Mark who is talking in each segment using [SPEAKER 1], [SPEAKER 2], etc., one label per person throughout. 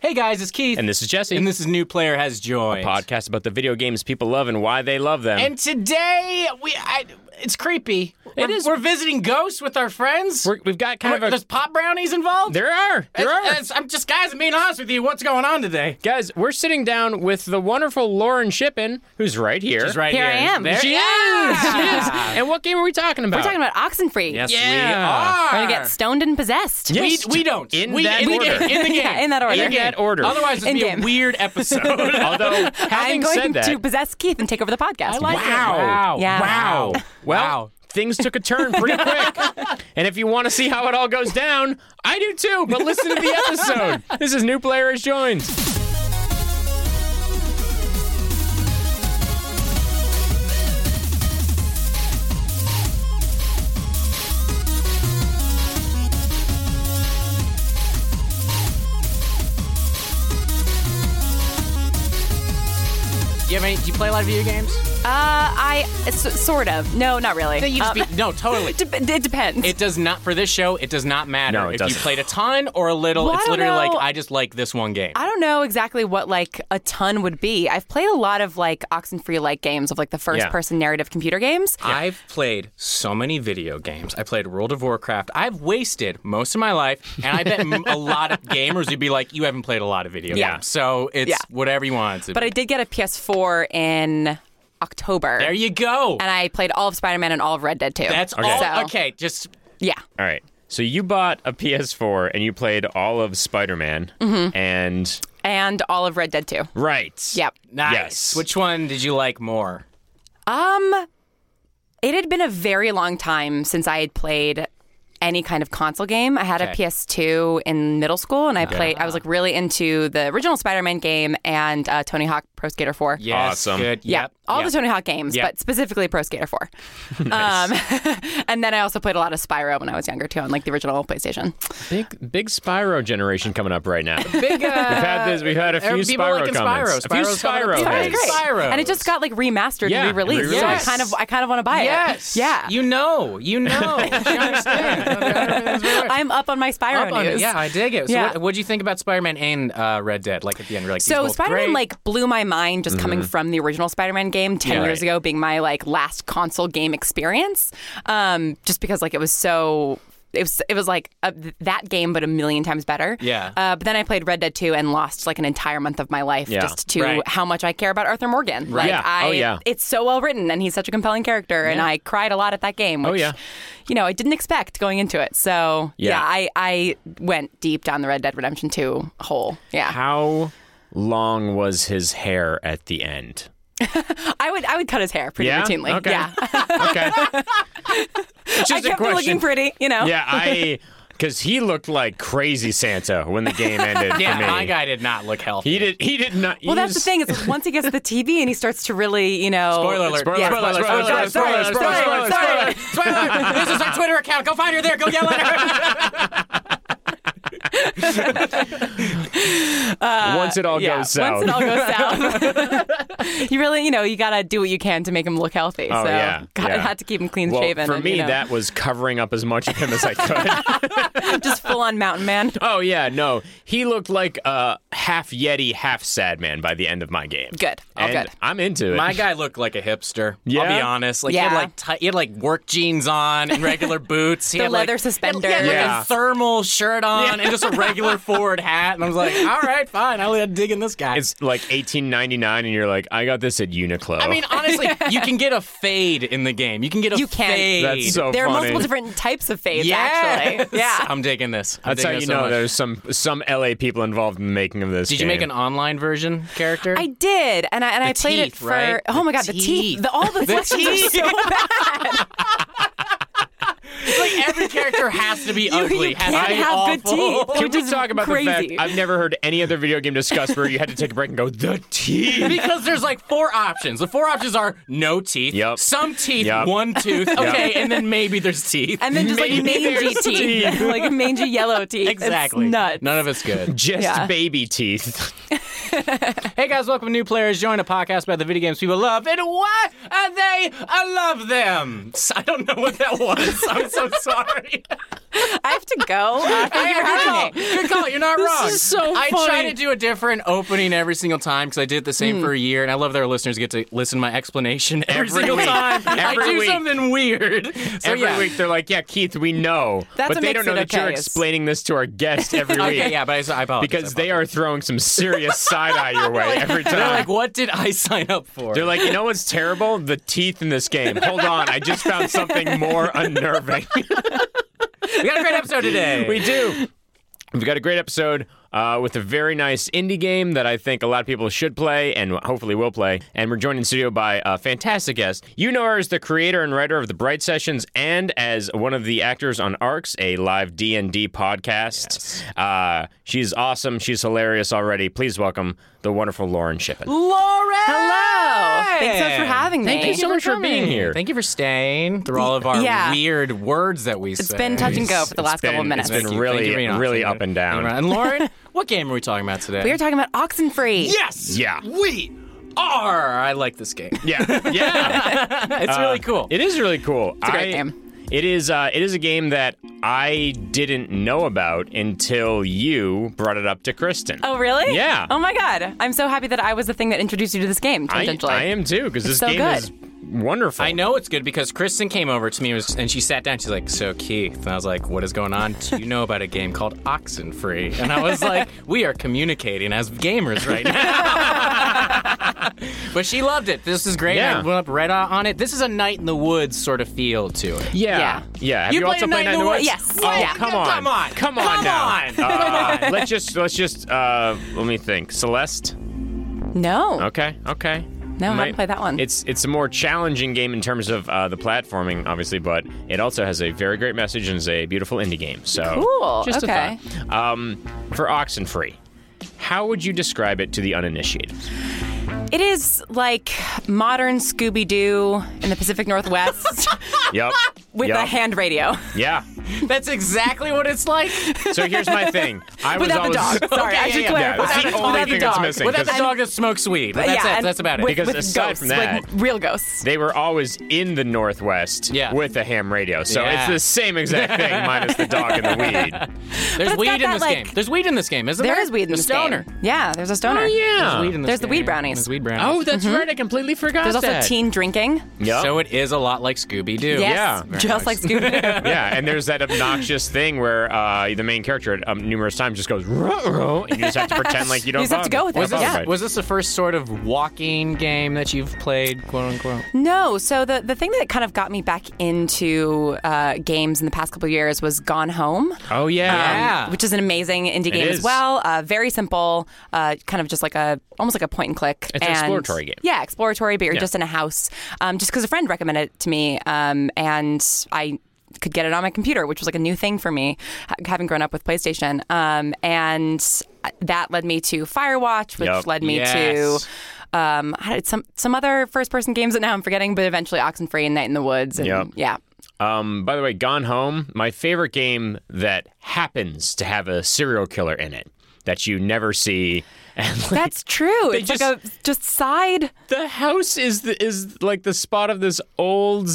[SPEAKER 1] Hey guys, it's Keith.
[SPEAKER 2] And this is Jesse.
[SPEAKER 1] And this is New Player Has Joy.
[SPEAKER 2] podcast about the video games people love and why they love them.
[SPEAKER 1] And today we I, it's creepy. We're,
[SPEAKER 2] is.
[SPEAKER 1] We're visiting ghosts with our friends.
[SPEAKER 2] We're, we've got kind
[SPEAKER 1] We're-
[SPEAKER 2] of a.
[SPEAKER 1] there's pop brownies involved.
[SPEAKER 2] There are. There
[SPEAKER 1] It's-
[SPEAKER 2] are.
[SPEAKER 1] it's- I'm just guys. I'm being honest with you. What's going on today?
[SPEAKER 2] Guys, we're sitting down with the wonderful Lauren Shippen, who's right here.
[SPEAKER 1] She's right
[SPEAKER 3] Here I am.
[SPEAKER 1] There
[SPEAKER 2] She is. She is. And what game are we talking about?
[SPEAKER 3] We're talking about Oxenfree.
[SPEAKER 2] Yes, we
[SPEAKER 1] Yeah.
[SPEAKER 2] are.
[SPEAKER 3] We're gonna get stoned and possessed.
[SPEAKER 1] We,
[SPEAKER 2] Yes.
[SPEAKER 1] we don't.
[SPEAKER 2] In
[SPEAKER 1] we,
[SPEAKER 2] that
[SPEAKER 1] in
[SPEAKER 2] order.
[SPEAKER 1] The, in the game.
[SPEAKER 3] Yeah, in that order.
[SPEAKER 2] In that order.
[SPEAKER 1] Otherwise, it's
[SPEAKER 3] In
[SPEAKER 1] be
[SPEAKER 3] game.
[SPEAKER 1] a weird episode.
[SPEAKER 2] Although,
[SPEAKER 3] I'm
[SPEAKER 2] having
[SPEAKER 3] going
[SPEAKER 2] said that,
[SPEAKER 3] to possess Keith and take over the podcast.
[SPEAKER 1] like it.
[SPEAKER 2] Wow.
[SPEAKER 1] Wow.
[SPEAKER 3] Yeah.
[SPEAKER 2] Wow. Well,
[SPEAKER 1] Wow.
[SPEAKER 2] things took a turn pretty quick. and if you want to see how it all goes down, I do too, but listen to the episode. This is New Player Has Joined.
[SPEAKER 1] you have any? Do you play a lot of video games?
[SPEAKER 3] Uh, I s- sort of. No, not really.
[SPEAKER 1] You
[SPEAKER 3] Uh,
[SPEAKER 1] just be, no, totally.
[SPEAKER 3] de- it depends.
[SPEAKER 1] It does not for this show. It does not matter
[SPEAKER 2] No, it
[SPEAKER 1] if you
[SPEAKER 2] doesn't.
[SPEAKER 1] played a ton or a little.
[SPEAKER 3] Well, I
[SPEAKER 1] it's
[SPEAKER 3] don't
[SPEAKER 1] literally
[SPEAKER 3] know.
[SPEAKER 1] like I just like this one game.
[SPEAKER 3] I don't know exactly what like a ton would be. I've played a lot of like Oxenfree like games of like the first person narrative computer games.
[SPEAKER 1] I've played so many video games. I played World of Warcraft. I've wasted most of my life, and I bet m- a lot of gamers would be like, "You haven't played a lot of video
[SPEAKER 2] Yeah.
[SPEAKER 1] games, so it's
[SPEAKER 3] Yeah.
[SPEAKER 1] whatever you want." it To
[SPEAKER 3] But
[SPEAKER 1] be.
[SPEAKER 3] I did get a PS4 in October,
[SPEAKER 1] there you go.
[SPEAKER 3] and I played all of Spider Man and all of Red Dead 2.
[SPEAKER 1] That's
[SPEAKER 3] okay.
[SPEAKER 1] all.
[SPEAKER 3] So,
[SPEAKER 1] Okay, just
[SPEAKER 3] Yeah.
[SPEAKER 2] All right. So you bought a PS4 and you played all of Spider Man
[SPEAKER 3] Mm-hmm.
[SPEAKER 2] and
[SPEAKER 3] And all of Red Dead 2.
[SPEAKER 2] right.
[SPEAKER 3] Yep.
[SPEAKER 1] nice.
[SPEAKER 2] Yes.
[SPEAKER 1] Which one did you like more?
[SPEAKER 3] Um, it had been a very long time since I had played any kind of console game. I had a
[SPEAKER 1] Okay.
[SPEAKER 3] PS2 in middle school, and I played. I was like really into the original Spider-Man game and uh, Tony Hawk Pro Skater 4.
[SPEAKER 1] Yes,
[SPEAKER 2] Awesome.
[SPEAKER 1] Good.
[SPEAKER 3] Yeah,
[SPEAKER 1] Yep.
[SPEAKER 3] all
[SPEAKER 1] yep.
[SPEAKER 3] the Tony Hawk games,
[SPEAKER 1] Yep.
[SPEAKER 3] but specifically Pro Skater 4. um, and then I also played a lot of Spyro when I was younger too, on like the original PlayStation.
[SPEAKER 2] Big big Spyro generation coming up right now. We've
[SPEAKER 1] Big, uh,
[SPEAKER 2] had this. We've had a few
[SPEAKER 1] There are people
[SPEAKER 2] Spyro
[SPEAKER 1] liking
[SPEAKER 2] comments.
[SPEAKER 1] Spyro.
[SPEAKER 2] A few
[SPEAKER 1] Spyro's coming up.
[SPEAKER 2] Spyro.
[SPEAKER 1] Spyro's
[SPEAKER 2] heads.
[SPEAKER 3] That was great.
[SPEAKER 1] Spyros.
[SPEAKER 3] And it just got like remastered
[SPEAKER 2] Yeah,
[SPEAKER 3] and re-released. So I
[SPEAKER 1] re-released.
[SPEAKER 3] kind of, I kind of want to buy
[SPEAKER 1] Yes.
[SPEAKER 3] it. Yeah.
[SPEAKER 1] You know. You know. She understands.
[SPEAKER 3] I'm up on my Spyro
[SPEAKER 1] Up on it.
[SPEAKER 3] news.
[SPEAKER 1] Yeah, I dig it. So,
[SPEAKER 3] Yeah.
[SPEAKER 1] what what do you think about Spider-Man and uh, Red Dead? Like at the end, you're like these
[SPEAKER 3] So
[SPEAKER 1] both
[SPEAKER 3] Spider Man
[SPEAKER 1] great.
[SPEAKER 3] like blew my mind just coming from the original Spider Man game
[SPEAKER 2] Mm-hmm.
[SPEAKER 3] ten
[SPEAKER 2] Yeah.
[SPEAKER 3] years
[SPEAKER 2] Right.
[SPEAKER 3] ago being my like last console game experience. Um, just because like it was so it was it was like a, that game but a million times better.
[SPEAKER 1] Yeah.
[SPEAKER 3] Uh, but then I played Red Dead Two and lost like an entire month of my life
[SPEAKER 2] Yeah.
[SPEAKER 3] just to
[SPEAKER 1] Right.
[SPEAKER 3] how much I care about Arthur Morgan. Like
[SPEAKER 2] Yeah.
[SPEAKER 3] I
[SPEAKER 2] Oh, yeah.
[SPEAKER 3] it's so well written and he's such a compelling character and I cried a lot at that game. Which,
[SPEAKER 2] Oh, yeah.
[SPEAKER 3] You know, I didn't expect going into it. So
[SPEAKER 2] Yeah.
[SPEAKER 3] yeah, I, I went deep down the Red Dead Redemption 2 hole. Yeah.
[SPEAKER 2] How long was his hair at the end?
[SPEAKER 3] I would I would cut his hair pretty
[SPEAKER 2] Yeah?
[SPEAKER 3] routinely.
[SPEAKER 2] Okay.
[SPEAKER 3] Yeah.
[SPEAKER 2] Okay. It's just
[SPEAKER 3] I
[SPEAKER 2] a
[SPEAKER 3] kept it
[SPEAKER 2] question.
[SPEAKER 3] looking pretty, you know.
[SPEAKER 2] Yeah, I because he looked like crazy Santa when the game ended
[SPEAKER 1] yeah,
[SPEAKER 2] for me.
[SPEAKER 1] my guy did not look healthy.
[SPEAKER 2] He did. He did not.
[SPEAKER 3] Well, that's the thing. Is like, once he gets to the TV and he starts to really, you know,
[SPEAKER 1] Spoiler alert!
[SPEAKER 2] Spoiler
[SPEAKER 1] Yeah.
[SPEAKER 2] alert, spoiler
[SPEAKER 3] alert,
[SPEAKER 1] Sorry,
[SPEAKER 3] spoiler
[SPEAKER 1] sorry,
[SPEAKER 3] alert,
[SPEAKER 1] sorry,
[SPEAKER 3] spoiler alert,
[SPEAKER 1] sorry, spoiler alert. This is our Twitter account. Go find her there. Go yell at her.
[SPEAKER 2] once it all
[SPEAKER 3] Uh, yeah,
[SPEAKER 2] goes
[SPEAKER 3] Once
[SPEAKER 2] south.
[SPEAKER 3] it all goes south, you really, you know, you gotta do what you can to make him look healthy.
[SPEAKER 2] Oh,
[SPEAKER 3] so,
[SPEAKER 2] yeah,
[SPEAKER 3] God,
[SPEAKER 2] yeah.
[SPEAKER 3] had to keep him clean
[SPEAKER 2] well,
[SPEAKER 3] shaven.
[SPEAKER 2] for
[SPEAKER 3] and,
[SPEAKER 2] me,
[SPEAKER 3] you know,
[SPEAKER 2] that was covering up as much of him as I could.
[SPEAKER 3] just full on mountain man.
[SPEAKER 2] oh yeah, no, he looked like a half Yeti, half Sad Man by the end of my game.
[SPEAKER 3] Good. All
[SPEAKER 2] and
[SPEAKER 3] good.
[SPEAKER 2] I'm into it.
[SPEAKER 1] Oh, My guy looked like a hipster. I'll be
[SPEAKER 2] Yeah?
[SPEAKER 1] honest. Like he had
[SPEAKER 3] Yeah.
[SPEAKER 1] like ti- he had like work jeans on and regular boots. He
[SPEAKER 3] The
[SPEAKER 1] had, like-
[SPEAKER 3] leather suspenders.
[SPEAKER 1] He had, like,
[SPEAKER 2] Yeah.
[SPEAKER 1] a thermal shirt on and just a regular Ford hat. And I was like, all right, fine. I'll dig in this guy.
[SPEAKER 2] it's like 1899, and you're like, I got this at Uniqlo.
[SPEAKER 1] I mean, honestly, you can get a fade in the game. You can get a
[SPEAKER 3] You can.
[SPEAKER 1] fade.
[SPEAKER 2] That's so
[SPEAKER 3] there are
[SPEAKER 2] funny.
[SPEAKER 3] multiple different types of fades,
[SPEAKER 1] Yes.
[SPEAKER 3] actually. Yeah.
[SPEAKER 1] I'm digging this. I'm
[SPEAKER 2] That's how
[SPEAKER 1] digging this
[SPEAKER 2] you
[SPEAKER 1] so
[SPEAKER 2] know
[SPEAKER 1] much.
[SPEAKER 2] there's some some LA people involved in the making of this.
[SPEAKER 1] Did you make
[SPEAKER 2] game.
[SPEAKER 1] an online version character?
[SPEAKER 3] I did, and I and I played
[SPEAKER 1] teeth,
[SPEAKER 3] it for.
[SPEAKER 1] right?
[SPEAKER 3] Oh
[SPEAKER 1] The
[SPEAKER 3] my god, the
[SPEAKER 1] teeth.
[SPEAKER 3] teeth! The, all the, sections are
[SPEAKER 1] teeth.
[SPEAKER 3] so bad.
[SPEAKER 1] like every character has to be ugly.
[SPEAKER 3] you
[SPEAKER 1] has
[SPEAKER 3] can't
[SPEAKER 1] to be
[SPEAKER 3] have
[SPEAKER 1] awful.
[SPEAKER 3] good teeth.
[SPEAKER 2] Can
[SPEAKER 3] which
[SPEAKER 2] we
[SPEAKER 3] is
[SPEAKER 2] talk about the
[SPEAKER 3] crazy.
[SPEAKER 2] fact I've never heard any other video game discussed where you had to take a break and go the teeth?
[SPEAKER 1] Because there's like four options. The four options are no teeth,
[SPEAKER 2] Yup.
[SPEAKER 1] some teeth,
[SPEAKER 2] Yup.
[SPEAKER 1] one tooth, okay, and then maybe there's teeth.
[SPEAKER 3] And then just like
[SPEAKER 2] Maybe
[SPEAKER 3] mangy
[SPEAKER 2] there's
[SPEAKER 3] teeth, like mangy yellow teeth.
[SPEAKER 1] exactly.
[SPEAKER 3] it's nuts.
[SPEAKER 1] None of it's good.
[SPEAKER 2] Just
[SPEAKER 3] Yeah.
[SPEAKER 2] baby teeth.
[SPEAKER 1] hey guys, welcome to New Players. Join a podcast about the video games people love and Uh, why are they I love them. S- I don't know what that was. I'm so sorry.
[SPEAKER 3] I have to go. Uh, thank you for having me.
[SPEAKER 1] Good call. You're not wrong.
[SPEAKER 2] is so
[SPEAKER 1] I try
[SPEAKER 2] funny.
[SPEAKER 1] to do a different opening every single time because I did the same for a year, and I love that our listeners get to listen to my explanation every,
[SPEAKER 2] single
[SPEAKER 1] week.
[SPEAKER 2] time.
[SPEAKER 1] I
[SPEAKER 2] Every
[SPEAKER 1] do
[SPEAKER 2] week.
[SPEAKER 1] something weird. So
[SPEAKER 2] every
[SPEAKER 1] yeah.
[SPEAKER 2] week they're like, "Yeah, Keith, we know," but
[SPEAKER 3] That's what
[SPEAKER 2] they
[SPEAKER 3] makes
[SPEAKER 2] don't know
[SPEAKER 3] it
[SPEAKER 2] that you're
[SPEAKER 3] okay is-
[SPEAKER 2] explaining this to our guest every week
[SPEAKER 1] Okay, yeah, but I, I apologize.
[SPEAKER 2] because
[SPEAKER 1] I
[SPEAKER 2] they are
[SPEAKER 1] apologize.
[SPEAKER 2] throwing some serious side eye your way every time.
[SPEAKER 1] They're like, what did I sign up for?
[SPEAKER 2] They're like, you know what's terrible? The teeth in this game. Hold on, I just found something more unnerving.
[SPEAKER 1] we got a great episode today.
[SPEAKER 2] we do. We've got a great episode uh, with a very nice indie game that I think a lot of people should play and hopefully will play. And we're joined in studio by a fantastic guest. You know her as the creator and writer of the Bright Sessions and as one of the actors on ARCS, a live D&D podcast. Uh, she's awesome. She's hilarious already. Please welcome the wonderful Lauren Shippen.
[SPEAKER 1] Lauren!
[SPEAKER 3] Hello. Thanks so much for having me.
[SPEAKER 1] Thank you so much for being
[SPEAKER 2] coming.
[SPEAKER 1] here. Thank you for staying through all of our
[SPEAKER 3] Yeah.
[SPEAKER 1] weird words that we
[SPEAKER 3] It's been touch and go for the last couple of
[SPEAKER 2] been- it's
[SPEAKER 3] minutes.
[SPEAKER 2] been really- really up and down.
[SPEAKER 1] And Lauren, what game are we talking about today?
[SPEAKER 3] we are talking about oxen free.
[SPEAKER 1] Yes.
[SPEAKER 2] Yeah.
[SPEAKER 1] We are. I like this game.
[SPEAKER 2] Yeah, yeah.
[SPEAKER 1] It's really cool.
[SPEAKER 2] It is really cool. It's
[SPEAKER 3] a great game.
[SPEAKER 2] It is. Uh, it is a game that I didn't know about until you brought it up to Kristen.
[SPEAKER 3] Oh, really?
[SPEAKER 2] Yeah.
[SPEAKER 3] Oh my God! I'm so happy that I was the thing that introduced you to this game.
[SPEAKER 2] I,
[SPEAKER 3] Tangentially.
[SPEAKER 2] I am too because this
[SPEAKER 3] so
[SPEAKER 2] game
[SPEAKER 3] good.
[SPEAKER 2] is wonderful.
[SPEAKER 1] I know it's good because Kristen came over to me and was- and she sat down. She's like, "So Keith," and I was like, "What is going on? Do you know about a game called Oxen Free?" And I was like, "We are communicating as gamers right now." but she loved it. This is great.
[SPEAKER 2] Yeah.
[SPEAKER 1] I went up right on on it. This is a night in the woods sort of feel to it.
[SPEAKER 2] Yeah.
[SPEAKER 3] Yeah.
[SPEAKER 2] Yeah. Have
[SPEAKER 1] You
[SPEAKER 2] you,
[SPEAKER 1] played
[SPEAKER 2] also
[SPEAKER 1] Night
[SPEAKER 2] played
[SPEAKER 1] in the Woods?
[SPEAKER 3] Yes.
[SPEAKER 2] Oh,
[SPEAKER 3] Yeah.
[SPEAKER 2] come on.
[SPEAKER 1] Come on.
[SPEAKER 2] Come on
[SPEAKER 1] Come
[SPEAKER 2] now.
[SPEAKER 1] on.
[SPEAKER 2] Uh, let's just let's just uh, let me think. Celeste.
[SPEAKER 3] No.
[SPEAKER 2] Okay. Okay.
[SPEAKER 3] No, I haven't played that one.
[SPEAKER 2] It's it's a more challenging game in terms of uh, the platforming, obviously, but it also has a very great message and is a beautiful indie game. So
[SPEAKER 3] Cool.
[SPEAKER 2] Just
[SPEAKER 3] Okay.
[SPEAKER 2] a thought. Um, for Oxenfree, how would you describe it to the uninitiated?
[SPEAKER 3] It is like modern Scooby Doo in the Pacific Northwest
[SPEAKER 2] Yep.
[SPEAKER 3] with
[SPEAKER 2] Yep.
[SPEAKER 3] a hand radio.
[SPEAKER 2] Yeah.
[SPEAKER 1] That's exactly what it's like.
[SPEAKER 2] So here's my thing. I was
[SPEAKER 3] Without the
[SPEAKER 2] always
[SPEAKER 3] dog. Sorry,
[SPEAKER 1] Okay,
[SPEAKER 3] I
[SPEAKER 1] yeah, yeah.
[SPEAKER 3] should
[SPEAKER 2] Yeah,
[SPEAKER 3] clarify.
[SPEAKER 2] that's the only
[SPEAKER 3] Without
[SPEAKER 2] thing
[SPEAKER 3] the
[SPEAKER 2] that's
[SPEAKER 3] dog.
[SPEAKER 2] missing.
[SPEAKER 1] Without the
[SPEAKER 2] Because-
[SPEAKER 1] dog that smokes weed. But
[SPEAKER 3] But
[SPEAKER 1] that's
[SPEAKER 3] yeah,
[SPEAKER 1] it.
[SPEAKER 3] and
[SPEAKER 1] That's about it.
[SPEAKER 3] With,
[SPEAKER 2] Because
[SPEAKER 3] with
[SPEAKER 2] aside
[SPEAKER 3] ghosts,
[SPEAKER 2] from that-
[SPEAKER 3] like real ghosts.
[SPEAKER 2] They were always in the Northwest
[SPEAKER 1] Yeah.
[SPEAKER 2] with a ham radio. So
[SPEAKER 1] Yeah.
[SPEAKER 2] it's the same exact thing minus the dog and the weed.
[SPEAKER 1] There's
[SPEAKER 3] it's
[SPEAKER 1] weed
[SPEAKER 3] got
[SPEAKER 1] in
[SPEAKER 3] that,
[SPEAKER 1] this
[SPEAKER 3] like-
[SPEAKER 1] game. There's weed in this game, isn't there?
[SPEAKER 3] There is weed in
[SPEAKER 1] the
[SPEAKER 3] this
[SPEAKER 1] stoner.
[SPEAKER 3] game. Yeah, there's a stoner.
[SPEAKER 2] Oh, yeah.
[SPEAKER 1] There's weed in this
[SPEAKER 3] There's the weed
[SPEAKER 1] game.
[SPEAKER 3] brownies.
[SPEAKER 1] There's weed brownies.
[SPEAKER 2] Oh, that's right. I completely forgot
[SPEAKER 3] Mm-hmm. There's also
[SPEAKER 2] that.
[SPEAKER 3] teen drinking.
[SPEAKER 2] Yep.
[SPEAKER 1] So it is a lot like Scooby Doo.
[SPEAKER 3] Yes,
[SPEAKER 2] Yeah.
[SPEAKER 1] Very
[SPEAKER 3] just like
[SPEAKER 1] nice.
[SPEAKER 3] Scooby Doo.
[SPEAKER 2] yeah, and there's that obnoxious thing where uh, the main character um, numerous times just goes, "Ruh, ruh," and you just have to pretend like you don't
[SPEAKER 3] just have to
[SPEAKER 2] bother-
[SPEAKER 3] go with it.
[SPEAKER 2] don't
[SPEAKER 1] Was this,
[SPEAKER 2] bother
[SPEAKER 3] Yeah.
[SPEAKER 2] it.
[SPEAKER 1] was this the first sort of walking game that you've played, quote unquote?
[SPEAKER 3] no, so the, the thing that kind of got me back into uh, games in the past couple of years was Gone Home.
[SPEAKER 2] Oh, yeah.
[SPEAKER 1] Yeah.
[SPEAKER 3] Um, which is an amazing indie game
[SPEAKER 2] is.
[SPEAKER 3] as well. Uh, very simple, uh, kind of just like a almost like a point and click.
[SPEAKER 2] It's an
[SPEAKER 3] and,
[SPEAKER 2] exploratory game.
[SPEAKER 3] Yeah, exploratory, but you're just in a house. Um, just because a friend recommended it to me, um, and I could get it on my computer, which was like a new thing for me, ha- having grown up with PlayStation. Um, and uh, that led me to Firewatch, which
[SPEAKER 2] Yep.
[SPEAKER 3] led me
[SPEAKER 1] Yes.
[SPEAKER 3] to. Um, I had some some other first person games that now I'm forgetting, but eventually Oxenfree and Night in the Woods. And
[SPEAKER 2] Yep.
[SPEAKER 3] Yeah.
[SPEAKER 2] Um, by the way, Gone Home, my favorite game that happens to have a serial killer in it that you never see. And like,
[SPEAKER 3] That's true. It's like
[SPEAKER 2] just-
[SPEAKER 3] a just side
[SPEAKER 2] the house is the, is like the spot of this old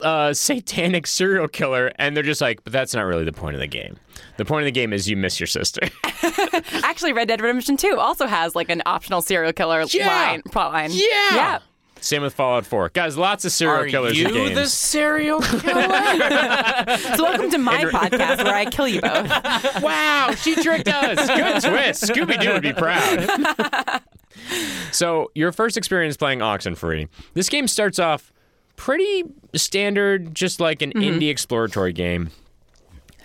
[SPEAKER 2] uh, satanic serial killer, and they're just like, but that's not really the point of the game. The point of the game is you miss your sister.
[SPEAKER 3] Actually, Red Dead Redemption 2 also has like an optional serial killer
[SPEAKER 2] Yeah.
[SPEAKER 3] line plot line. Yeah.
[SPEAKER 2] Same with Fallout 4. Guys, lots of serial
[SPEAKER 1] Are
[SPEAKER 2] killers
[SPEAKER 1] you
[SPEAKER 2] in games.
[SPEAKER 1] the serial killer?
[SPEAKER 3] So welcome to my podcast where I kill you both.
[SPEAKER 2] Wow, she tricked us. Good twist. Scooby Doo would be proud. so, your first experience playing Oxenfree. This game starts off pretty standard, just like an indie exploratory game.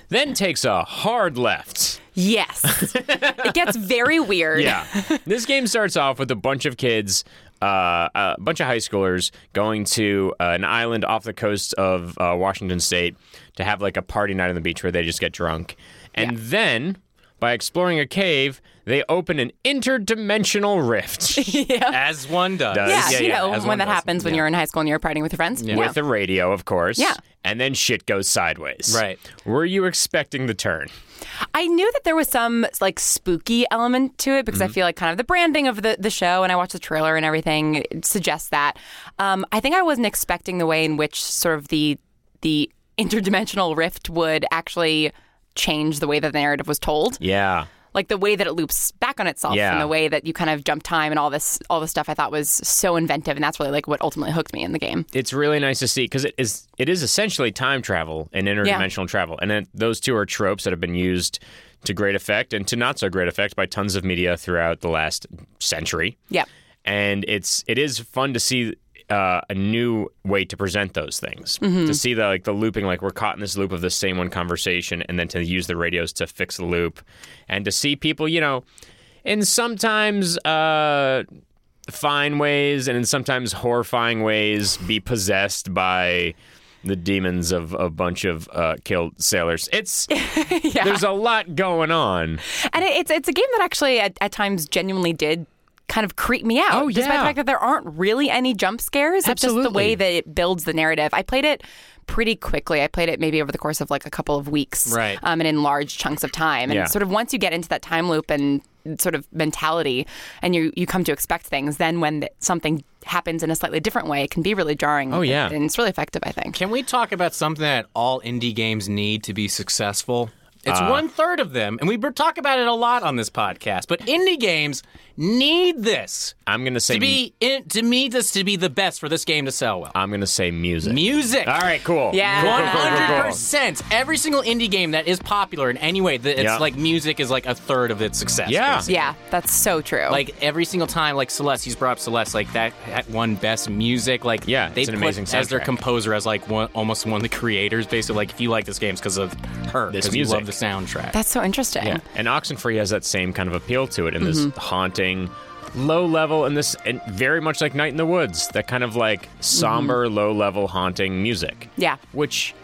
[SPEAKER 2] Then takes a hard left.
[SPEAKER 3] Yes. It gets very weird.
[SPEAKER 2] Yeah. this game starts off with a bunch of kids, uh, a bunch of high schoolers going to uh, an island off the coast of uh, Washington State to have like a party night on the beach where they just get drunk. And then by exploring a cave, they open an interdimensional rift
[SPEAKER 1] As one does.
[SPEAKER 2] Does.
[SPEAKER 3] Yeah,
[SPEAKER 2] Yeah,
[SPEAKER 3] you
[SPEAKER 2] yeah,
[SPEAKER 3] know,
[SPEAKER 1] as
[SPEAKER 3] when
[SPEAKER 1] one
[SPEAKER 3] that
[SPEAKER 1] does.
[SPEAKER 3] happens when
[SPEAKER 1] Yeah.
[SPEAKER 3] you're in high school and you're partying with your friends. Yeah.
[SPEAKER 2] with a radio, of course.
[SPEAKER 3] Yeah.
[SPEAKER 2] And then shit goes sideways.
[SPEAKER 1] Right.
[SPEAKER 2] Were you expecting the turn?
[SPEAKER 3] I knew that there was some like spooky element to it because I feel like kind of the branding of the, the show and I watched the trailer and everything suggests that. Um, I think I wasn't expecting the way in which sort of the the interdimensional rift would actually change the way that the narrative was told.
[SPEAKER 2] Yeah.
[SPEAKER 3] Like the way that it loops back on itself
[SPEAKER 2] Yeah.
[SPEAKER 3] and the way that you kind of jump time and all this all this stuff I thought was so inventive and that's really like what ultimately hooked me in the game.
[SPEAKER 2] It's really nice to see because it is it is essentially time travel and interdimensional travel, and then those two are tropes that have been used to great effect and to not so great effect by tons of media throughout the last century.
[SPEAKER 3] Yep.
[SPEAKER 2] and it's it is fun to see uh, a new way to present those things.
[SPEAKER 1] Mm-hmm.
[SPEAKER 2] To see the like the looping, like we're caught in this loop of the same one conversation, and then to use the radios to fix the loop, and to see people, you know, in sometimes uh, fine ways and in sometimes horrifying ways, be possessed by. The demons of a bunch of uh, killed sailors. It's there's a lot going on.
[SPEAKER 3] And it, it's it's a game that actually at, at times genuinely did kind of creep me out.
[SPEAKER 2] Oh,
[SPEAKER 3] Despite
[SPEAKER 2] yeah.
[SPEAKER 3] the fact that there aren't really any jump scares. It's just the
[SPEAKER 2] Absolutely.
[SPEAKER 3] way that it builds the narrative. I played it pretty quickly. I played it maybe over the course of like a couple of weeks.
[SPEAKER 1] Right.
[SPEAKER 3] Um, and in large chunks of time. And
[SPEAKER 2] Yeah.
[SPEAKER 3] sort of once you get into that time loop and sort of mentality and you, you come to expect things, then when th- something happens in a slightly different way, it can be really jarring. Oh,
[SPEAKER 2] yeah.
[SPEAKER 3] And it's really effective, I think.
[SPEAKER 1] Can we talk about something that all indie games need to be successful? It's
[SPEAKER 2] Uh.
[SPEAKER 1] one third of them, and we b- talk about it a lot on this podcast. But indie games need this
[SPEAKER 2] I'm gonna say
[SPEAKER 1] to be in, to me this to be the best for this game to sell well.
[SPEAKER 2] I'm gonna say music.
[SPEAKER 1] Music.
[SPEAKER 2] All right, cool.
[SPEAKER 3] Yeah.
[SPEAKER 2] Cool,
[SPEAKER 1] One
[SPEAKER 2] cool, cool, cool,
[SPEAKER 1] hundred
[SPEAKER 2] cool.
[SPEAKER 1] percent. Every single indie game that is popular in any way, that it's
[SPEAKER 2] Yeah.
[SPEAKER 1] like music is like a third of its success.
[SPEAKER 2] Yeah.
[SPEAKER 1] basically.
[SPEAKER 3] Yeah, that's so true.
[SPEAKER 1] Like every single time, like Celeste, he's brought up Celeste, like that, that one best music. Like
[SPEAKER 2] Yeah,
[SPEAKER 1] they
[SPEAKER 2] it's an
[SPEAKER 1] put
[SPEAKER 2] amazing
[SPEAKER 1] as their
[SPEAKER 2] soundtrack.
[SPEAKER 1] composer as like one, almost one of the creators. Basically, like if you like this game, it's because of her.
[SPEAKER 2] This
[SPEAKER 1] Because you love the
[SPEAKER 2] music.
[SPEAKER 1] soundtrack.
[SPEAKER 3] that's so interesting.
[SPEAKER 2] Yeah, and Oxenfree has that same kind of appeal to it, and
[SPEAKER 3] Mm-hmm.
[SPEAKER 2] this haunting, low level, and this and very much like Night in the Woods, that kind of like somber, low level, haunting music.
[SPEAKER 3] Mm-hmm. Yeah.
[SPEAKER 2] Which,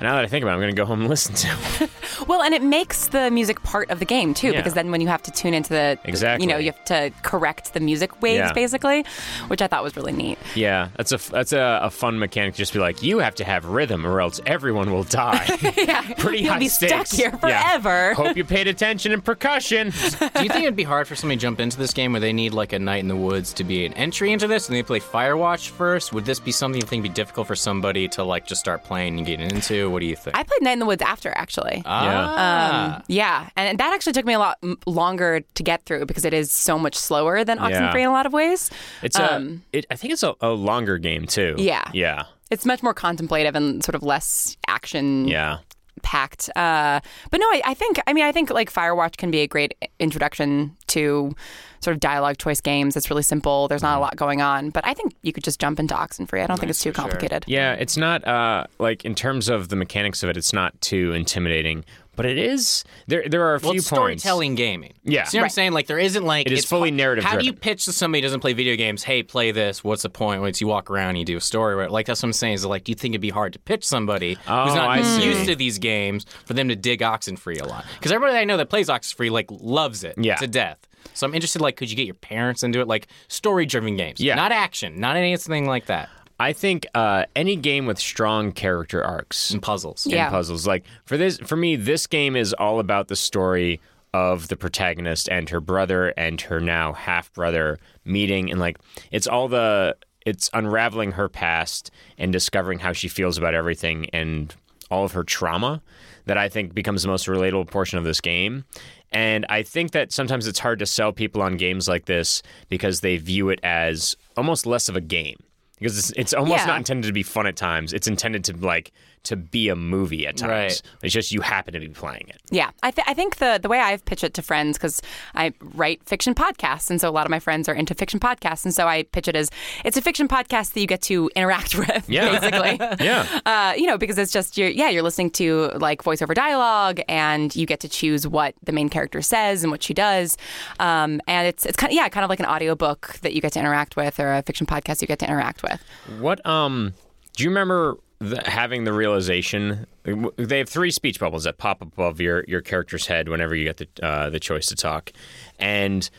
[SPEAKER 2] now that I think about, it, I'm gonna go home and listen to.
[SPEAKER 3] Well, and it makes the music part of the game too,
[SPEAKER 2] Yeah.
[SPEAKER 3] because then when you have to tune into the,
[SPEAKER 2] Exactly.
[SPEAKER 3] you know, you have to correct the music waves
[SPEAKER 2] Yeah.
[SPEAKER 3] basically, which I thought was really neat.
[SPEAKER 2] yeah, that's a that's a, a fun mechanic. to Just be like, you have to have rhythm, or else everyone will die.
[SPEAKER 3] yeah,
[SPEAKER 2] Pretty
[SPEAKER 3] you'll
[SPEAKER 2] high
[SPEAKER 3] be
[SPEAKER 2] stakes.
[SPEAKER 3] stuck here
[SPEAKER 2] Yeah.
[SPEAKER 3] forever.
[SPEAKER 2] Hope you paid attention in percussion.
[SPEAKER 1] Do you think it'd be hard for somebody to jump into this game where they need like a night in the woods to be an entry into this, and they play Firewatch first? Would this be something you think would be difficult for somebody to like just start playing and getting into? What do you think?
[SPEAKER 3] I played Night in the Woods after actually. Uh,
[SPEAKER 1] Ah.
[SPEAKER 3] yeah, and that actually took me a lot m- longer to get through because it is so much slower than Oxenfree in a lot of ways.
[SPEAKER 2] It's a, it, I think it's a, a longer game too.
[SPEAKER 3] um, Yeah.
[SPEAKER 2] yeah,
[SPEAKER 3] It's much more contemplative and sort of less action
[SPEAKER 2] yeah.
[SPEAKER 3] packed. Uh, but no, I, I think I mean I think like Firewatch can be a great introduction to sort of dialogue choice games. It's really simple. There's
[SPEAKER 2] Mm-hmm.
[SPEAKER 3] not a lot going on, but I think you could just jump into Oxenfree. I don't think it's too complicated.
[SPEAKER 2] Yeah, it's not uh, like in terms of the mechanics of it, it's not too intimidating, but it is. There, there are a few
[SPEAKER 1] Well, it's
[SPEAKER 2] points.
[SPEAKER 1] storytelling gaming.
[SPEAKER 2] Yeah.
[SPEAKER 1] See what I'm
[SPEAKER 2] Right.
[SPEAKER 1] saying? Like, there isn't like.
[SPEAKER 2] It is
[SPEAKER 1] it's
[SPEAKER 2] fully
[SPEAKER 1] hu-
[SPEAKER 2] narrative
[SPEAKER 1] How do you
[SPEAKER 2] driven.
[SPEAKER 1] pitch to somebody who doesn't play video games, hey, play this, what's the point? Once you walk around and you do a story, right? Like, that's what I'm saying is like, do you think it'd be hard to pitch somebody
[SPEAKER 2] Oh,
[SPEAKER 1] who's not
[SPEAKER 2] I see.
[SPEAKER 1] used to these games for them to dig Oxenfree a lot? Because everybody I know that plays Oxenfree, like, loves it
[SPEAKER 2] Yeah.
[SPEAKER 1] to death. So I'm interested, like, could you get your parents into it? Like, story driven games.
[SPEAKER 2] Yeah.
[SPEAKER 1] Not action, not anything like that.
[SPEAKER 2] I think uh, any game with strong character arcs
[SPEAKER 1] And puzzles.
[SPEAKER 3] Yeah.
[SPEAKER 2] and puzzles, like for this, for me, this game is all about the story of the protagonist and her brother and her now half brother meeting, and like it's all the it's unraveling her past and discovering how she feels about everything and all of her trauma that I think becomes the most relatable portion of this game. And I think that sometimes it's hard to sell people on games like this because they view it as almost less of a game. Because it's, it's almost
[SPEAKER 3] Yeah.
[SPEAKER 2] not intended to be fun at times. It's intended to like to be a movie at times.
[SPEAKER 1] Right.
[SPEAKER 2] It's just you happen to be playing it.
[SPEAKER 3] Yeah, I, th- I think the the way I've pitched it to friends because I write fiction podcasts, and so a lot of my friends are into fiction podcasts, and so I pitch it as it's a fiction podcast that you get to interact with,
[SPEAKER 2] Yeah.
[SPEAKER 3] basically.
[SPEAKER 2] Yeah.
[SPEAKER 3] Uh, you know, because it's just you're yeah, you're listening to like voiceover dialogue, and you get to choose what the main character says and what she does, um, and it's it's kind of yeah, kind of like an audiobook that you get to interact with or a fiction podcast you get to interact with.
[SPEAKER 2] What um do you remember the, having the realization they have three speech bubbles that pop up above your your character's head whenever you get the uh, the choice to talk. And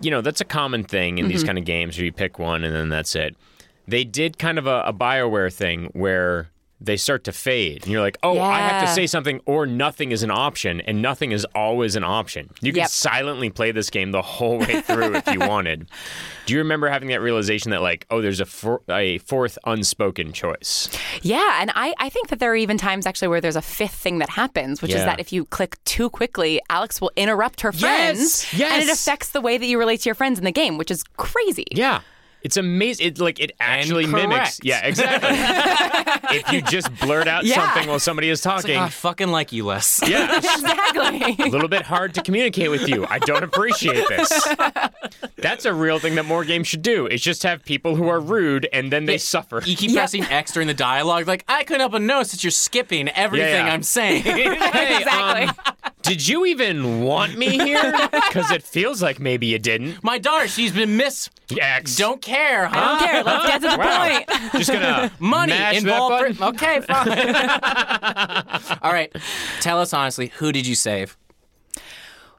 [SPEAKER 2] you know, that's a common thing in these kind of games where you pick one and then that's it. They did kind of a, a BioWare thing where they start to fade. And you're like, oh, I have to
[SPEAKER 3] Yeah.
[SPEAKER 2] say something, or nothing is an option, and nothing is always an option. You can
[SPEAKER 3] Yep.
[SPEAKER 2] silently play this game the whole way through if you wanted. Do you remember having that realization that, like, oh, there's a, four a fourth unspoken choice?
[SPEAKER 3] Yeah, and I, I think that there are even times actually where there's a fifth thing that happens, which
[SPEAKER 2] Yeah.
[SPEAKER 3] is that if you click too quickly, Alex will interrupt her
[SPEAKER 2] Yes,
[SPEAKER 3] friends,
[SPEAKER 2] yes.
[SPEAKER 3] and it affects the way that you relate to your friends in the game, which is crazy.
[SPEAKER 2] Yeah. It's amazing. It like it actually mimics.
[SPEAKER 1] correct.
[SPEAKER 2] Yeah, exactly. if you just blurt out
[SPEAKER 3] Yeah.
[SPEAKER 2] something while somebody is
[SPEAKER 1] It's like,
[SPEAKER 2] talking,
[SPEAKER 1] "Oh, I fucking like you less.
[SPEAKER 2] yeah, it's a
[SPEAKER 3] Exactly.
[SPEAKER 2] little bit hard to communicate with you. I don't appreciate this. That's a real thing that more games should do. Is just have people who are rude and then they suffer.
[SPEAKER 1] You keep
[SPEAKER 3] Yeah.
[SPEAKER 1] pressing X during the dialogue. Like, I couldn't help but notice that you're skipping everything
[SPEAKER 2] Yeah, yeah.
[SPEAKER 1] I'm saying.
[SPEAKER 2] Hey,
[SPEAKER 3] exactly.
[SPEAKER 2] um, did you even want me here? Because it feels like maybe you didn't.
[SPEAKER 1] My daughter, she's been miss.
[SPEAKER 2] X.
[SPEAKER 1] Don't care, huh?
[SPEAKER 3] I don't care. Let's get to the
[SPEAKER 2] Wow.
[SPEAKER 3] point.
[SPEAKER 2] Just gonna
[SPEAKER 1] Money
[SPEAKER 2] mash that button.
[SPEAKER 1] involved. okay, fine. All right. Tell us honestly, who did you save?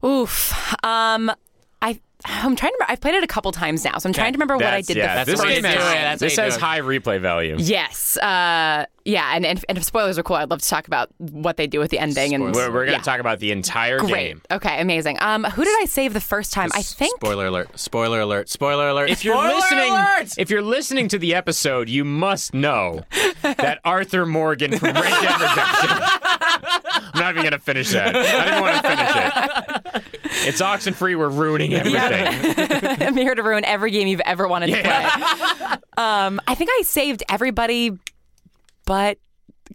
[SPEAKER 3] Oof. Um, I I'm trying to. remember. I've played it a couple times now, so I'm trying to remember what I
[SPEAKER 2] That's-
[SPEAKER 3] did
[SPEAKER 2] yeah,
[SPEAKER 3] the
[SPEAKER 2] this
[SPEAKER 3] first
[SPEAKER 1] what you
[SPEAKER 2] game
[SPEAKER 1] did.
[SPEAKER 2] has-
[SPEAKER 1] Yeah,
[SPEAKER 3] time.
[SPEAKER 1] that's
[SPEAKER 2] this
[SPEAKER 1] how you
[SPEAKER 2] has
[SPEAKER 1] do it.
[SPEAKER 2] high replay value.
[SPEAKER 3] Yes. Uh, yeah. And, and and if spoilers are cool, I'd love to talk about what they do with the ending. And
[SPEAKER 2] We're, we're gonna
[SPEAKER 3] yeah.
[SPEAKER 2] talk about the entire
[SPEAKER 3] Great.
[SPEAKER 2] game.
[SPEAKER 3] Okay. Amazing. Um, who did I save the first time? I think.
[SPEAKER 1] Spoiler alert. Spoiler alert. Spoiler alert.
[SPEAKER 2] If you're
[SPEAKER 1] Spoiler
[SPEAKER 2] listening,
[SPEAKER 1] alert!
[SPEAKER 2] if you're listening to the episode, you must know that Arthur Morgan from Red Dead Redemption. I'm not even gonna finish that. I didn't want to finish it. It's oxen free. We're ruining everything.
[SPEAKER 3] I'm here to ruin every game you've ever wanted to play. um, I think I saved everybody, but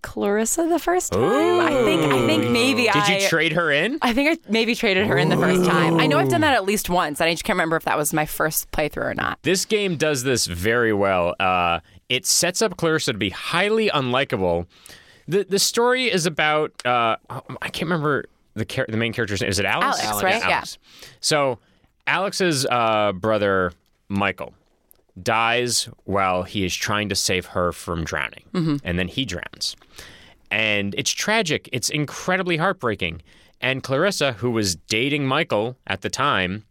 [SPEAKER 3] Clarissa the first time. I think. I think maybe
[SPEAKER 2] Did
[SPEAKER 3] I.
[SPEAKER 2] you trade her in?
[SPEAKER 3] I think I maybe traded her in the first time. I know I've done that at least once, and I just can't remember if that was my first playthrough or not.
[SPEAKER 2] This game does this very well. Uh, it sets up Clarissa to be highly unlikable. the The story is about uh, I can't remember the char- the main character's name. Is it Alex?
[SPEAKER 3] Alex, Alex, right?
[SPEAKER 2] Yeah,
[SPEAKER 3] Yeah.
[SPEAKER 2] Alex. So Alex's uh, brother Michael dies while he is trying to save her from drowning,
[SPEAKER 3] Mm-hmm.
[SPEAKER 2] and then he drowns. And it's tragic. It's incredibly heartbreaking. And Clarissa, who was dating Michael at the time,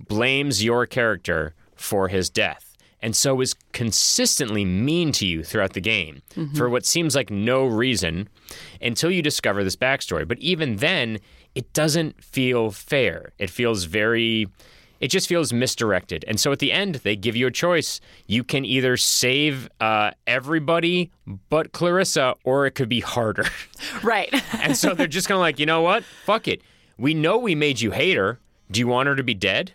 [SPEAKER 2] blames your character for his death and so is consistently mean to you throughout the game for what seems like no reason until you discover this backstory. But even then, it doesn't feel fair. It feels very. It just feels misdirected. And so at the end, they give you a choice. You can either save uh, everybody but Clarissa, or it could be harder.
[SPEAKER 3] Right.
[SPEAKER 2] And so they're just kind of like, you know what? Fuck it. We know we made you hate her. Do you want her to be dead?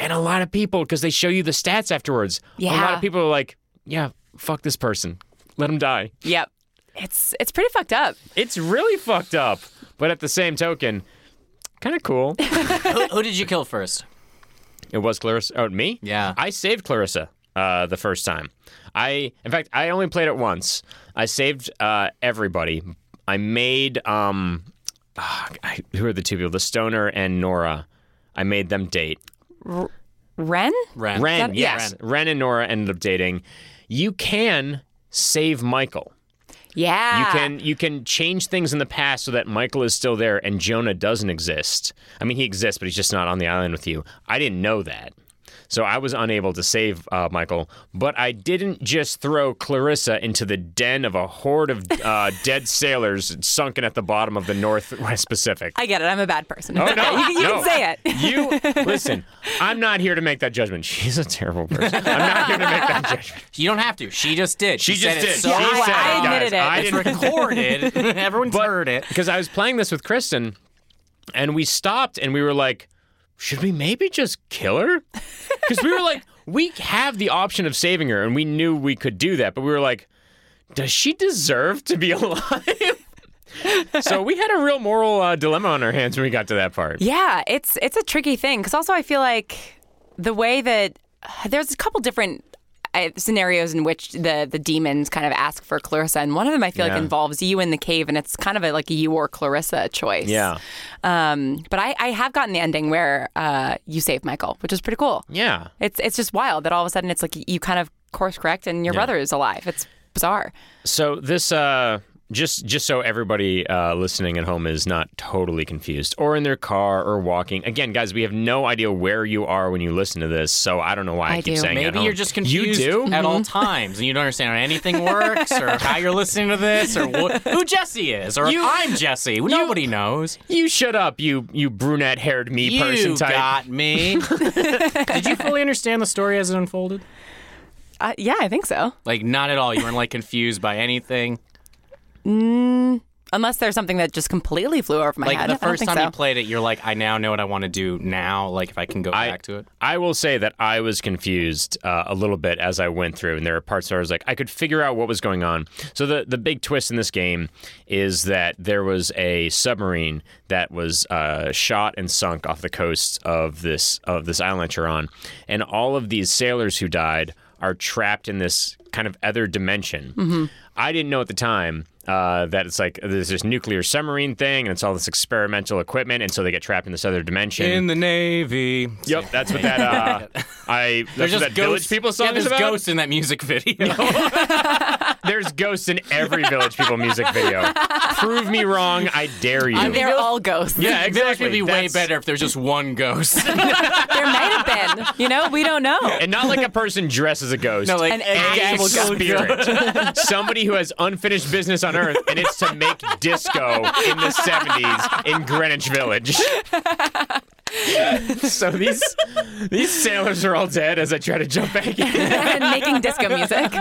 [SPEAKER 2] And a lot of people, because they show you the stats afterwards, a lot
[SPEAKER 3] Yeah.
[SPEAKER 2] of people are like, yeah, fuck this person. Let him die.
[SPEAKER 3] yep. It's it's pretty fucked up.
[SPEAKER 2] It's really fucked up. But at the same token, kind of cool.
[SPEAKER 1] who, who did you kill first?
[SPEAKER 2] It was Clarissa. Oh, me?
[SPEAKER 1] Yeah.
[SPEAKER 2] I saved Clarissa uh, the first time. I, in fact, I only played it once. I saved uh, everybody. I made um, ah, I, who are the two people? The Stoner and Nora. I made them date.
[SPEAKER 3] Ren?
[SPEAKER 1] Ren.
[SPEAKER 2] Ren,
[SPEAKER 3] That-
[SPEAKER 2] yes,
[SPEAKER 1] Uh, yeah.
[SPEAKER 2] Ren. and Nora ended up dating. You can save Michael.
[SPEAKER 3] Yeah.
[SPEAKER 2] You can you can change things in the past so that Michael is still there and Jonah doesn't exist. I mean, he exists, but he's just not on the island with you. I didn't know that, so I was unable to save uh, Michael. But I didn't just throw Clarissa into the den of a horde of uh, dead sailors sunken at the bottom of the Northwest Pacific.
[SPEAKER 3] I get it. I'm a bad person.
[SPEAKER 2] Oh no!
[SPEAKER 3] you can, you
[SPEAKER 2] no.
[SPEAKER 3] can say it.
[SPEAKER 2] You listen. I'm not here to make that judgment. She's a terrible person. I'm not here to make that judgment.
[SPEAKER 1] You don't have to. She just did.
[SPEAKER 2] She
[SPEAKER 1] said
[SPEAKER 2] just
[SPEAKER 1] it
[SPEAKER 2] did.
[SPEAKER 1] So
[SPEAKER 2] she
[SPEAKER 3] Yeah,
[SPEAKER 1] loud.
[SPEAKER 2] said
[SPEAKER 3] I
[SPEAKER 2] it, guys.
[SPEAKER 3] admitted it.
[SPEAKER 2] I
[SPEAKER 1] It's
[SPEAKER 2] didn't
[SPEAKER 1] recorded. Everyone's heard it.
[SPEAKER 2] because I was playing this with Kristen, and we stopped and we were like, should we maybe just kill her? Because we were like, we have the option of saving her, and we knew we could do that, but we were like, does she deserve to be alive? so we had a real moral uh, dilemma on our hands when we got to that part.
[SPEAKER 3] Yeah, it's it's a tricky thing because also I feel like the way that uh, there's a couple different uh, scenarios in which the the demons kind of ask for Clarissa, and one of them I feel
[SPEAKER 2] Yeah.
[SPEAKER 3] like involves you in the cave, and it's kind of a, like a you or Clarissa choice.
[SPEAKER 2] Yeah.
[SPEAKER 3] Um, but I, I have gotten the ending where uh, you save Michael, which is pretty cool.
[SPEAKER 2] Yeah.
[SPEAKER 3] It's it's just wild that all of a sudden it's like you kind of course correct and your brother is alive. It's bizarre.
[SPEAKER 2] So this uh, just just so everybody uh, listening at home is not totally confused or in their car or walking. Again, guys, we have no idea where you are when you listen to this, so I don't know why I,
[SPEAKER 3] I
[SPEAKER 2] keep
[SPEAKER 3] do.
[SPEAKER 2] saying at
[SPEAKER 1] Maybe
[SPEAKER 2] home.
[SPEAKER 1] you're just confused Mm-hmm.
[SPEAKER 2] You do? Mm-hmm.
[SPEAKER 1] at all times, and you don't understand how anything works, or how you're listening to this, or wh- who Jesse is, or if I'm Jesse. Nobody knows.
[SPEAKER 2] You shut up, you you brunette haired me person
[SPEAKER 1] you
[SPEAKER 2] type.
[SPEAKER 1] got me. Did you fully understand the story as it unfolded?
[SPEAKER 3] Uh, yeah, I think so.
[SPEAKER 1] Like not at all. You weren't like confused by anything.
[SPEAKER 3] Unless there's something that just completely flew over my
[SPEAKER 1] Like
[SPEAKER 3] head.
[SPEAKER 1] the first
[SPEAKER 3] I don't
[SPEAKER 1] time
[SPEAKER 3] think
[SPEAKER 1] you
[SPEAKER 3] so.
[SPEAKER 1] played it, you're like, I now know what I want to do now. Like if I can go back to it.
[SPEAKER 2] I will say that I was confused uh, a little bit as I went through, and there are parts where I was like, I could figure out what was going on. So the the big twist in this game is that there was a submarine that was uh, shot and sunk off the coast of this of this island that you're on, and all of these sailors who died are trapped in this kind of other dimension.
[SPEAKER 1] Mm-hmm.
[SPEAKER 2] I didn't know at the time uh, that it's like there's this nuclear submarine thing, and it's all this experimental equipment, and so they get trapped in this other dimension.
[SPEAKER 1] In the navy.
[SPEAKER 2] Yep, that's what that uh, I. That's what that village people song
[SPEAKER 1] yeah,
[SPEAKER 2] is
[SPEAKER 1] there's
[SPEAKER 2] about.
[SPEAKER 1] ghosts in that music video.
[SPEAKER 2] There's ghosts in every village people music video. Prove me wrong, I dare you.
[SPEAKER 3] They're all ghosts.
[SPEAKER 2] yeah,
[SPEAKER 1] Village
[SPEAKER 2] exactly.
[SPEAKER 1] would be way
[SPEAKER 2] That's-
[SPEAKER 1] better if there's just one ghost.
[SPEAKER 3] there might have been. You know, we don't know.
[SPEAKER 2] And not like a person dressed as a ghost.
[SPEAKER 1] No, like
[SPEAKER 3] An
[SPEAKER 2] actual
[SPEAKER 3] actual ghost.
[SPEAKER 2] spirit. Somebody who has unfinished business on Earth, and it's to make disco in the 70s in Greenwich Village. so these these sailors are all dead as I try to jump back in.
[SPEAKER 3] and making disco music.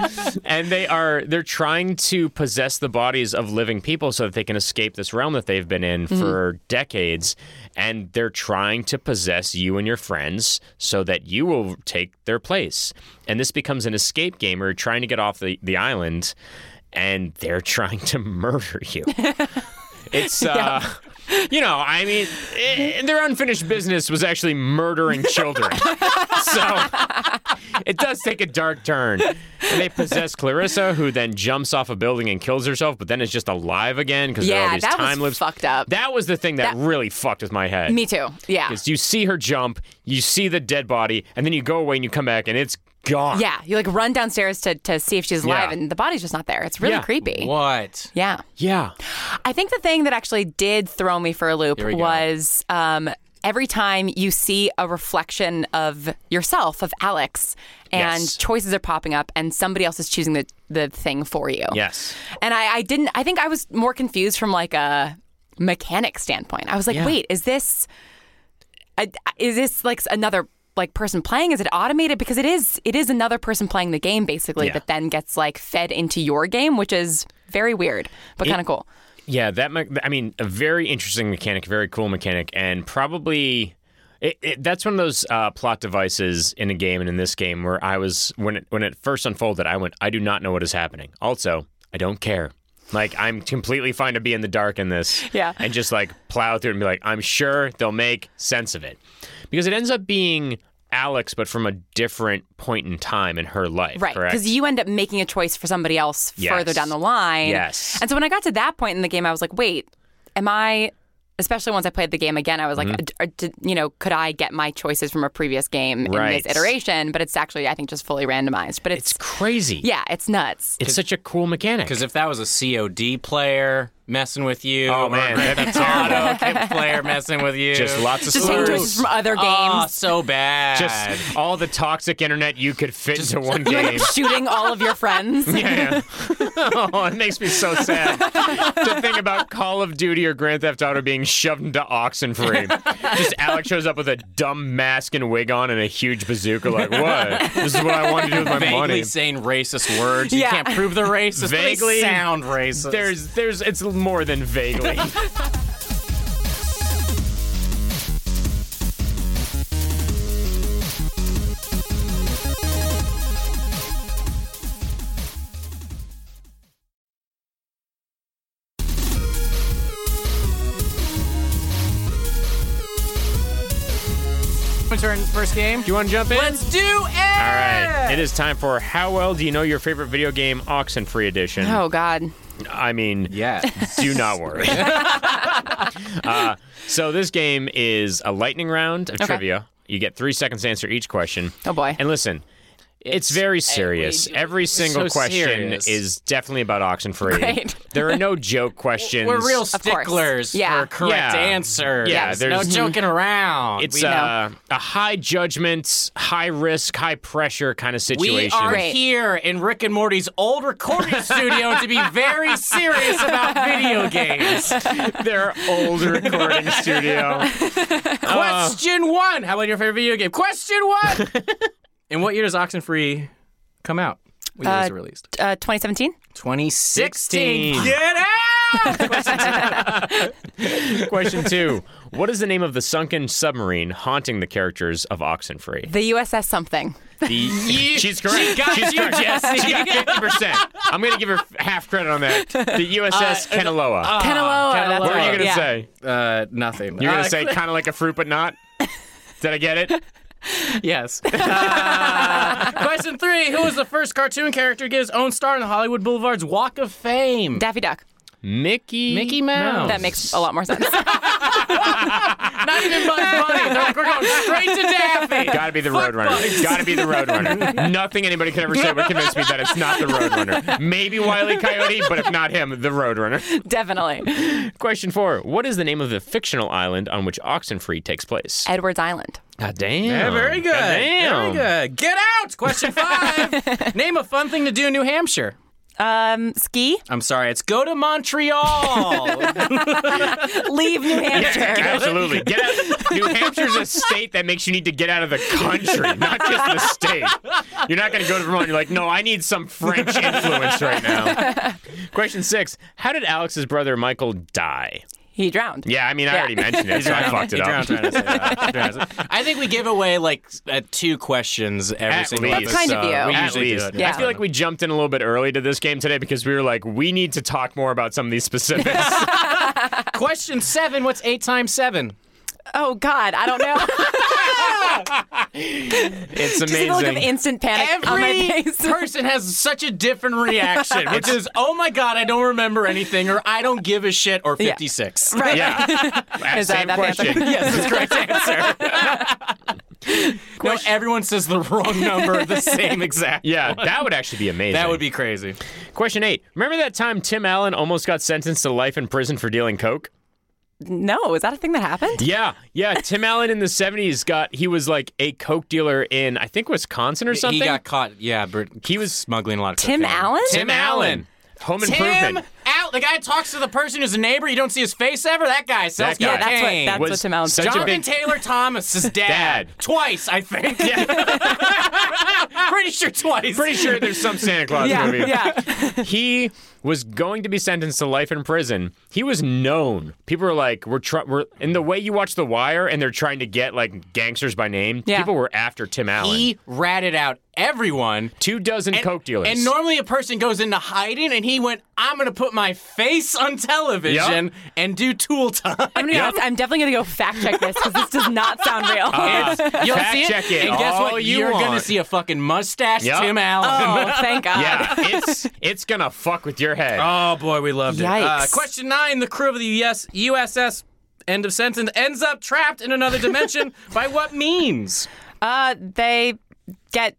[SPEAKER 2] and they are they're trying to possess the bodies of living people so that they can escape this realm that they've been in for decades and they're trying to possess you and your friends so that you will take their place and this becomes an escape game where you're trying to get off the, the island and they're trying to murder you it's uh You know, I mean, eh, their unfinished business was actually murdering children. so it does take a dark turn. And they possess Clarissa, who then jumps off a building and kills herself, but then is just alive again because there are all
[SPEAKER 3] Yeah,
[SPEAKER 2] these
[SPEAKER 3] that was
[SPEAKER 2] time loops.
[SPEAKER 3] fucked up.
[SPEAKER 2] That was the thing that, really fucked with my head.
[SPEAKER 3] Me too. Yeah.
[SPEAKER 2] Because you see her jump, you see the dead body, and then you go away and you come back and it's gone.
[SPEAKER 3] Yeah. You like run downstairs to, to see if she's alive
[SPEAKER 2] Yeah.
[SPEAKER 3] and the body's just not there. It's really
[SPEAKER 2] Yeah.
[SPEAKER 3] creepy.
[SPEAKER 1] what?
[SPEAKER 3] Yeah.
[SPEAKER 2] Yeah.
[SPEAKER 3] I think the thing that actually did throw me for a loop
[SPEAKER 1] we go.
[SPEAKER 3] was um, every time you see a reflection of yourself, of Alex, and
[SPEAKER 2] Yes.
[SPEAKER 3] choices are popping up, and somebody else is choosing the, the thing for you.
[SPEAKER 2] Yes.
[SPEAKER 3] And I, I didn't, I think I was more confused from like a mechanic standpoint. I was like,
[SPEAKER 2] Yeah.
[SPEAKER 3] wait, is this, I- is this like another like person playing? Is it automated? Because it is, it is another person playing the game basically
[SPEAKER 2] Yeah.
[SPEAKER 3] that then gets like fed into your game, which is very weird, but kind of cool.
[SPEAKER 2] Yeah, that me- I mean, a very interesting mechanic, very cool mechanic, and probably it, it, that's one of those uh, plot devices in a game and in this game where I was when it, when it first unfolded, I went, I do not know what is happening. Also, I don't care. Like I'm completely fine to be in the dark in this,
[SPEAKER 3] Yeah.
[SPEAKER 2] and just like plow through and be like, I'm sure they'll make sense of it, because it ends up being Alex, but from a different point in time in her life,
[SPEAKER 3] Right,
[SPEAKER 2] correct?
[SPEAKER 3] because you end up making a choice for somebody else
[SPEAKER 2] Yes.
[SPEAKER 3] further down the line.
[SPEAKER 2] Yes.
[SPEAKER 3] And so when I got to that point in the game, I was like, wait, am I? Especially once I played the game again, I was like,
[SPEAKER 2] Mm-hmm.
[SPEAKER 3] uh, "D- or did- you know, could I get my choices from a previous game in
[SPEAKER 2] Right.
[SPEAKER 3] this iteration? But it's actually, I think, just fully randomized. But it's,
[SPEAKER 2] it's crazy.
[SPEAKER 3] yeah, it's nuts.
[SPEAKER 2] it's such a cool mechanic.
[SPEAKER 1] Because if that was a COD player messing with you,
[SPEAKER 2] Oh,
[SPEAKER 1] or
[SPEAKER 2] man,
[SPEAKER 1] Grand
[SPEAKER 2] that'd be
[SPEAKER 1] Theft Auto Kid player messing with you,
[SPEAKER 2] Just lots of
[SPEAKER 3] Just taking
[SPEAKER 2] slurs.
[SPEAKER 3] choices from other games.
[SPEAKER 1] Oh, so bad.
[SPEAKER 2] just all the toxic internet you could fit into one
[SPEAKER 3] You're
[SPEAKER 2] game.
[SPEAKER 3] like shooting all of your friends.
[SPEAKER 2] Yeah. oh, it makes me so sad to think about Call of Duty or Grand Theft Auto being shoved into Oxenfree. Just Alex shows up with a dumb mask and wig on and a huge bazooka. Like, what? This is what I want to do with my
[SPEAKER 1] vaguely
[SPEAKER 2] money.
[SPEAKER 1] saying racist words.
[SPEAKER 3] Yeah.
[SPEAKER 1] You can't prove they're racist. but
[SPEAKER 2] Vaguely.
[SPEAKER 1] they sound racist.
[SPEAKER 2] There's, there's, it's more than vaguely.
[SPEAKER 1] turn first game.
[SPEAKER 2] Do you want to jump in?
[SPEAKER 1] Let's do it. All
[SPEAKER 2] All right. It is time for How Well Do You Know Your Favorite Video Game Oxenfree Edition.
[SPEAKER 3] Oh God.
[SPEAKER 2] I mean,
[SPEAKER 1] Yeah.
[SPEAKER 2] Do not worry. uh, so this game is a lightning round of trivia. You get three seconds to answer each question.
[SPEAKER 3] Oh, boy.
[SPEAKER 2] And listen, It's very serious. Every single
[SPEAKER 1] so
[SPEAKER 2] question
[SPEAKER 1] serious.
[SPEAKER 2] is definitely about Oxenfree.
[SPEAKER 3] Great.
[SPEAKER 2] There are no joke questions.
[SPEAKER 1] We're real
[SPEAKER 3] course.
[SPEAKER 1] sticklers
[SPEAKER 3] Yeah.
[SPEAKER 1] for correct
[SPEAKER 2] Yeah.
[SPEAKER 1] answers.
[SPEAKER 2] Yeah,
[SPEAKER 1] Yes. no
[SPEAKER 2] there's-
[SPEAKER 1] joking around.
[SPEAKER 2] It's
[SPEAKER 1] we,
[SPEAKER 2] uh, a high judgment, high risk, high pressure kind of situation.
[SPEAKER 1] we are
[SPEAKER 3] Great.
[SPEAKER 1] here in Rick and Morty's old recording studio to be very serious about video games.
[SPEAKER 2] Their old recording studio.
[SPEAKER 1] Question one. How about your favorite video game? Question one. In what year does Oxenfree come out? What year was it released?
[SPEAKER 3] Uh, 2017.
[SPEAKER 1] 2016.
[SPEAKER 2] 16.
[SPEAKER 1] Get out!
[SPEAKER 2] Question two What is the name of the sunken submarine haunting the characters of Oxenfree?
[SPEAKER 3] The USS something.
[SPEAKER 2] The, she's correct.
[SPEAKER 1] She got
[SPEAKER 2] she's
[SPEAKER 1] you,
[SPEAKER 2] correct.
[SPEAKER 1] Jesse.
[SPEAKER 2] She got 50%. I'm going to give her f- half credit on that. The USS Kenaloa.
[SPEAKER 3] Kenaloa.
[SPEAKER 1] Kenaloa.
[SPEAKER 3] that's
[SPEAKER 2] what are you
[SPEAKER 3] right.
[SPEAKER 2] going to
[SPEAKER 3] Yeah.
[SPEAKER 2] say?
[SPEAKER 1] uh, nothing.
[SPEAKER 2] You're going
[SPEAKER 1] Uh,
[SPEAKER 2] to say kind of like a fruit, but not? Did I get it?
[SPEAKER 1] yes. Uh, question three. Who was the first cartoon character to get his own star on the Hollywood Boulevard's Walk of Fame?
[SPEAKER 3] Daffy Duck.
[SPEAKER 2] Mickey.
[SPEAKER 1] Mickey
[SPEAKER 2] Oh.
[SPEAKER 1] Mouse.
[SPEAKER 3] That makes a lot more sense.
[SPEAKER 1] Not even Bugs Bunny. They're like, we're going straight to Daffy.
[SPEAKER 2] Gotta be the Roadrunner. Gotta be the Roadrunner. Nothing anybody could ever say would convince me that it's not the Roadrunner. Maybe Wiley Coyote, but if not him, the Roadrunner.
[SPEAKER 3] Definitely.
[SPEAKER 2] Question four What is the name of the fictional island on which Oxenfree takes place?
[SPEAKER 3] Edwards Island.
[SPEAKER 2] God damn.
[SPEAKER 1] Yeah, very good.
[SPEAKER 2] Damn.
[SPEAKER 1] Very good. Get out! Question five. Name a fun thing to do in New Hampshire.
[SPEAKER 3] Um, ski.
[SPEAKER 1] I'm sorry, it's go to Montreal.
[SPEAKER 3] Leave New Hampshire.
[SPEAKER 2] Yeah, absolutely. Get out. New Hampshire's a state that makes you need to get out of the country, not just the state. You're not going to go to Vermont. You're like, no, I need some French influence right now. Question six: How did Alex's brother Michael die?
[SPEAKER 3] He drowned.
[SPEAKER 2] Yeah, I mean, I
[SPEAKER 3] Yeah.
[SPEAKER 2] already mentioned it, so I fucked it
[SPEAKER 1] He
[SPEAKER 2] up.
[SPEAKER 1] drowned trying to say that. I think we give away like uh, two questions every
[SPEAKER 2] At
[SPEAKER 1] single
[SPEAKER 2] least.
[SPEAKER 1] episode.
[SPEAKER 2] That's
[SPEAKER 3] kind of you.
[SPEAKER 1] uh, We
[SPEAKER 2] At
[SPEAKER 1] usually
[SPEAKER 2] least.
[SPEAKER 1] do it.
[SPEAKER 3] Yeah.
[SPEAKER 2] I feel like we jumped in a little bit early to this game today because we were like, we need to talk more about some of these specifics.
[SPEAKER 1] Question seven. What's eight times seven?
[SPEAKER 3] Oh God, I don't know.
[SPEAKER 2] it's
[SPEAKER 3] Just see the look of
[SPEAKER 2] amazing.
[SPEAKER 3] instant panic on my
[SPEAKER 1] Every
[SPEAKER 3] face.
[SPEAKER 1] person has such a different reaction, which is, oh my god, I don't remember anything, or I don't give a shit, or 56.
[SPEAKER 3] Right.
[SPEAKER 2] Yeah.
[SPEAKER 3] Is
[SPEAKER 2] Same
[SPEAKER 3] that that the
[SPEAKER 2] question.
[SPEAKER 1] Yes, that's correct answer. no, everyone says the wrong number, the same exact.
[SPEAKER 2] Yeah, that would actually be amazing.
[SPEAKER 1] That would be crazy.
[SPEAKER 2] Question eight. Remember that time Tim Allen almost got sentenced to life in prison for dealing coke?
[SPEAKER 3] No, is that a thing that happened?
[SPEAKER 2] Yeah, yeah. Tim Allen in the seventies got he was like a coke dealer in I think Wisconsin or something.
[SPEAKER 1] He got caught. Yeah, but
[SPEAKER 2] He was
[SPEAKER 1] smuggling a lot of
[SPEAKER 3] Tim
[SPEAKER 1] cocaine.
[SPEAKER 3] Allen?
[SPEAKER 2] Tim Allen. Home
[SPEAKER 1] Tim
[SPEAKER 2] Improvement.
[SPEAKER 1] Allen. The guy talks to the person who's a neighbor. You don't see his face ever. That guy sells
[SPEAKER 2] That guy. Yeah,
[SPEAKER 3] that's what-
[SPEAKER 1] cocaine.
[SPEAKER 3] that's
[SPEAKER 2] was
[SPEAKER 3] what Tim Allen
[SPEAKER 2] such
[SPEAKER 3] said.
[SPEAKER 2] a
[SPEAKER 1] Jonathan
[SPEAKER 2] big
[SPEAKER 1] Taylor Thomas's dad.
[SPEAKER 2] Dad.
[SPEAKER 1] Twice, I think. pretty sure twice.
[SPEAKER 2] Pretty sure there's some Santa Claus
[SPEAKER 3] Yeah,
[SPEAKER 2] movie.
[SPEAKER 3] yeah.
[SPEAKER 2] He was going to be sentenced to life in prison. He was known. People were like, "We're, try- we're in the way you watch The Wire, and they're trying to get like gangsters by name.
[SPEAKER 3] Yeah.
[SPEAKER 2] People were after Tim Allen.
[SPEAKER 1] He ratted out everyone.
[SPEAKER 2] Two dozen coke dealers.
[SPEAKER 1] And normally a person goes into hiding, and he went, "I'm gonna put my face on television
[SPEAKER 2] Yup.
[SPEAKER 1] and do tool time."
[SPEAKER 3] I'm gonna be honest, I'm definitely gonna go fact check this because this does not sound real.
[SPEAKER 2] Uh,
[SPEAKER 1] It's- you'll
[SPEAKER 2] fact
[SPEAKER 1] see it,
[SPEAKER 2] check it
[SPEAKER 1] and guess
[SPEAKER 2] all
[SPEAKER 1] what?
[SPEAKER 2] you
[SPEAKER 1] are gonna
[SPEAKER 2] want.
[SPEAKER 1] see a fucking mustache,
[SPEAKER 2] Yup.
[SPEAKER 1] Tim Allen.
[SPEAKER 3] oh, thank God.
[SPEAKER 2] yeah, it's it's gonna fuck with your head.
[SPEAKER 1] Oh boy, we loved it. Uh,
[SPEAKER 3] Yikes.
[SPEAKER 1] question nine: The crew of the US, USS End of Sentence ends up trapped in another dimension by what means?
[SPEAKER 3] Uh, they get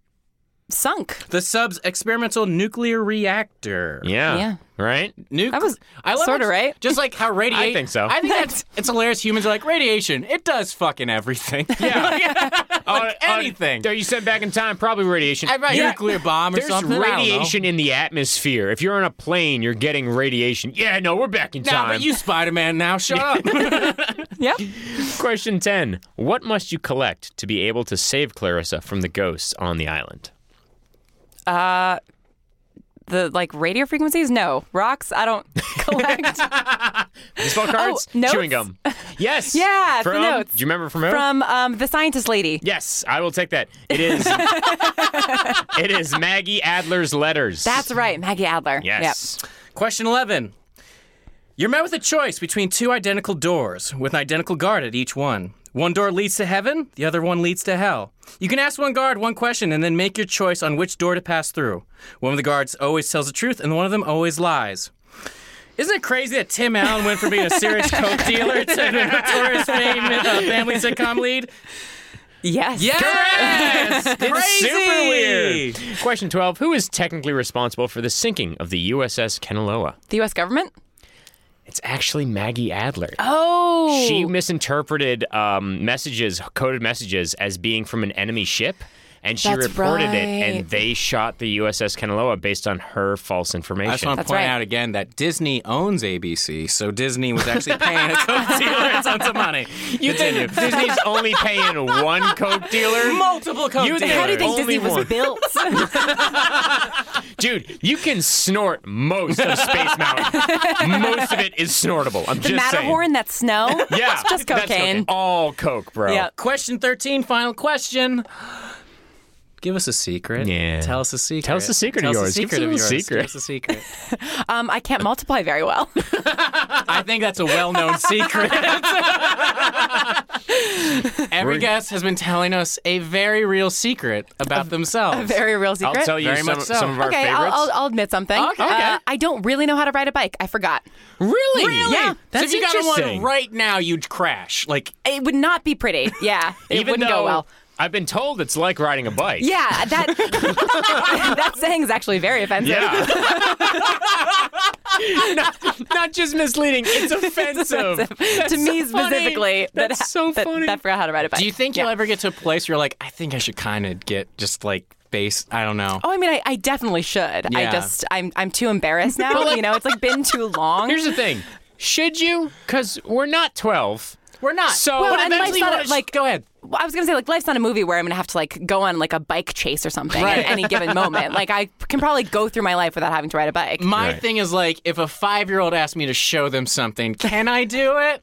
[SPEAKER 3] sunk.
[SPEAKER 1] The sub's experimental nuclear reactor.
[SPEAKER 2] yeah.
[SPEAKER 3] Yeah.
[SPEAKER 2] Right?
[SPEAKER 1] Nuc-
[SPEAKER 3] That was
[SPEAKER 1] I love
[SPEAKER 3] sorta
[SPEAKER 1] it's-
[SPEAKER 3] right.
[SPEAKER 1] Just like how radiation.
[SPEAKER 2] I think so.
[SPEAKER 1] I think that's it's hilarious. Humans are like radiation. It does fucking everything.
[SPEAKER 2] Yeah.
[SPEAKER 1] Like anything.
[SPEAKER 2] There you said back in time, probably radiation.
[SPEAKER 1] I brought a nuclear bomb or
[SPEAKER 2] There's
[SPEAKER 1] something. I don't know.
[SPEAKER 2] radiation in the atmosphere. If you're on a plane, you're getting radiation. Yeah, no, we're back in
[SPEAKER 1] Nah,
[SPEAKER 2] time.
[SPEAKER 1] but you Spider Man now. Shut up.
[SPEAKER 3] Yeah.
[SPEAKER 2] Question 10. What must you collect to be able to save Clarissa from the ghosts on the island?
[SPEAKER 3] The like radio frequencies? No. Rocks? I don't collect
[SPEAKER 1] Oh,
[SPEAKER 2] Baseball cards?
[SPEAKER 3] notes?
[SPEAKER 2] Chewing gum. Yes.
[SPEAKER 3] Yeah, the
[SPEAKER 2] From,
[SPEAKER 3] notes.
[SPEAKER 2] Do you remember from who?
[SPEAKER 3] from um the scientist lady.
[SPEAKER 2] yes, I will take that. It is It is Maggie Adler's letters.
[SPEAKER 3] That's right, Maggie Adler.
[SPEAKER 2] Yes.
[SPEAKER 1] Question 11. You're met with a choice between two identical doors with an identical guard at each one. One door leads to heaven, the other one leads to hell. You can ask one guard one question and then make your choice on which door to pass through. One of the guards always tells the truth and one of them always lies. Isn't it crazy that Tim Allen went from being a serious coke dealer to a notorious fame, uh, family sitcom lead?
[SPEAKER 3] Yes.
[SPEAKER 1] Yes!
[SPEAKER 2] It's
[SPEAKER 1] Crazy!
[SPEAKER 2] super weird. Question 12 Who is technically responsible for the sinking of the USS Kenaloa?
[SPEAKER 3] The U.S. government.
[SPEAKER 2] It's actually Maggie Adler.
[SPEAKER 3] Oh.
[SPEAKER 2] She misinterpreted um, messages, coded messages, as being from an enemy ship. And she
[SPEAKER 3] That's
[SPEAKER 2] reported it,
[SPEAKER 3] right.
[SPEAKER 2] and they shot the USS Kenaloa based on her false information.
[SPEAKER 1] I just want to
[SPEAKER 3] That's
[SPEAKER 1] point
[SPEAKER 3] right.
[SPEAKER 1] out again that Disney owns ABC, so Disney was actually paying its own dealer tons of money. You Continue.
[SPEAKER 2] Disney's only paying one Coke dealer.
[SPEAKER 1] multiple Coke
[SPEAKER 2] You-
[SPEAKER 1] dealers.
[SPEAKER 3] How do you think
[SPEAKER 2] Only
[SPEAKER 3] Disney
[SPEAKER 2] one.
[SPEAKER 3] was built?
[SPEAKER 2] Dude, you can snort most of Space Mountain. most of it is snortable. I'm
[SPEAKER 3] the
[SPEAKER 2] just
[SPEAKER 3] Matterhorn. That's snow.
[SPEAKER 2] saying. Yeah,
[SPEAKER 3] It's just
[SPEAKER 2] that's
[SPEAKER 3] cocaine.
[SPEAKER 2] All Coke, bro.
[SPEAKER 3] Yeah.
[SPEAKER 1] Question 13, final question. Give us a secret.
[SPEAKER 2] Yeah.
[SPEAKER 1] Tell us a secret.
[SPEAKER 2] Tell us a secret
[SPEAKER 1] Tell
[SPEAKER 2] of
[SPEAKER 1] us
[SPEAKER 2] yours. Give us
[SPEAKER 1] secret
[SPEAKER 2] a
[SPEAKER 1] of
[SPEAKER 2] little
[SPEAKER 1] yours.
[SPEAKER 2] secret.
[SPEAKER 1] Give us a secret.
[SPEAKER 3] Um, I can't multiply very well.
[SPEAKER 1] I think that's a well-known secret. Every guest has been telling us a very real secret about themselves.
[SPEAKER 3] very real
[SPEAKER 2] I'll
[SPEAKER 3] secret.
[SPEAKER 2] tell you
[SPEAKER 1] Very
[SPEAKER 2] some,
[SPEAKER 1] much so.
[SPEAKER 2] some of our
[SPEAKER 3] okay, I'll,
[SPEAKER 2] favorites.
[SPEAKER 3] I'll, I'll admit something.
[SPEAKER 1] Okay.
[SPEAKER 3] Uh, I don't really know how to ride a bike. I forgot.
[SPEAKER 2] Really?
[SPEAKER 3] Yeah.
[SPEAKER 1] so if
[SPEAKER 2] That's
[SPEAKER 1] you got
[SPEAKER 2] interesting.
[SPEAKER 1] one right now, you'd crash. Like
[SPEAKER 3] It would not be pretty. Yeah, it
[SPEAKER 2] Even
[SPEAKER 3] wouldn't
[SPEAKER 2] though
[SPEAKER 3] go well.
[SPEAKER 2] I've been told it's like riding a bike.
[SPEAKER 3] Yeah, that that saying is actually very offensive.
[SPEAKER 2] Yeah. not, not just misleading, it's offensive.
[SPEAKER 3] to me
[SPEAKER 2] so funny.
[SPEAKER 3] specifically, that
[SPEAKER 2] That's
[SPEAKER 3] ha-
[SPEAKER 2] so
[SPEAKER 3] that,
[SPEAKER 2] funny.
[SPEAKER 3] That forgot how to ride a bike.
[SPEAKER 1] Do you think
[SPEAKER 3] Yeah.
[SPEAKER 1] you'll ever get to a place where you're like, I think I should kind of get just like base? I don't know.
[SPEAKER 3] Oh, I mean, I, I definitely should. I
[SPEAKER 1] Yeah.
[SPEAKER 3] just, I'm, I'm too embarrassed now. you know, it's like been too long.
[SPEAKER 2] Here's the thing. Should you? Because we're not 12.
[SPEAKER 1] We're not.
[SPEAKER 2] So-
[SPEAKER 1] well,
[SPEAKER 2] Well,
[SPEAKER 1] but
[SPEAKER 3] and
[SPEAKER 1] eventually,
[SPEAKER 3] life's not
[SPEAKER 1] we'll-
[SPEAKER 3] like-
[SPEAKER 1] go ahead.
[SPEAKER 3] Well, I was gonna say, like, life's not a movie where I'm gonna have to like go on like a bike chase or something
[SPEAKER 1] Right.
[SPEAKER 3] at any given moment. Like, I can probably go through my life without having to ride a bike.
[SPEAKER 1] My
[SPEAKER 2] Right.
[SPEAKER 1] thing is like, if a five year old asked me to show them something, can I do it?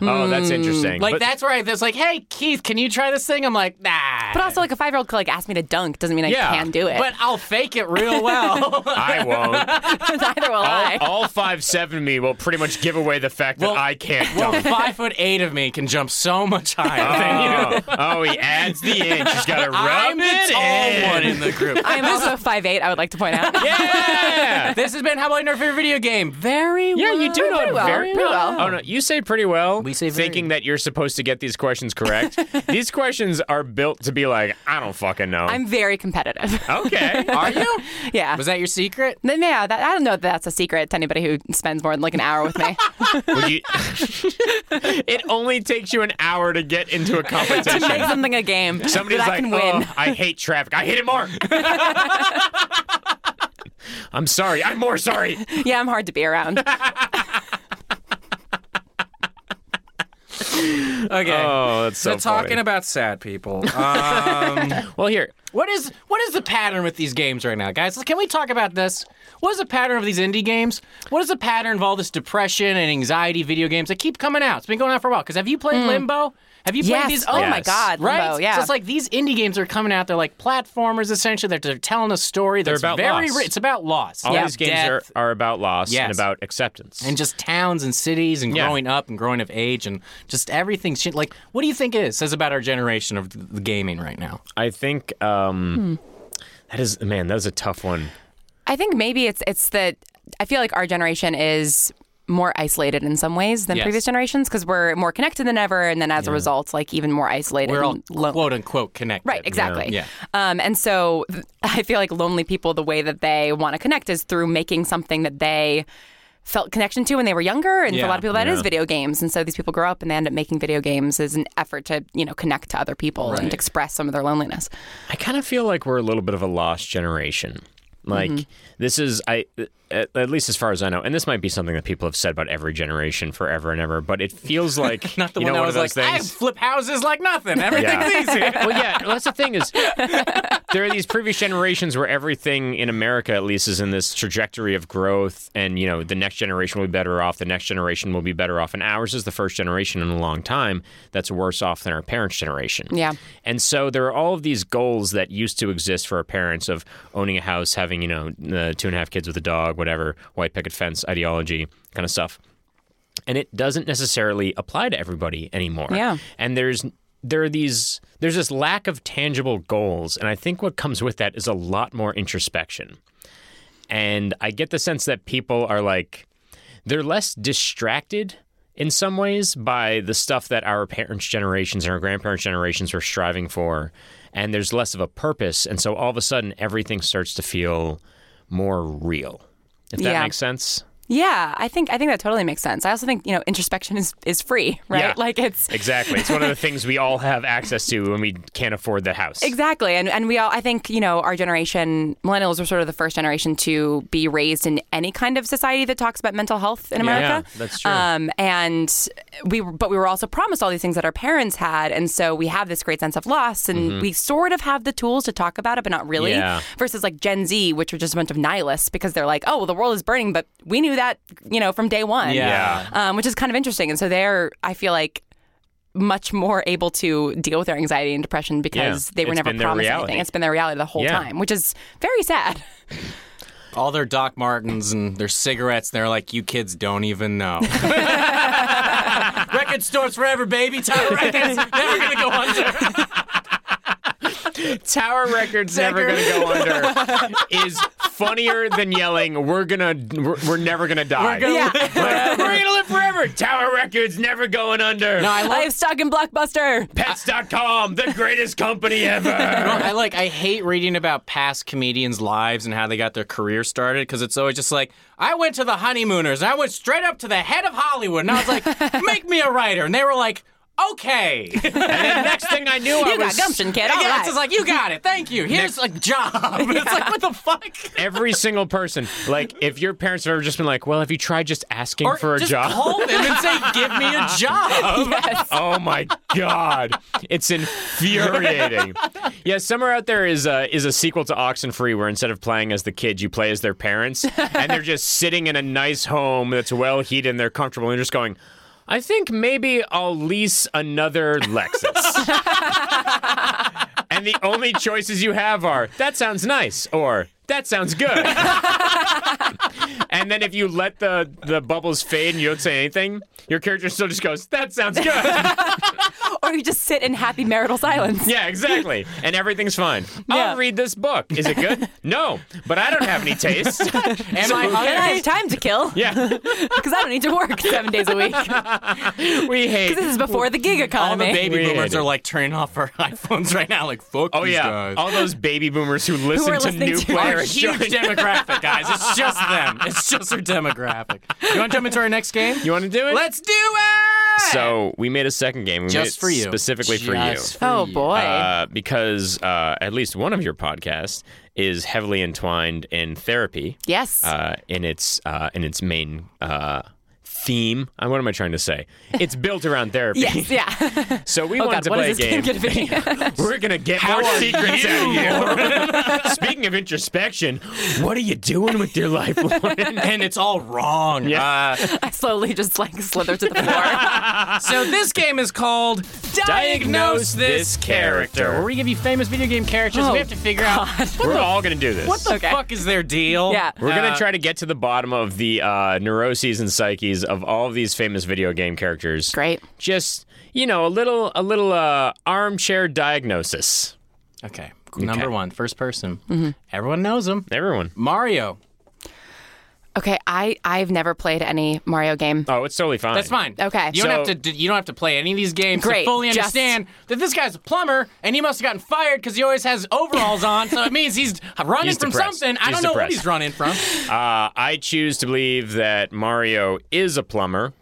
[SPEAKER 2] Oh, that's interesting.
[SPEAKER 1] Like
[SPEAKER 2] But-
[SPEAKER 1] that's where I was like, hey Keith, can you try this thing? I'm like, nah.
[SPEAKER 3] But also, like, a five year old could like ask me to dunk doesn't mean I
[SPEAKER 2] Yeah,
[SPEAKER 3] can do it.
[SPEAKER 1] But I'll fake it real well.
[SPEAKER 2] I won't.
[SPEAKER 3] neither will
[SPEAKER 2] all,
[SPEAKER 3] I.
[SPEAKER 2] all five seven of me will pretty much give away the fact
[SPEAKER 1] Well-
[SPEAKER 2] that I can't
[SPEAKER 1] well,
[SPEAKER 2] dunk.
[SPEAKER 1] five foot eight of me can jump so much higher than you.
[SPEAKER 2] Oh, oh, he adds the inch. He's got to rub
[SPEAKER 1] I'm
[SPEAKER 2] it
[SPEAKER 1] the tall
[SPEAKER 2] in.
[SPEAKER 1] one in the group.
[SPEAKER 3] I'm also five eight. I would like to point out.
[SPEAKER 2] Yeah.
[SPEAKER 1] this has been how about your favorite video game? Very
[SPEAKER 2] Yeah, you do know
[SPEAKER 3] Pretty
[SPEAKER 2] it
[SPEAKER 3] well,
[SPEAKER 2] very
[SPEAKER 3] pretty
[SPEAKER 2] well.
[SPEAKER 3] well.
[SPEAKER 2] Oh no, you say pretty well. We
[SPEAKER 1] say very
[SPEAKER 2] thinking that you're supposed to get these questions correct. these questions are built to be like, I don't fucking know.
[SPEAKER 3] I'm very competitive.
[SPEAKER 2] okay.
[SPEAKER 1] Are you?
[SPEAKER 3] yeah.
[SPEAKER 1] Oh, Was that your secret?
[SPEAKER 3] Then, yeah, that, I don't know that that's a secret to anybody who spends more than like an hour with me.
[SPEAKER 2] Would you- it only takes you an hour to get into a competition.
[SPEAKER 3] Make something a game
[SPEAKER 2] Somebody's
[SPEAKER 3] that I
[SPEAKER 2] like,
[SPEAKER 3] can win.
[SPEAKER 2] "Oh, I hate traffic. I hate it more. I'm sorry. I'm more sorry.
[SPEAKER 1] "Oh."
[SPEAKER 3] Yeah, I'm hard to be around.
[SPEAKER 1] Okay.
[SPEAKER 2] Oh, that's so
[SPEAKER 1] so talking about sad people. Um,
[SPEAKER 2] Well, here.
[SPEAKER 1] what is what is the pattern with these games right now, guys? Can we talk about this? What is the pattern of these indie games? What is the pattern of all this depression and anxiety video games that keep coming out? It's been going on for a while. Because have you played Limbo? Have you
[SPEAKER 3] Hmm. yes.
[SPEAKER 1] played these?
[SPEAKER 3] oh my
[SPEAKER 2] Yes.
[SPEAKER 3] God.
[SPEAKER 1] Right,
[SPEAKER 3] Limbo, yeah.
[SPEAKER 1] So it's like these indie games are coming out. They're like platformers, essentially. They're, they're telling a story. That's
[SPEAKER 2] about
[SPEAKER 1] very
[SPEAKER 2] loss.
[SPEAKER 1] ri- it's about loss.
[SPEAKER 2] All
[SPEAKER 1] Yeah.
[SPEAKER 2] these games
[SPEAKER 1] Death
[SPEAKER 2] are, are about loss
[SPEAKER 1] Yes.
[SPEAKER 2] and about acceptance.
[SPEAKER 1] and just towns and cities and
[SPEAKER 2] Yeah.
[SPEAKER 1] growing up and growing of age and just everything. Shit, Like, what do you think it says about our generation of th- the gaming right now?
[SPEAKER 2] I think um,
[SPEAKER 1] Hmm.
[SPEAKER 2] that is man, that is a tough one.
[SPEAKER 3] I think maybe it's it's that I feel like our generation is more isolated in some ways than
[SPEAKER 1] Yes.
[SPEAKER 3] previous generations because we're more connected than ever, and then as a result, like even more isolated.
[SPEAKER 1] We're all
[SPEAKER 3] and lo-
[SPEAKER 1] quote unquote connected.
[SPEAKER 3] Right, exactly.
[SPEAKER 1] Yeah.
[SPEAKER 3] Um, and so th- I feel like lonely people, the way that they want to connect is through making something that they felt connection to when they were younger. And for
[SPEAKER 1] Yeah,
[SPEAKER 3] a lot of people, that is
[SPEAKER 2] yeah.
[SPEAKER 3] video games. And so these people grow up and they end up making video games as an effort to, you know, connect to other people
[SPEAKER 1] Right.
[SPEAKER 3] and express some of their loneliness.
[SPEAKER 2] I kind of feel like we're a little bit of a lost generation. Like
[SPEAKER 1] Mm-hmm.
[SPEAKER 2] this is I at, at least as far as I know, and this might be something that people have said about every generation forever and ever, but it feels like
[SPEAKER 1] Not the
[SPEAKER 2] you
[SPEAKER 1] one that
[SPEAKER 2] know, one
[SPEAKER 1] was
[SPEAKER 2] of those
[SPEAKER 1] like, I
[SPEAKER 2] things.
[SPEAKER 1] flip houses like nothing. Everything's
[SPEAKER 2] Yeah.
[SPEAKER 1] easy.
[SPEAKER 2] well, yeah. Well, that's the thing is, there are these previous generations where everything in America, at least, is in this trajectory of growth, and you know, the next generation will be better off. The next generation will be better off, and ours is the first generation in a long time that's worse off than our parents' generation.
[SPEAKER 3] Yeah.
[SPEAKER 2] And so there are all of these goals that used to exist for our parents of owning a house, having you know, uh, two and a half kids with a dog, whatever, white picket fence ideology kind of stuff and it doesn't necessarily apply to everybody anymore.
[SPEAKER 3] Yeah.
[SPEAKER 2] And there's there are these there's this lack of tangible goals, and I think what comes with that is a lot more introspection. And I get the sense that people are like they're less distracted in some ways by the stuff that our parents' generations and our grandparents' generations were striving for. And there's less of a purpose. And so all of a sudden, everything starts to feel more real. If that
[SPEAKER 3] Yeah.
[SPEAKER 2] makes sense.
[SPEAKER 3] Yeah, I think I think that totally makes sense. I also think you know introspection is is free, right?
[SPEAKER 2] Yeah.
[SPEAKER 3] Like it's
[SPEAKER 2] Exactly. It's one of the things we all have access to when we can't afford the house.
[SPEAKER 3] Exactly. And and we all I think, you know, our generation millennials were sort of the first generation to be raised in any kind of society that talks about mental health in America.
[SPEAKER 2] yeah, that's true.
[SPEAKER 3] Um and we were- but we were also promised all these things that our parents had and so we have this great sense of loss and we sort of have the tools to talk about it but not really
[SPEAKER 2] Mm-hmm. Yeah.
[SPEAKER 3] versus like Gen Z which are just a bunch of nihilists because they're like, "Oh, well the world is burning, but we knew that, you know, from day 1."
[SPEAKER 1] Yeah.
[SPEAKER 3] Um, which is kind of interesting. And so they're I feel like much more able to deal with their anxiety and depression because
[SPEAKER 2] Yeah.
[SPEAKER 3] they were
[SPEAKER 2] It's
[SPEAKER 3] never
[SPEAKER 2] been their
[SPEAKER 3] promised
[SPEAKER 2] reality.
[SPEAKER 3] anything. It's been their reality the whole
[SPEAKER 2] Yeah.
[SPEAKER 3] time, which is very sad.
[SPEAKER 1] All their Doc Martens and their cigarettes, they're like, you kids don't even know. Record stores forever, baby. Tyler Records never gonna go under.
[SPEAKER 2] Tower Records never going to go under is funnier than yelling we're going to we're, we're never going to die.
[SPEAKER 1] gonna
[SPEAKER 3] Yeah.
[SPEAKER 2] Like, we're going to live forever. Tower Records never going under.
[SPEAKER 1] No, I love
[SPEAKER 3] Livestock and Blockbuster.
[SPEAKER 2] Pets.com, the greatest company ever.
[SPEAKER 1] I like I hate reading about past comedians' lives and how they got their career started because it's always just like I went to the honeymooners and I went straight up to the head of Hollywood and I was like, make me a writer, and they were like, okay. And then next thing I knew, I
[SPEAKER 3] You got
[SPEAKER 1] was
[SPEAKER 3] gumption, kid. All
[SPEAKER 1] Yeah,
[SPEAKER 3] right.
[SPEAKER 1] it's just like you got it. Thank you. Here's a job. It's like what the fuck.
[SPEAKER 2] Every single person. Like if your parents have ever just been like, "Well, have you tried just asking
[SPEAKER 1] Or
[SPEAKER 2] for a
[SPEAKER 1] just
[SPEAKER 2] job?"
[SPEAKER 1] call them and say, give me a job.
[SPEAKER 2] oh my god, it's infuriating. yeah, somewhere out there is a, is a sequel to Oxenfree where instead of playing as the kid, you play as their parents, and they're just sitting in a nice home that's well heated and they're comfortable, and you're just going. I think maybe I'll lease another Lexus. and the only choices you have are that sounds nice or that sounds good. and then if you let the, the bubbles fade and you don't say anything, your character still just goes, that sounds good.
[SPEAKER 3] Or you just sit in happy marital silence.
[SPEAKER 2] Yeah, exactly. And everything's fine.
[SPEAKER 3] Yeah.
[SPEAKER 2] I'll read this book. Is it good? no, but I don't have any taste.
[SPEAKER 1] Am I
[SPEAKER 3] And I have
[SPEAKER 1] hungry?
[SPEAKER 3] time to kill
[SPEAKER 2] yeah,
[SPEAKER 3] because I don't need to work seven days a week.
[SPEAKER 2] we hate.
[SPEAKER 3] This is before the gig
[SPEAKER 1] All the
[SPEAKER 3] economy.
[SPEAKER 1] baby
[SPEAKER 2] Weird.
[SPEAKER 1] boomers are like turning off our iPhones right now. Like fuck
[SPEAKER 2] Oh
[SPEAKER 1] these
[SPEAKER 2] yeah,
[SPEAKER 1] guys.
[SPEAKER 2] all those baby boomers who listen to
[SPEAKER 3] listening
[SPEAKER 2] new
[SPEAKER 3] to-
[SPEAKER 1] Our
[SPEAKER 2] players.
[SPEAKER 1] huge demographic, guys. It's just them. It's just our demographic. You want to jump into our next game?
[SPEAKER 2] You want to do it?
[SPEAKER 1] Let's do it!
[SPEAKER 2] So we made a second game. We made it
[SPEAKER 1] just for you,
[SPEAKER 2] specifically for
[SPEAKER 1] Just
[SPEAKER 2] you.
[SPEAKER 1] for
[SPEAKER 3] Oh
[SPEAKER 1] you.
[SPEAKER 3] boy.
[SPEAKER 2] Uh, because uh, at least one of your podcasts is heavily entwined in therapy.
[SPEAKER 3] yes.
[SPEAKER 2] uh, in its uh, in its main uh, theme. Uh, what am I trying to say? It's built around therapy.
[SPEAKER 3] yes. Yeah.
[SPEAKER 2] So we
[SPEAKER 3] oh
[SPEAKER 2] wanted
[SPEAKER 3] God.
[SPEAKER 2] to
[SPEAKER 3] What
[SPEAKER 2] play
[SPEAKER 3] is
[SPEAKER 2] a
[SPEAKER 3] this
[SPEAKER 2] game.
[SPEAKER 3] game going to be?
[SPEAKER 2] We're gonna get more
[SPEAKER 1] are
[SPEAKER 2] secrets out of you. Speaking of introspection, what are you doing with your life, Lauren?
[SPEAKER 1] And it's all wrong.
[SPEAKER 2] Yeah.
[SPEAKER 1] Uh,
[SPEAKER 3] I slowly just like slither to the floor.
[SPEAKER 1] so this game is called Diagnose, This
[SPEAKER 2] This
[SPEAKER 1] Character,
[SPEAKER 2] Character.
[SPEAKER 1] where we give you famous video game characters. and
[SPEAKER 3] Oh,
[SPEAKER 1] we have to figure out
[SPEAKER 2] We're all gonna do this.
[SPEAKER 1] what the
[SPEAKER 3] Okay.
[SPEAKER 1] fuck is their deal.
[SPEAKER 3] Yeah.
[SPEAKER 2] We're gonna
[SPEAKER 1] Uh,
[SPEAKER 2] try to get to the bottom of the uh, neuroses and psyches of all of these famous video game characters.
[SPEAKER 3] Great.
[SPEAKER 2] Just you know, a little, a little uh, armchair diagnosis.
[SPEAKER 1] Okay. Number one, first person.
[SPEAKER 3] Mm-hmm.
[SPEAKER 1] Everyone knows him.
[SPEAKER 2] Everyone.
[SPEAKER 1] Mario.
[SPEAKER 3] Okay. I I've never played any Mario game.
[SPEAKER 2] Oh, it's totally fine.
[SPEAKER 1] That's fine.
[SPEAKER 3] Okay.
[SPEAKER 1] You don't
[SPEAKER 2] So-
[SPEAKER 1] have to. d- You don't have to play any of these games
[SPEAKER 3] Great.
[SPEAKER 1] to fully
[SPEAKER 3] Just-
[SPEAKER 1] understand that this guy's a plumber and he must have gotten fired because he always has overalls on. So it means he's running
[SPEAKER 2] He's
[SPEAKER 1] from
[SPEAKER 2] depressed.
[SPEAKER 1] something. I
[SPEAKER 2] He's
[SPEAKER 1] don't know what
[SPEAKER 2] depressed.
[SPEAKER 1] he's running from.
[SPEAKER 2] Uh, I choose to believe that Mario is a plumber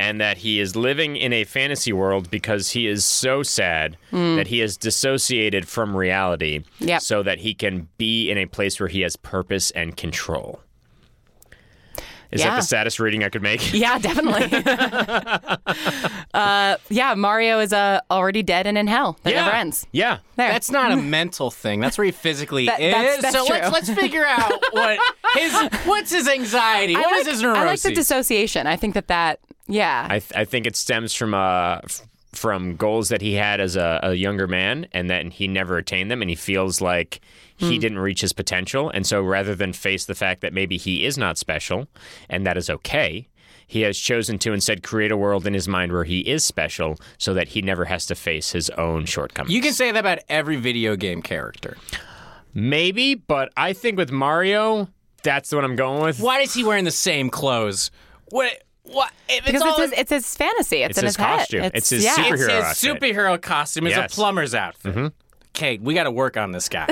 [SPEAKER 2] and that he is living in a fantasy world because he is so sad that he is dissociated from reality
[SPEAKER 3] Hmm. Yep.
[SPEAKER 2] so that he can be in a place where he has purpose and control. Is that
[SPEAKER 3] Yeah.
[SPEAKER 2] the saddest reading I could make?
[SPEAKER 3] Yeah, definitely. uh, yeah, Mario is uh, already dead and in hell. That never ends.
[SPEAKER 2] Yeah.
[SPEAKER 3] There.
[SPEAKER 1] That's not a mental thing. That's where he physically
[SPEAKER 3] That-
[SPEAKER 1] is.
[SPEAKER 3] that's- that's
[SPEAKER 1] so
[SPEAKER 3] true.
[SPEAKER 1] let's let's figure out what his what's his anxiety. What is
[SPEAKER 3] I like,
[SPEAKER 1] his
[SPEAKER 3] I
[SPEAKER 1] neuroses?
[SPEAKER 3] like the dissociation. I think that that, yeah.
[SPEAKER 2] I, th- I think it stems from uh, f- from goals that he had as a, a younger man, and then he never attained them, and he feels like he
[SPEAKER 1] Hmm.
[SPEAKER 2] didn't reach his potential, and so rather than face the fact that maybe he is not special, and that is okay. He has chosen to instead create a world in his mind where he is special so that he never has to face his own shortcomings.
[SPEAKER 1] you can say that about every video game character.
[SPEAKER 2] Maybe, but I think with Mario, that's what I'm going with.
[SPEAKER 1] Why is he wearing the same clothes? What? What? If
[SPEAKER 3] Because
[SPEAKER 1] it's all
[SPEAKER 3] it's, his, it's his fantasy. It's,
[SPEAKER 2] It's
[SPEAKER 3] in
[SPEAKER 2] his
[SPEAKER 3] his, head.
[SPEAKER 2] costume. It's his
[SPEAKER 3] yeah.
[SPEAKER 1] it's
[SPEAKER 2] secret- superhero
[SPEAKER 1] his
[SPEAKER 2] outfit.
[SPEAKER 1] superhero costume is
[SPEAKER 2] Yes. Mm-hmm.
[SPEAKER 1] a plumber's outfit. Okay, we got to work on this guy.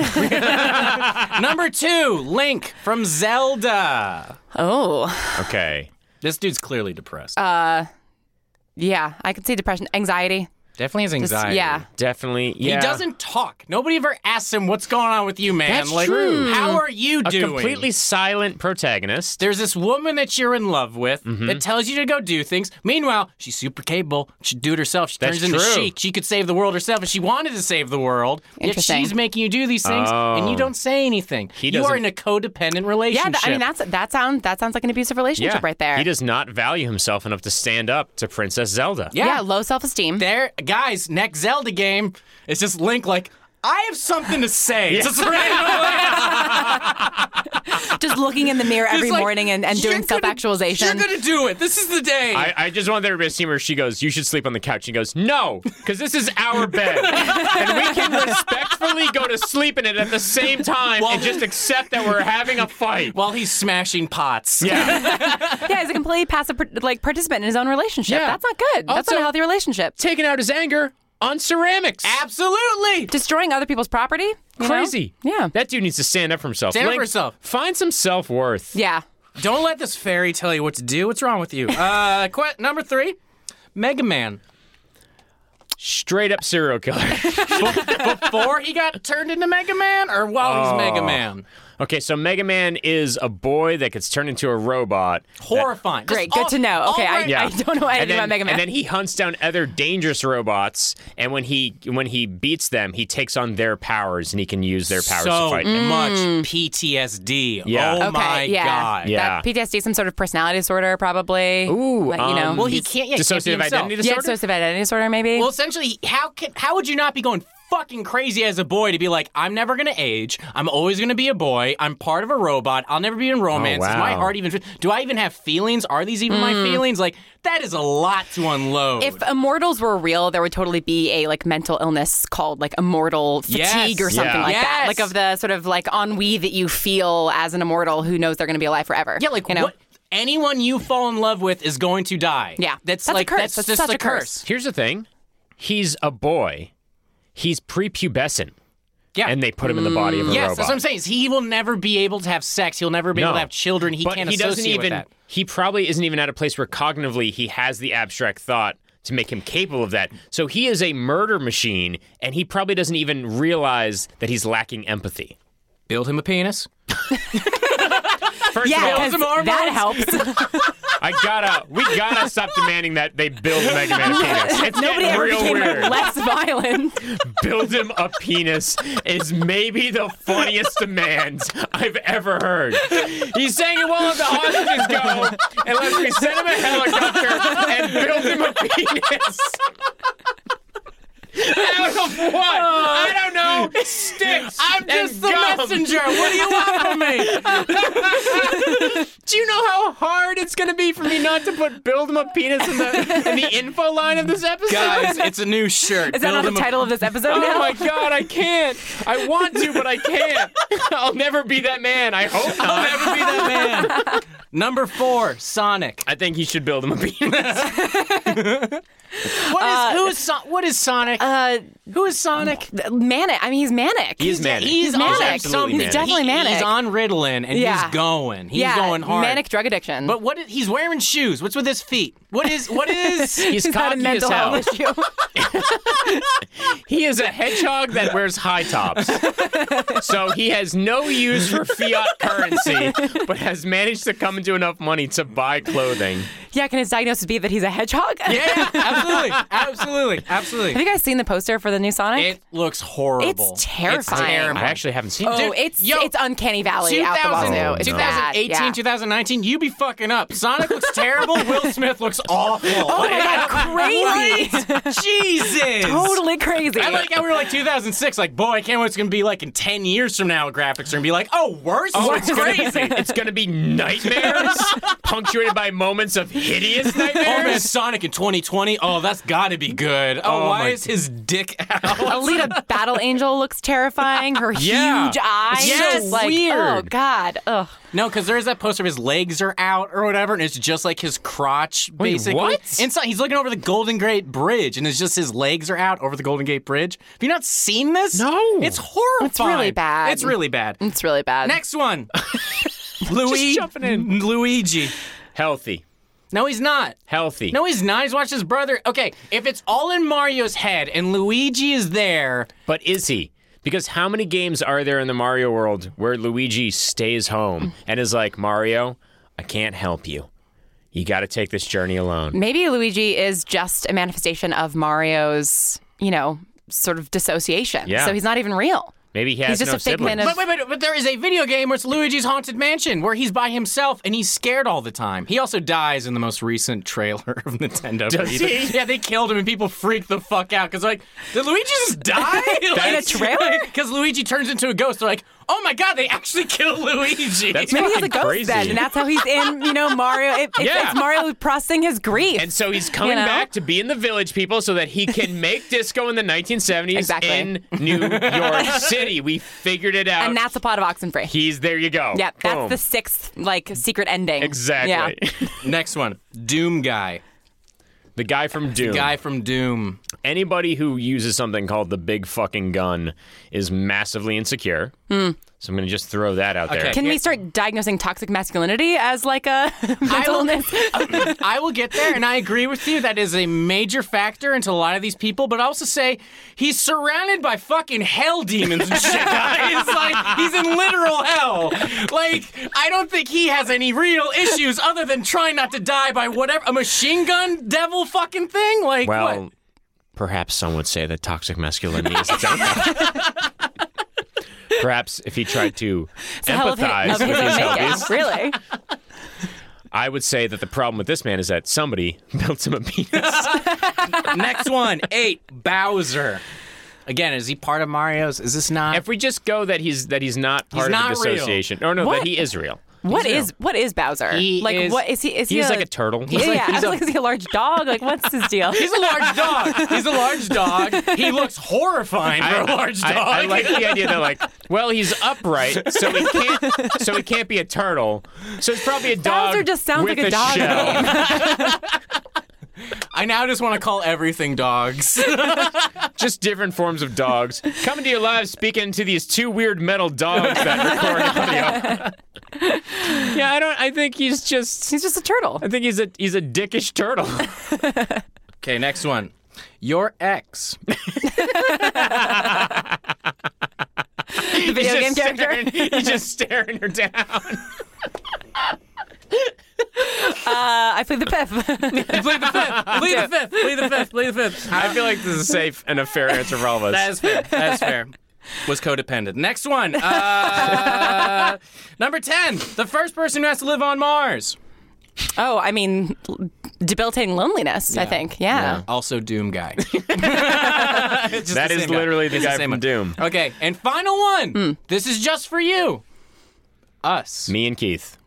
[SPEAKER 1] Number two, Link from Zelda.
[SPEAKER 3] Oh,
[SPEAKER 2] Okay.
[SPEAKER 1] This dude's clearly depressed.
[SPEAKER 3] Uh, yeah. I can see depression, anxiety.
[SPEAKER 1] Definitely has
[SPEAKER 3] Just-
[SPEAKER 1] anxiety.
[SPEAKER 3] yeah.
[SPEAKER 2] Definitely. Yeah.
[SPEAKER 1] He doesn't talk. Nobody ever asks him what's going on with you, man.
[SPEAKER 2] That's
[SPEAKER 1] like,
[SPEAKER 2] true.
[SPEAKER 1] How are you
[SPEAKER 2] A
[SPEAKER 1] doing?
[SPEAKER 2] completely silent protagonist.
[SPEAKER 1] There's this woman that you're in love with
[SPEAKER 2] Mm-hmm.
[SPEAKER 1] that tells you to go do things. Meanwhile, she's super capable. She do it herself. She
[SPEAKER 2] That's
[SPEAKER 1] turns into
[SPEAKER 2] true.
[SPEAKER 1] Sheik. She could save the world herself if she wanted to save the world. Yet
[SPEAKER 3] Interesting.
[SPEAKER 1] she's making you do these things, and you
[SPEAKER 2] Oh.
[SPEAKER 1] don't say anything.
[SPEAKER 2] He
[SPEAKER 1] you are
[SPEAKER 2] doesn't-
[SPEAKER 1] in a codependent relationship.
[SPEAKER 3] Yeah, th- I mean that's that sounds that sounds like an abusive relationship right there.
[SPEAKER 2] He does not value himself enough to stand up to Princess Zelda.
[SPEAKER 1] Yeah.
[SPEAKER 3] yeah, low self esteem.
[SPEAKER 1] there, guys. Next Zelda game is just Link. Like, I have something to say. Just randomly.
[SPEAKER 3] just looking in the mirror
[SPEAKER 1] Just
[SPEAKER 3] every
[SPEAKER 1] like,
[SPEAKER 3] morning and, and
[SPEAKER 1] you're
[SPEAKER 3] doing
[SPEAKER 1] gonna-
[SPEAKER 3] self actualization.
[SPEAKER 1] You're gonna do it. This is the day.
[SPEAKER 2] I, I just want everybody to see where she goes, You should sleep on the couch. She goes, No, because this is our bed. and we can respectfully go to sleep in it at the same time and just accept that we're having a fight.
[SPEAKER 1] while he's smashing pots.
[SPEAKER 2] yeah.
[SPEAKER 3] Yeah, he's a completely passive par- like participant in his own relationship.
[SPEAKER 2] Yeah.
[SPEAKER 3] That's not good. That's not
[SPEAKER 2] Also-
[SPEAKER 3] a healthy relationship.
[SPEAKER 2] Taking out his anger on ceramics.
[SPEAKER 1] Absolutely.
[SPEAKER 3] Destroying other people's property. you know?
[SPEAKER 2] Crazy.
[SPEAKER 3] Yeah.
[SPEAKER 2] That dude needs to stand up for himself.
[SPEAKER 1] Stand up
[SPEAKER 2] Link,
[SPEAKER 1] for yourself.
[SPEAKER 2] Find some self worth.
[SPEAKER 3] Yeah.
[SPEAKER 1] Don't let this fairy tell you what to do. What's wrong with you? Uh, que- number three, Mega Man.
[SPEAKER 2] Straight up serial killer.
[SPEAKER 1] Before he got turned into Mega Man, or while
[SPEAKER 2] Oh.
[SPEAKER 1] he's Mega Man.
[SPEAKER 2] okay, so Mega Man is a boy that gets turned into a robot.
[SPEAKER 1] Horrifying. Just
[SPEAKER 3] Great. Good
[SPEAKER 1] all-
[SPEAKER 3] to know.
[SPEAKER 1] all
[SPEAKER 3] Okay, I-
[SPEAKER 1] right-
[SPEAKER 3] Yeah. don't know anything
[SPEAKER 2] And then-
[SPEAKER 3] about Mega Man.
[SPEAKER 2] And then he hunts down other dangerous robots, and when he when he beats them, he takes on their powers, and he can use their powers
[SPEAKER 1] so
[SPEAKER 2] to fight.
[SPEAKER 1] much PTSD.
[SPEAKER 2] Yeah.
[SPEAKER 1] Oh
[SPEAKER 2] Okay,
[SPEAKER 1] my
[SPEAKER 3] Mm. yeah.
[SPEAKER 1] god.
[SPEAKER 2] Yeah.
[SPEAKER 3] That PTSD, some sort of personality disorder, probably.
[SPEAKER 2] Ooh,
[SPEAKER 3] Like, you know.
[SPEAKER 2] um,
[SPEAKER 1] Well, he can't. Yeah, he can't be
[SPEAKER 2] Dissociative
[SPEAKER 1] himself.
[SPEAKER 2] identity
[SPEAKER 3] yeah,
[SPEAKER 2] disorder.
[SPEAKER 3] dissociative identity disorder, maybe.
[SPEAKER 1] Well, essentially, how can how would you not be going fucking crazy as a boy to be like, I'm never gonna age. I'm always gonna be a boy. I'm part of a robot. I'll never be in romance. Is my
[SPEAKER 2] wow.
[SPEAKER 1] heart even? Do I even have feelings? Are these even my feelings? Like that is a lot to unload.
[SPEAKER 3] Hmm. if immortals were real, there would totally be a like mental illness called like immortal fatigue
[SPEAKER 1] Yes.
[SPEAKER 3] or something
[SPEAKER 2] Yeah.
[SPEAKER 3] like that,
[SPEAKER 1] Yes.
[SPEAKER 3] like of the sort of like ennui that you feel as an immortal who knows they're going to be alive forever.
[SPEAKER 1] yeah, like
[SPEAKER 3] you know,
[SPEAKER 1] what? Anyone you fall in love with is going to die.
[SPEAKER 3] Yeah.
[SPEAKER 1] that's,
[SPEAKER 3] That's a
[SPEAKER 1] like
[SPEAKER 3] curse.
[SPEAKER 1] that's,
[SPEAKER 3] That's
[SPEAKER 1] just
[SPEAKER 3] such
[SPEAKER 1] the
[SPEAKER 3] a curse.
[SPEAKER 2] Here's the thing: he's a boy. He's prepubescent,
[SPEAKER 1] Yeah, Mm.
[SPEAKER 2] and they put him in the body of a
[SPEAKER 1] yes,
[SPEAKER 2] robot.
[SPEAKER 1] that's what I'm saying. is He will never be able to have sex. He'll never be able
[SPEAKER 2] No.
[SPEAKER 1] to have children. He
[SPEAKER 2] but
[SPEAKER 1] can't
[SPEAKER 2] he doesn't
[SPEAKER 1] associate
[SPEAKER 2] even.
[SPEAKER 1] with that.
[SPEAKER 2] He probably isn't even at a place where cognitively he has the abstract thought to make him capable of that. So he is a murder machine, and he probably doesn't even realize that he's lacking empathy.
[SPEAKER 1] Build him a penis.
[SPEAKER 2] First of all-
[SPEAKER 3] Yeah,
[SPEAKER 1] Some hormones.
[SPEAKER 3] 'cause that helps.
[SPEAKER 2] I gotta, we gotta stop demanding that they build Mega Man a penis. It's
[SPEAKER 3] Nobody
[SPEAKER 2] getting
[SPEAKER 3] ever
[SPEAKER 2] real
[SPEAKER 3] became
[SPEAKER 2] weird.
[SPEAKER 3] less violent.
[SPEAKER 2] build him a penis is maybe the funniest demand I've ever heard. He's saying he won't let the hostages go unless we send him a helicopter and build him a penis. Out of what? I don't know. Sticks.
[SPEAKER 1] I'm just
[SPEAKER 2] and
[SPEAKER 1] the
[SPEAKER 2] gum.
[SPEAKER 1] messenger. What do you want from me?
[SPEAKER 2] Do you know how hard it's gonna be for me not to put "build him a penis" in the in the info line of this episode?
[SPEAKER 1] Guys, it's a new shirt.
[SPEAKER 3] Is that not
[SPEAKER 1] Build
[SPEAKER 3] the
[SPEAKER 1] him a-
[SPEAKER 3] title of this episode
[SPEAKER 2] Oh
[SPEAKER 3] now?
[SPEAKER 2] my god, I can't. I want to, but I can't. I'll never be that man. I hope not.
[SPEAKER 1] Never be that man. Number four, Sonic.
[SPEAKER 2] I think he should build him a penis.
[SPEAKER 1] What is who's so- what is Sonic?
[SPEAKER 3] uh,
[SPEAKER 1] Who is Sonic?
[SPEAKER 3] manic. I mean, he's manic.
[SPEAKER 2] He's manic.
[SPEAKER 1] He's,
[SPEAKER 3] He's manic.
[SPEAKER 1] on
[SPEAKER 2] He's
[SPEAKER 1] something.
[SPEAKER 2] manic.
[SPEAKER 3] definitely
[SPEAKER 1] He- He's
[SPEAKER 3] manic.
[SPEAKER 1] on Ritalin and
[SPEAKER 3] Yeah.
[SPEAKER 1] he's going. He's
[SPEAKER 3] yeah,
[SPEAKER 1] going hard.
[SPEAKER 3] Manic drug addiction.
[SPEAKER 1] But what is, he's wearing shoes. What's with his feet? What is what is
[SPEAKER 2] He's
[SPEAKER 3] he's got a
[SPEAKER 2] cocky
[SPEAKER 3] mental
[SPEAKER 2] as hell.
[SPEAKER 3] health issue.
[SPEAKER 2] He is a hedgehog that wears high tops. so he has no use for fiat currency, but has managed to come into enough money to buy clothing.
[SPEAKER 3] yeah, can his diagnosis be that he's a hedgehog?
[SPEAKER 1] Yeah, absolutely. Absolutely. Absolutely.
[SPEAKER 3] Have you guys seen the poster for the new Sonic?
[SPEAKER 1] It looks horrible.
[SPEAKER 3] It's terrifying.
[SPEAKER 1] terrible.
[SPEAKER 2] I actually haven't seen it.
[SPEAKER 3] oh, it's
[SPEAKER 1] yo,
[SPEAKER 3] it's uncanny valley out the
[SPEAKER 1] 2000
[SPEAKER 2] Oh,
[SPEAKER 3] wazoo. It's bad.
[SPEAKER 1] 2018,
[SPEAKER 3] yeah.
[SPEAKER 1] 2019, you be fucking up. Sonic looks terrible. Will Smith looks awful.
[SPEAKER 3] Oh my god, crazy!
[SPEAKER 1] Jesus.
[SPEAKER 3] totally crazy.
[SPEAKER 1] I like how we were like 2006, like, boy, I can't wait. It's going to be like in 10 years from now, graphics are going to be like, oh, worse?
[SPEAKER 2] Oh,
[SPEAKER 1] Worse.
[SPEAKER 2] it's gonna, it's gonna be nightmares, punctuated by moments of hideous
[SPEAKER 1] Oh man,
[SPEAKER 2] nightmares.
[SPEAKER 1] Sonic in 2020. Oh, that's got to be good. Oh,
[SPEAKER 2] Oh,
[SPEAKER 1] why
[SPEAKER 2] my-
[SPEAKER 1] is his dick out?
[SPEAKER 3] Alita Battle Angel looks terrifying. Her
[SPEAKER 1] Yeah.
[SPEAKER 3] huge eyes.
[SPEAKER 1] Yes.
[SPEAKER 3] like, Oh
[SPEAKER 1] Weird.
[SPEAKER 3] God. Ugh.
[SPEAKER 1] no, because there is that poster of his legs are out or whatever, and it's just like his crotch
[SPEAKER 2] Wait,
[SPEAKER 1] basically.
[SPEAKER 2] what?
[SPEAKER 1] Inside, he's looking over the Golden Gate Bridge, and it's just his legs are out over the Golden Gate Bridge. Have you not seen this?
[SPEAKER 2] No.
[SPEAKER 1] it's horrifying.
[SPEAKER 3] It's really bad. Mm.
[SPEAKER 1] It's really bad.
[SPEAKER 3] It's really bad.
[SPEAKER 1] Next one, Luigi.
[SPEAKER 2] jumping in.
[SPEAKER 1] Luigi.
[SPEAKER 2] Healthy,
[SPEAKER 1] No, he's not.
[SPEAKER 2] healthy.
[SPEAKER 1] No, he's not. He's watching his brother. Okay, if it's all in Mario's head and Luigi is there,
[SPEAKER 2] But is he? Because how many games are there in the Mario world where Luigi stays
[SPEAKER 3] Mm.
[SPEAKER 2] home and is like, Mario, I can't help you. You got to take this journey alone.
[SPEAKER 3] Maybe Luigi is just a manifestation of Mario's, you know, sort of dissociation.
[SPEAKER 2] Yeah.
[SPEAKER 3] So he's not even real.
[SPEAKER 2] Maybe he has
[SPEAKER 3] just
[SPEAKER 2] no
[SPEAKER 3] a figment
[SPEAKER 2] siblings.
[SPEAKER 3] of-
[SPEAKER 1] But wait, wait, but there is a video game where it's Luigi's Haunted Mansion where he's by himself and he's scared all the time. He also dies in the most recent trailer of Nintendo. Does
[SPEAKER 2] he?
[SPEAKER 1] Yeah, they killed him and people freaked the fuck out because like, did Luigi just die in
[SPEAKER 2] That's-
[SPEAKER 3] trailer?
[SPEAKER 1] Because Luigi turns into a ghost. They're like, oh my god, they actually killed Luigi.
[SPEAKER 2] That's
[SPEAKER 3] Maybe he's a
[SPEAKER 2] fucking
[SPEAKER 3] ghost
[SPEAKER 2] crazy.
[SPEAKER 3] then, and that's how he's in, you know, Mario. It, it's,
[SPEAKER 2] Yeah.
[SPEAKER 3] it's Mario processing his grief.
[SPEAKER 2] And so he's coming
[SPEAKER 3] You know?
[SPEAKER 2] back to be in the village, people, so that he can make disco in the 1970s
[SPEAKER 3] Exactly.
[SPEAKER 2] in New York City. We figured it out.
[SPEAKER 3] And that's the plot of Oxenfree.
[SPEAKER 2] he's there. You go.
[SPEAKER 3] yeah, that's
[SPEAKER 2] Boom.
[SPEAKER 3] the sixth like secret ending.
[SPEAKER 2] exactly
[SPEAKER 3] Yeah.
[SPEAKER 1] Next one, Doom guy,
[SPEAKER 2] the guy from Doom.
[SPEAKER 1] guy from Doom.
[SPEAKER 2] Anybody who uses something called the big fucking gun is massively insecure. So I'm gonna just throw that out there.
[SPEAKER 1] Okay.
[SPEAKER 3] Hmm. Can
[SPEAKER 1] Yeah.
[SPEAKER 3] we start diagnosing toxic masculinity as like a mental illness?
[SPEAKER 1] I will get there, and I agree with you. That is a major factor into a lot of these people. But I also say he's surrounded by fucking hell demons and shit. Guys. Like he's in literal hell. Like I don't think he has any real issues other than trying not to die by whatever a machine gun devil fucking thing. Like
[SPEAKER 2] Well,
[SPEAKER 1] what?
[SPEAKER 2] perhaps some would say that toxic masculinity is its own. Perhaps if he tried to
[SPEAKER 3] The hell of his-
[SPEAKER 2] empathize
[SPEAKER 3] of his
[SPEAKER 2] with his
[SPEAKER 3] own making.
[SPEAKER 2] hobbies,
[SPEAKER 3] Really?
[SPEAKER 2] I would say that the problem with this man is that somebody built him a penis.
[SPEAKER 1] next one eight Bowser. Again, is he part of Mario's? Is this not?
[SPEAKER 2] if we just go that he's that he's not part
[SPEAKER 1] not
[SPEAKER 2] of the
[SPEAKER 1] real.
[SPEAKER 2] association, or no, that
[SPEAKER 3] What?
[SPEAKER 2] he is real.
[SPEAKER 3] What is what is Bowser?
[SPEAKER 1] He
[SPEAKER 3] like
[SPEAKER 1] is-
[SPEAKER 3] what is he? Is he
[SPEAKER 2] He's like a turtle.
[SPEAKER 3] Yeah, yeah. I was like, is he a large dog? Like what's his deal?
[SPEAKER 1] He's a large dog. He's a large dog. He looks horrifying for a large dog.
[SPEAKER 2] I, I like the idea that like, well, he's upright, so he can't, so he can't be a turtle. So it's probably a dog.
[SPEAKER 3] Bowser just sounds
[SPEAKER 2] with
[SPEAKER 3] like a dog
[SPEAKER 2] shell.
[SPEAKER 1] I now just want to call everything dogs.
[SPEAKER 2] just different forms of dogs coming to your lives, speaking to these two weird metal dogs that record audio. yeah, I don't. I think he's just.
[SPEAKER 3] He's just a turtle.
[SPEAKER 2] I think he's a he's a dickish turtle.
[SPEAKER 1] okay, next one. Your ex.
[SPEAKER 3] The video
[SPEAKER 2] He's
[SPEAKER 3] game
[SPEAKER 2] just
[SPEAKER 3] character.
[SPEAKER 2] staring- He's just staring her down.
[SPEAKER 3] Uh, I play the Piff.
[SPEAKER 1] Play the fifth. Play the fifth. Play the fifth. Play the fifth.
[SPEAKER 2] I feel like this is safe and a fair answer for all of us.
[SPEAKER 1] That is fair. That is fair. Was codependent. Next one. Uh, number 10. The first person who has to live on Mars.
[SPEAKER 3] oh, I mean, debilitating loneliness. I think. Yeah.
[SPEAKER 1] Also, Doom Guy.
[SPEAKER 2] That is literally the guy
[SPEAKER 1] same
[SPEAKER 2] from
[SPEAKER 1] one.
[SPEAKER 2] Doom.
[SPEAKER 1] Okay, and final one. This is just for you. Us.
[SPEAKER 2] Me and Keith.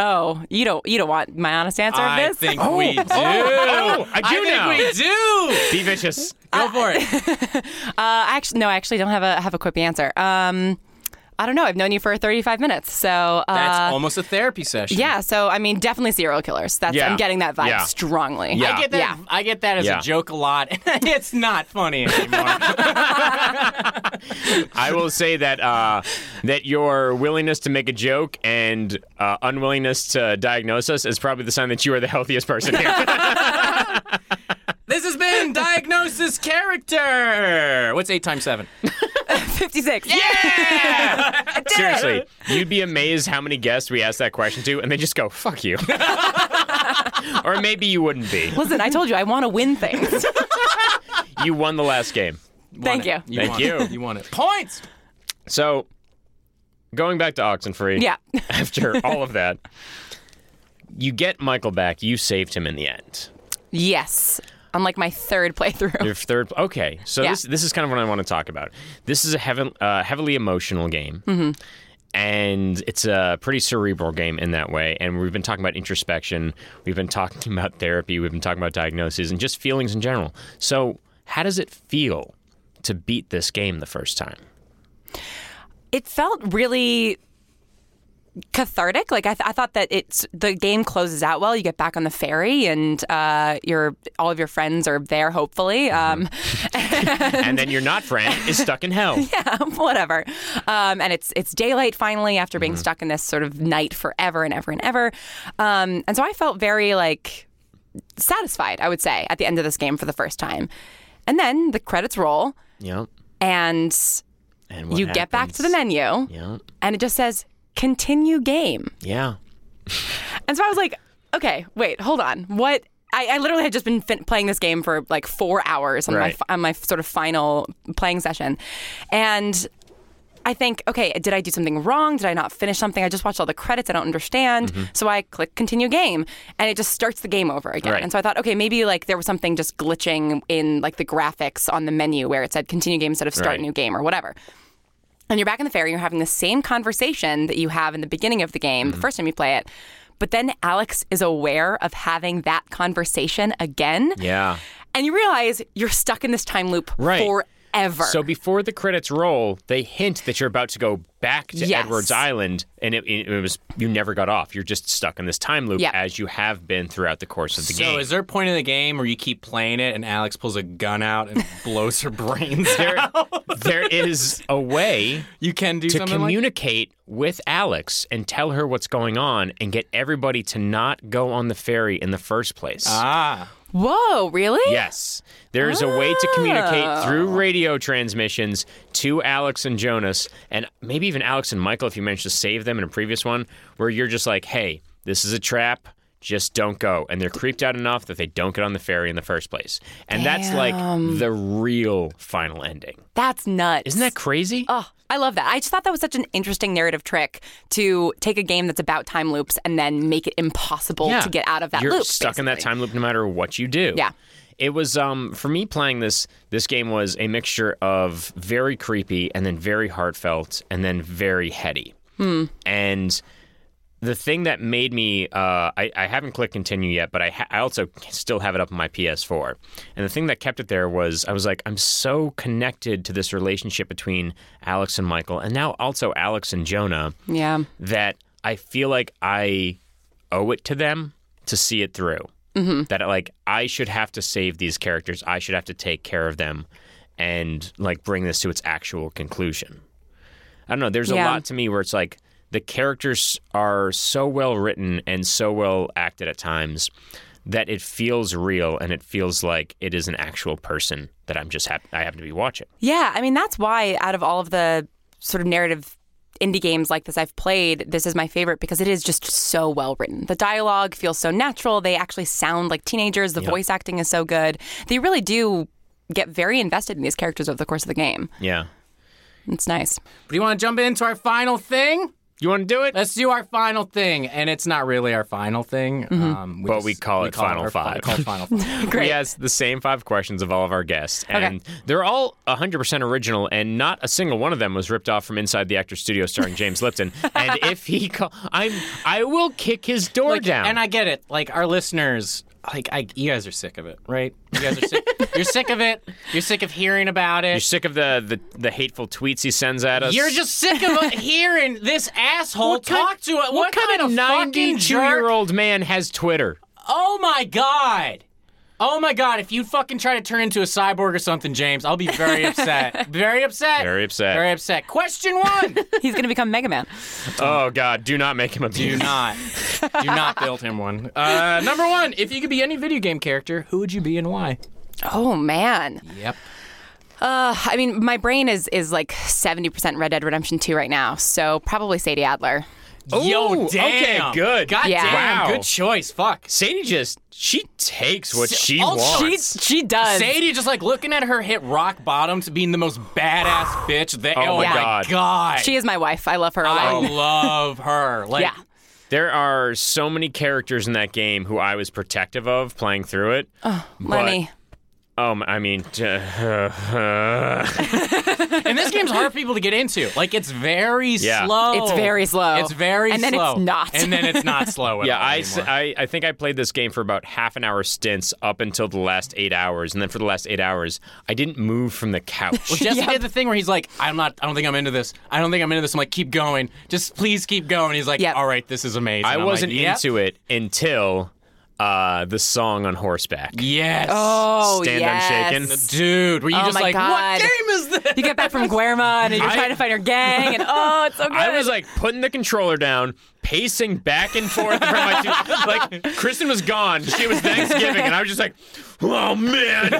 [SPEAKER 3] Oh, you don't you don't want my honest answer
[SPEAKER 1] I
[SPEAKER 3] of this?
[SPEAKER 1] think we do.
[SPEAKER 2] oh, I do now.
[SPEAKER 1] think we do.
[SPEAKER 2] Be vicious.
[SPEAKER 1] Go for it.
[SPEAKER 3] Uh, actually, no, I actually don't have a have a quippy answer. Um, I don't know. I've known you for 35 minutes, so uh,
[SPEAKER 1] That's almost a therapy session.
[SPEAKER 3] yeah. So I mean, definitely serial killers. That's
[SPEAKER 2] Yeah.
[SPEAKER 3] I'm getting that vibe
[SPEAKER 2] Yeah.
[SPEAKER 3] strongly.
[SPEAKER 2] Yeah.
[SPEAKER 1] I get that.
[SPEAKER 3] Yeah.
[SPEAKER 1] I get that as
[SPEAKER 2] Yeah.
[SPEAKER 1] a joke a lot. it's not funny anymore.
[SPEAKER 2] I will say that uh, that your willingness to make a joke and uh, unwillingness to diagnose us is probably the sign that you are the healthiest person here.
[SPEAKER 1] this has been diagnosis character. What's eight times seven?
[SPEAKER 3] 56.
[SPEAKER 2] Seriously, you'd be amazed how many guests we ask that question to, and they just go, "Fuck you," or maybe you wouldn't be.
[SPEAKER 3] Listen, I told you I want to win things.
[SPEAKER 2] You won the last game,
[SPEAKER 3] Thank you.
[SPEAKER 2] Thank
[SPEAKER 1] won
[SPEAKER 2] you.
[SPEAKER 1] It. You won it. Points.
[SPEAKER 2] so going back to Oxenfree.
[SPEAKER 3] yeah.
[SPEAKER 2] After all of that, you get Michael back. You saved him in the end.
[SPEAKER 3] Yes. Unlike my third playthrough.
[SPEAKER 2] Your third. Okay, so
[SPEAKER 3] Yeah. Mm-hmm.
[SPEAKER 2] this this is kind of what I want to talk about. This is a heaven, uh, heavily emotional game, and it's a pretty cerebral game in that way. And we've been talking about introspection, we've been talking about therapy, we've been talking about diagnoses, and just feelings in general. So, how does it feel to beat this game the first time?
[SPEAKER 3] it felt really cathartic like I, th- I thought that it's the game closes out well you get back on the ferry and uh your all of your friends are there hopefully
[SPEAKER 2] Mm-hmm.
[SPEAKER 3] um
[SPEAKER 2] and then your not friend is stuck in hell.
[SPEAKER 3] whatever um and it's it's daylight finally after
[SPEAKER 2] Mm-hmm.
[SPEAKER 3] being stuck in this sort of night forever and ever and ever um and so i felt very like satisfied i would say at the end of this game for the first time and then the credits roll
[SPEAKER 2] Yeah.
[SPEAKER 3] and
[SPEAKER 2] And what
[SPEAKER 3] you get back to the
[SPEAKER 2] happens?
[SPEAKER 3] menu
[SPEAKER 2] Yeah.
[SPEAKER 3] and it just says continue game
[SPEAKER 2] Yeah.
[SPEAKER 3] And so I was like, okay, wait, hold on. What? I, I literally had just been fin- playing this game for like four hours on, my
[SPEAKER 2] Right.
[SPEAKER 3] my, on my sort of final playing session. And I think, okay, did I do something wrong? Did I not finish something? I just watched all the credits. I don't understand.
[SPEAKER 2] Mm-hmm.
[SPEAKER 3] So I click continue game and it just starts the game over again.
[SPEAKER 2] Right.
[SPEAKER 3] And so I thought, okay, maybe like there was something just glitching in like the graphics on the menu where it said continue game instead of start
[SPEAKER 2] Right.
[SPEAKER 3] new game or whatever and you're back in the ferry and you're having the same conversation that you have in the beginning of the game
[SPEAKER 2] Mm-hmm.
[SPEAKER 3] the first time you play it but then alex is aware of having that conversation again
[SPEAKER 2] Yeah.
[SPEAKER 3] and you realize you're stuck in this time loop
[SPEAKER 2] Right.
[SPEAKER 3] forever
[SPEAKER 2] So before the credits roll, they hint that you're about to go back to
[SPEAKER 3] Yes.
[SPEAKER 2] Edwards Island, and it, it was you never got off. You're just stuck in this time loop
[SPEAKER 3] Yeah.
[SPEAKER 2] as you have been throughout the course of the
[SPEAKER 1] So
[SPEAKER 2] game.
[SPEAKER 1] is there a point in the game where you keep playing it and Alex pulls a gun out and blows her brains
[SPEAKER 2] there,
[SPEAKER 1] out?
[SPEAKER 2] there is a way
[SPEAKER 1] You can do
[SPEAKER 2] to
[SPEAKER 1] something like
[SPEAKER 2] communicate with Alex and tell her what's going on and get everybody to not go on the ferry in the first place.
[SPEAKER 1] Ah.
[SPEAKER 3] whoa really
[SPEAKER 2] Yes. There is a way to communicate through radio transmissions to Alex and Jonas, and maybe even Alex and Michael if you managed to save them in a previous one, where you're just like, hey, this is a trap. Just don't go. And they're creeped out enough that they don't get on the ferry in the first place. And that's like the real final ending.
[SPEAKER 3] that's nuts
[SPEAKER 2] Isn't that crazy?
[SPEAKER 3] oh i love that i just thought that was such an interesting narrative trick to take a game that's about time loops and then make it impossible to get out of that
[SPEAKER 2] You're
[SPEAKER 3] loop
[SPEAKER 2] stuck in that
[SPEAKER 3] basically.
[SPEAKER 2] time loop no matter what you do.
[SPEAKER 3] Yeah.
[SPEAKER 2] It was um for me playing this this game was a mixture of very creepy and then very heartfelt and then very heady.
[SPEAKER 3] Hmm.
[SPEAKER 2] And the thing that made me uh, I, I haven't clicked continue yet but I, ha- I also still have it up on my ps4 and the thing that kept it there was i was like i'm so connected to this relationship between alex and michael and now also alex and jonah
[SPEAKER 3] yeah
[SPEAKER 2] that I feel like I owe it to them to see it through. Mm-hmm. That like I should have to save these characters. I should have to take care of them, and like bring this to its actual conclusion. I don't know. There's
[SPEAKER 3] Yeah.
[SPEAKER 2] a lot to me where it's like the characters are so well written and so well acted at times that it feels real and it feels like it is an actual person that I'm just hap- I happen to be watching.
[SPEAKER 3] Yeah, I mean that's why out of all of the sort of narrative indie games like this I've played, this is my favorite because it is just so well written. The dialogue feels so natural. They actually sound like teenagers. The voice acting is so good. They really do get very invested in these characters over the course of the game.
[SPEAKER 2] Yeah.
[SPEAKER 3] It's nice.
[SPEAKER 1] Do you want to jump into our final thing?
[SPEAKER 2] You want to do it?
[SPEAKER 1] Let's do our final thing, and it's not really our final thing.
[SPEAKER 3] Mm-hmm.
[SPEAKER 1] Um,
[SPEAKER 2] But we call it final
[SPEAKER 1] our fi-
[SPEAKER 2] five.
[SPEAKER 1] call it final five.
[SPEAKER 3] Great.
[SPEAKER 2] He has the same five questions of all of our guests, and they're all 100% original, and not a single one of them was ripped off from Inside the Actor Studio, starring James Lipton. And if he, call, I'm, I will kick his door
[SPEAKER 1] Like,
[SPEAKER 2] down.
[SPEAKER 1] And I get it. Like our listeners, like I, you guys are sick of it, right? You guys are sick. you're sick of it. You're sick of hearing about
[SPEAKER 2] You're
[SPEAKER 1] it.
[SPEAKER 2] sick of the, the the hateful tweets he sends at us.
[SPEAKER 1] You're just sick of uh, hearing this asshole
[SPEAKER 2] What kind-
[SPEAKER 1] talk to it. What,
[SPEAKER 2] what
[SPEAKER 1] kind,
[SPEAKER 2] of
[SPEAKER 1] of fucking jerk?
[SPEAKER 2] ninety-two-year-old man has Twitter?
[SPEAKER 1] Oh my god. Oh my god, if you fucking try to turn into a cyborg or something, James, I'll be very upset. Very upset.
[SPEAKER 2] Very upset.
[SPEAKER 1] Very upset. Question one.
[SPEAKER 3] He's going to become Mega Man.
[SPEAKER 2] Oh God, do not make him a
[SPEAKER 1] Do not. Do not build him one. Uh, number one, if you could be any video game character, who would you be and why?
[SPEAKER 3] Oh man.
[SPEAKER 1] Yep.
[SPEAKER 3] Uh, I mean my brain is is like 70% Red Dead Redemption 2 right now. So probably Sadie Adler.
[SPEAKER 2] Ooh,
[SPEAKER 1] Yo,
[SPEAKER 2] okay,
[SPEAKER 1] damn.
[SPEAKER 2] good.
[SPEAKER 1] God
[SPEAKER 3] Yeah.
[SPEAKER 1] damn.
[SPEAKER 2] Wow.
[SPEAKER 1] Good choice. Fuck.
[SPEAKER 2] Sadie just she takes what she
[SPEAKER 1] oh,
[SPEAKER 2] wants.
[SPEAKER 3] She she does.
[SPEAKER 1] Sadie just like looking at her hit rock bottom to being the most badass bitch. That,
[SPEAKER 2] Oh my
[SPEAKER 1] god.
[SPEAKER 2] God.
[SPEAKER 3] She is my wife. I love her a
[SPEAKER 1] I
[SPEAKER 3] lot.
[SPEAKER 1] love her. Like
[SPEAKER 3] Yeah.
[SPEAKER 2] There are so many characters in that game who I was protective of playing through it.
[SPEAKER 3] Lenny.
[SPEAKER 2] Um, I mean, t-
[SPEAKER 1] And this game's hard for people to get into. Like it's very
[SPEAKER 2] Yeah.
[SPEAKER 1] slow.
[SPEAKER 3] It's very slow.
[SPEAKER 1] It's very
[SPEAKER 3] And then it's
[SPEAKER 1] slow.
[SPEAKER 3] not.
[SPEAKER 1] And then it's not slow at
[SPEAKER 2] yeah,
[SPEAKER 1] all
[SPEAKER 2] I, s-
[SPEAKER 1] anymore.
[SPEAKER 2] I- I think I played this game for about half an hour stints up until the last eight hours, and then for the last eight hours, I didn't move from the couch.
[SPEAKER 1] Well, Jesse did the thing where he's like, "I'm not. I don't think I'm into this. I don't think I'm into this." I'm like, "Keep going. Just please keep going." He's like,
[SPEAKER 3] Yep.
[SPEAKER 1] "All right, this is amazing."
[SPEAKER 2] I
[SPEAKER 1] I'm
[SPEAKER 2] wasn't
[SPEAKER 1] like, yep.
[SPEAKER 2] into it until uh, the song on horseback.
[SPEAKER 1] Yes.
[SPEAKER 3] Oh,
[SPEAKER 2] Stand
[SPEAKER 3] yes.
[SPEAKER 2] unshaken.
[SPEAKER 1] dude, were you
[SPEAKER 3] Oh
[SPEAKER 1] just
[SPEAKER 3] my
[SPEAKER 1] like, "What
[SPEAKER 3] God.
[SPEAKER 1] game is this?"
[SPEAKER 3] You get back from Guerma and you're
[SPEAKER 2] I-
[SPEAKER 3] trying to find her gang, and oh, it's so good.
[SPEAKER 2] I was like putting the controller down, pacing back and forth from my two. Like Kristen was gone. She was Thanksgiving, and I was just like, "Oh man,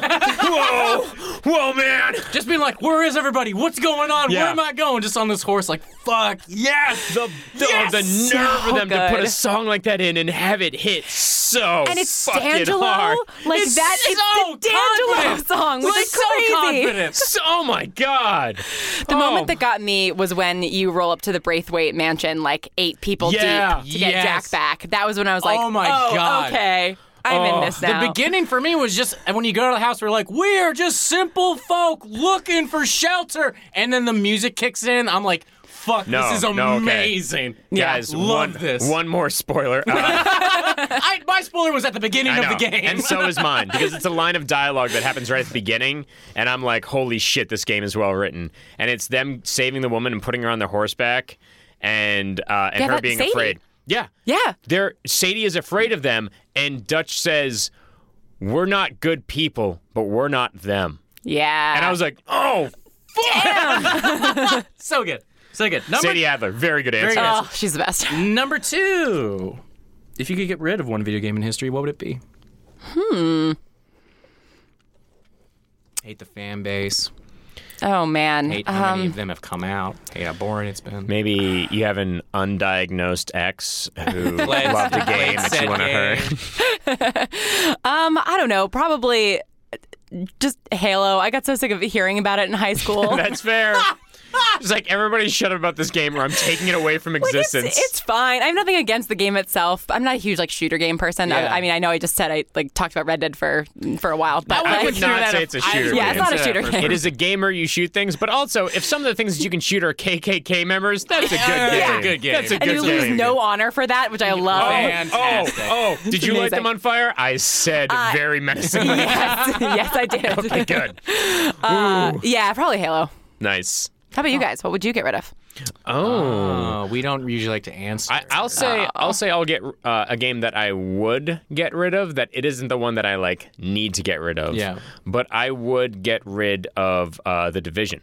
[SPEAKER 2] whoa, whoa man."
[SPEAKER 1] Just being like, "Where is everybody? What's going on? Where
[SPEAKER 2] Yeah.
[SPEAKER 1] am I going?" Just on this horse, like, "Fuck yes."
[SPEAKER 2] The, the, oh,
[SPEAKER 1] Yes!
[SPEAKER 2] the nerve
[SPEAKER 3] So
[SPEAKER 2] of them to put a
[SPEAKER 3] good.
[SPEAKER 2] song like that in and have it hit so
[SPEAKER 3] and it's
[SPEAKER 2] fucking
[SPEAKER 3] D'Angelo,
[SPEAKER 2] hard.
[SPEAKER 3] like
[SPEAKER 1] It's
[SPEAKER 3] that.
[SPEAKER 1] so
[SPEAKER 3] it's the D'Angelo
[SPEAKER 1] confident.
[SPEAKER 3] song, which
[SPEAKER 1] Like,
[SPEAKER 3] is
[SPEAKER 1] so
[SPEAKER 3] crazy.
[SPEAKER 1] confident.
[SPEAKER 2] So- oh my god.
[SPEAKER 3] The
[SPEAKER 2] Oh,
[SPEAKER 3] moment that got me was when you roll up to the Braithwaite mansion, like eight people
[SPEAKER 2] Yeah,
[SPEAKER 3] deep, to get
[SPEAKER 1] yes.
[SPEAKER 3] Jack back. That was when I was like,
[SPEAKER 1] Oh my God. Oh.
[SPEAKER 3] okay, I'm in this now."
[SPEAKER 1] The beginning for me was just when you go to the house, we're like, we're just simple folk looking for shelter. And then the music kicks in. I'm like, fuck,
[SPEAKER 2] No,
[SPEAKER 1] this is
[SPEAKER 2] no, okay.
[SPEAKER 1] amazing.
[SPEAKER 2] Guys,
[SPEAKER 1] love
[SPEAKER 2] one,
[SPEAKER 1] this.
[SPEAKER 2] one more spoiler. Uh,
[SPEAKER 1] I, my spoiler was at the beginning
[SPEAKER 2] I
[SPEAKER 1] of the
[SPEAKER 2] know.
[SPEAKER 1] game.
[SPEAKER 2] And so is mine because it's a line of dialogue that happens right at the beginning. And I'm like, holy shit, this game is well written. And it's them saving the woman and putting her on their horseback and, uh, and
[SPEAKER 3] Yeah,
[SPEAKER 2] her
[SPEAKER 3] that-
[SPEAKER 2] being
[SPEAKER 3] Sadie.
[SPEAKER 2] afraid. Yeah.
[SPEAKER 3] yeah,
[SPEAKER 2] They're, Sadie is afraid of them. And Dutch says, we're not good people, but we're not them.
[SPEAKER 3] yeah.
[SPEAKER 2] And I was like, oh,
[SPEAKER 1] so good. So good. Number,
[SPEAKER 2] Sadie Adler. Very good answer.
[SPEAKER 1] good answer.
[SPEAKER 3] oh, she's the best.
[SPEAKER 1] number two. If you could get rid of one video game in history, what would it be? Hmm.
[SPEAKER 3] Hmm.
[SPEAKER 1] Hate the fan base.
[SPEAKER 3] Oh man,
[SPEAKER 1] Hate how
[SPEAKER 3] Um,
[SPEAKER 1] many of them have come out. Hate how boring it's been.
[SPEAKER 2] Maybe you have an undiagnosed ex who
[SPEAKER 1] Played-
[SPEAKER 2] loved a game
[SPEAKER 1] played
[SPEAKER 2] that
[SPEAKER 1] said
[SPEAKER 2] you want to
[SPEAKER 1] game.
[SPEAKER 2] hurt.
[SPEAKER 3] Um, I don't know. Probably just Halo. I got so sick of hearing about it in high school. Like,
[SPEAKER 2] That's fair. It's like everybody shut up about this game or I'm taking it away from
[SPEAKER 3] it's,
[SPEAKER 2] existence.
[SPEAKER 3] it's fine. I have nothing against the game itself. I'm not a huge like shooter game person.
[SPEAKER 1] Yeah.
[SPEAKER 3] I, I mean, I know I just said I like talked about Red Dead for for a while, but
[SPEAKER 2] I
[SPEAKER 3] like,
[SPEAKER 2] would not say it's a shooter
[SPEAKER 3] Yeah,
[SPEAKER 2] game.
[SPEAKER 3] it's not a
[SPEAKER 1] Yeah,
[SPEAKER 3] shooter
[SPEAKER 1] for
[SPEAKER 3] game.
[SPEAKER 2] It is a gamer you shoot things, but also if some of the things that you can shoot are KKK members, that's a good
[SPEAKER 1] Yeah,
[SPEAKER 2] game.
[SPEAKER 1] that's a good game.
[SPEAKER 2] That's a
[SPEAKER 1] And
[SPEAKER 3] and
[SPEAKER 2] good
[SPEAKER 3] you
[SPEAKER 2] game.
[SPEAKER 3] lose no honor for that, which I love.
[SPEAKER 2] Oh,
[SPEAKER 1] Fantastic. Uh,
[SPEAKER 2] oh, oh! Did you light
[SPEAKER 3] amazing.
[SPEAKER 2] them on fire? I said very menacingly.
[SPEAKER 3] yes, yes, I did.
[SPEAKER 2] Okay, good.
[SPEAKER 3] Yeah, probably Halo.
[SPEAKER 2] Nice.
[SPEAKER 3] How about you guys? What would you get rid of?
[SPEAKER 2] Oh,
[SPEAKER 1] Uh, we don't usually like to answer.
[SPEAKER 2] I, I'll say I'll say I'll get uh, a game that I would get rid of. That it isn't the one that I like need to get rid of.
[SPEAKER 1] Yeah.
[SPEAKER 2] But I would get rid of uh, the division.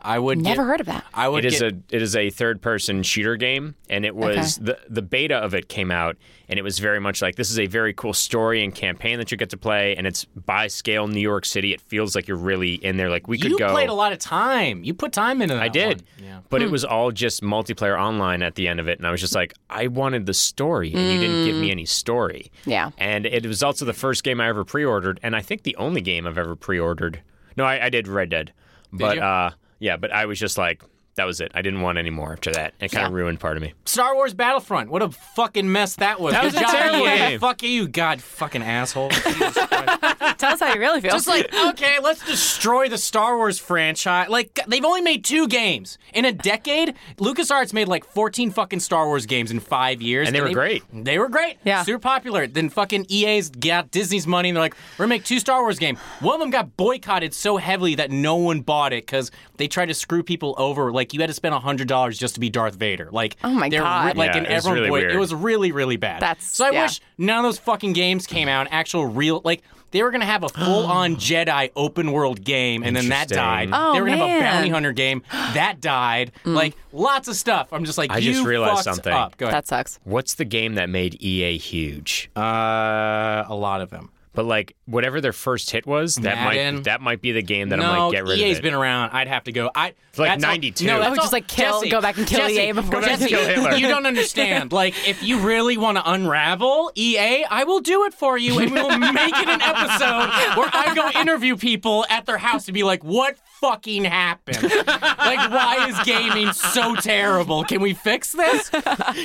[SPEAKER 1] I would
[SPEAKER 3] Never
[SPEAKER 1] get-
[SPEAKER 3] heard of that.
[SPEAKER 1] I would
[SPEAKER 2] It is
[SPEAKER 1] get,
[SPEAKER 2] a it is a third person shooter game, and it was the the beta of it came out, and it was very much like this is a very cool story and campaign that you get to play, and it's by scale New York City. It feels like you're really in there. Like we could
[SPEAKER 1] You
[SPEAKER 2] go.
[SPEAKER 1] played a lot of time. You put time into that.
[SPEAKER 2] I did, but it was all just multiplayer online at the end of it, and I was just like, I wanted the story, and you didn't give me any story.
[SPEAKER 3] Yeah.
[SPEAKER 2] and it was also the first game I ever pre-ordered, and I think the only game I've ever pre-ordered. No, I, I did Red Dead, but
[SPEAKER 1] you?
[SPEAKER 2] uh, yeah, but I was just like, that was it. I didn't want any more after that. It kind of ruined part of me.
[SPEAKER 1] Star Wars Battlefront. What a fucking mess that was.
[SPEAKER 2] That was
[SPEAKER 1] Good
[SPEAKER 2] a
[SPEAKER 1] job,
[SPEAKER 2] terrible
[SPEAKER 1] EA.
[SPEAKER 2] game.
[SPEAKER 1] Fuck you, God, fucking asshole. Jesus Christ.
[SPEAKER 3] Tell us how you really feel.
[SPEAKER 1] It's like, okay, let's destroy the Star Wars franchise. Like, they've only made two games in a decade. LucasArts made like 14 fucking Star Wars games in five years,
[SPEAKER 2] And they were great.
[SPEAKER 1] They were great.
[SPEAKER 3] Yeah.
[SPEAKER 1] super popular. Then fucking EA's got Disney's money, and they're like, we're gonna make two Star Wars game. One of them got boycotted so heavily that no one bought it because they tried to screw people over. Like, you had to spend hundred dollars just to be Darth Vader. Like,
[SPEAKER 3] Oh my
[SPEAKER 1] they're
[SPEAKER 3] God.
[SPEAKER 1] like,
[SPEAKER 2] Yeah,
[SPEAKER 1] and
[SPEAKER 2] it was
[SPEAKER 1] everyone
[SPEAKER 2] really
[SPEAKER 1] boy-
[SPEAKER 2] weird.
[SPEAKER 1] It was really, really bad.
[SPEAKER 3] That's-
[SPEAKER 1] so. I
[SPEAKER 3] yeah.
[SPEAKER 1] wish none of those fucking games came out. Actual real like they were gonna have a full on Jedi open world game, and then that died.
[SPEAKER 2] Interesting.
[SPEAKER 3] Oh,
[SPEAKER 1] they were gonna have a
[SPEAKER 3] man. Mm.
[SPEAKER 1] bounty hunter game that died. Like lots of stuff. I'm just like
[SPEAKER 2] I
[SPEAKER 1] you
[SPEAKER 2] just
[SPEAKER 1] fucked
[SPEAKER 2] realized something.
[SPEAKER 1] Up. Go ahead.
[SPEAKER 3] that sucks.
[SPEAKER 2] What's the game that made EA huge?
[SPEAKER 1] Uh, a lot of them.
[SPEAKER 2] But like whatever their first hit was, that
[SPEAKER 1] Madden.
[SPEAKER 2] might that might be the game that I
[SPEAKER 1] no,
[SPEAKER 2] might get rid
[SPEAKER 1] EA's
[SPEAKER 2] of. It.
[SPEAKER 1] been around. I'd have to go. I it's
[SPEAKER 2] like 92.
[SPEAKER 1] no,
[SPEAKER 2] I
[SPEAKER 1] that's
[SPEAKER 3] would
[SPEAKER 1] all-
[SPEAKER 3] just, like, kill-
[SPEAKER 1] Jesse,
[SPEAKER 3] go back and kill
[SPEAKER 1] Jesse,
[SPEAKER 3] EA
[SPEAKER 1] go
[SPEAKER 3] before
[SPEAKER 1] back and
[SPEAKER 2] Jesse.
[SPEAKER 1] kill
[SPEAKER 2] Hitler.
[SPEAKER 1] You don't understand. Like, if you really want to unravel EA, I will do it for you, and we will make it an episode where I go interview people at their house to be like, "What fucking happen? like, why is gaming so terrible? Can we fix this?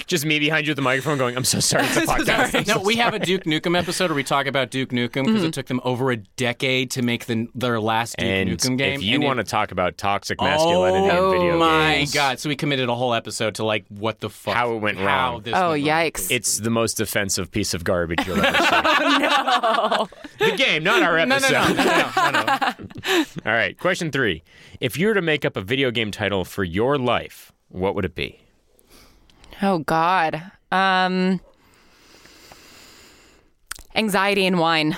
[SPEAKER 2] Just me behind you with the microphone going, I'm so sorry, it's a podcast. I'm
[SPEAKER 1] no,
[SPEAKER 2] so
[SPEAKER 1] we have a Duke Nukem episode where we talk about Duke Nukem because
[SPEAKER 3] Mhm.
[SPEAKER 1] it took them over a decade to make the, their last Duke
[SPEAKER 2] And
[SPEAKER 1] Nukem game.
[SPEAKER 2] if you
[SPEAKER 1] and it-
[SPEAKER 2] want to talk about toxic
[SPEAKER 1] oh,
[SPEAKER 2] masculinity in video
[SPEAKER 1] my
[SPEAKER 2] games,
[SPEAKER 1] god! So we committed a whole episode to like what the fuck,
[SPEAKER 2] How it went
[SPEAKER 1] how
[SPEAKER 2] wrong.
[SPEAKER 1] This
[SPEAKER 3] Oh,
[SPEAKER 1] went wrong.
[SPEAKER 3] yikes.
[SPEAKER 2] it's the most offensive piece of garbage you'll ever see. The game, not our
[SPEAKER 1] Oh, No, no,
[SPEAKER 2] episode.
[SPEAKER 1] no, no, no.
[SPEAKER 2] All right, question three. If you were to make up a video game title for your life, what would it be?
[SPEAKER 3] Oh God. Um, anxiety and wine.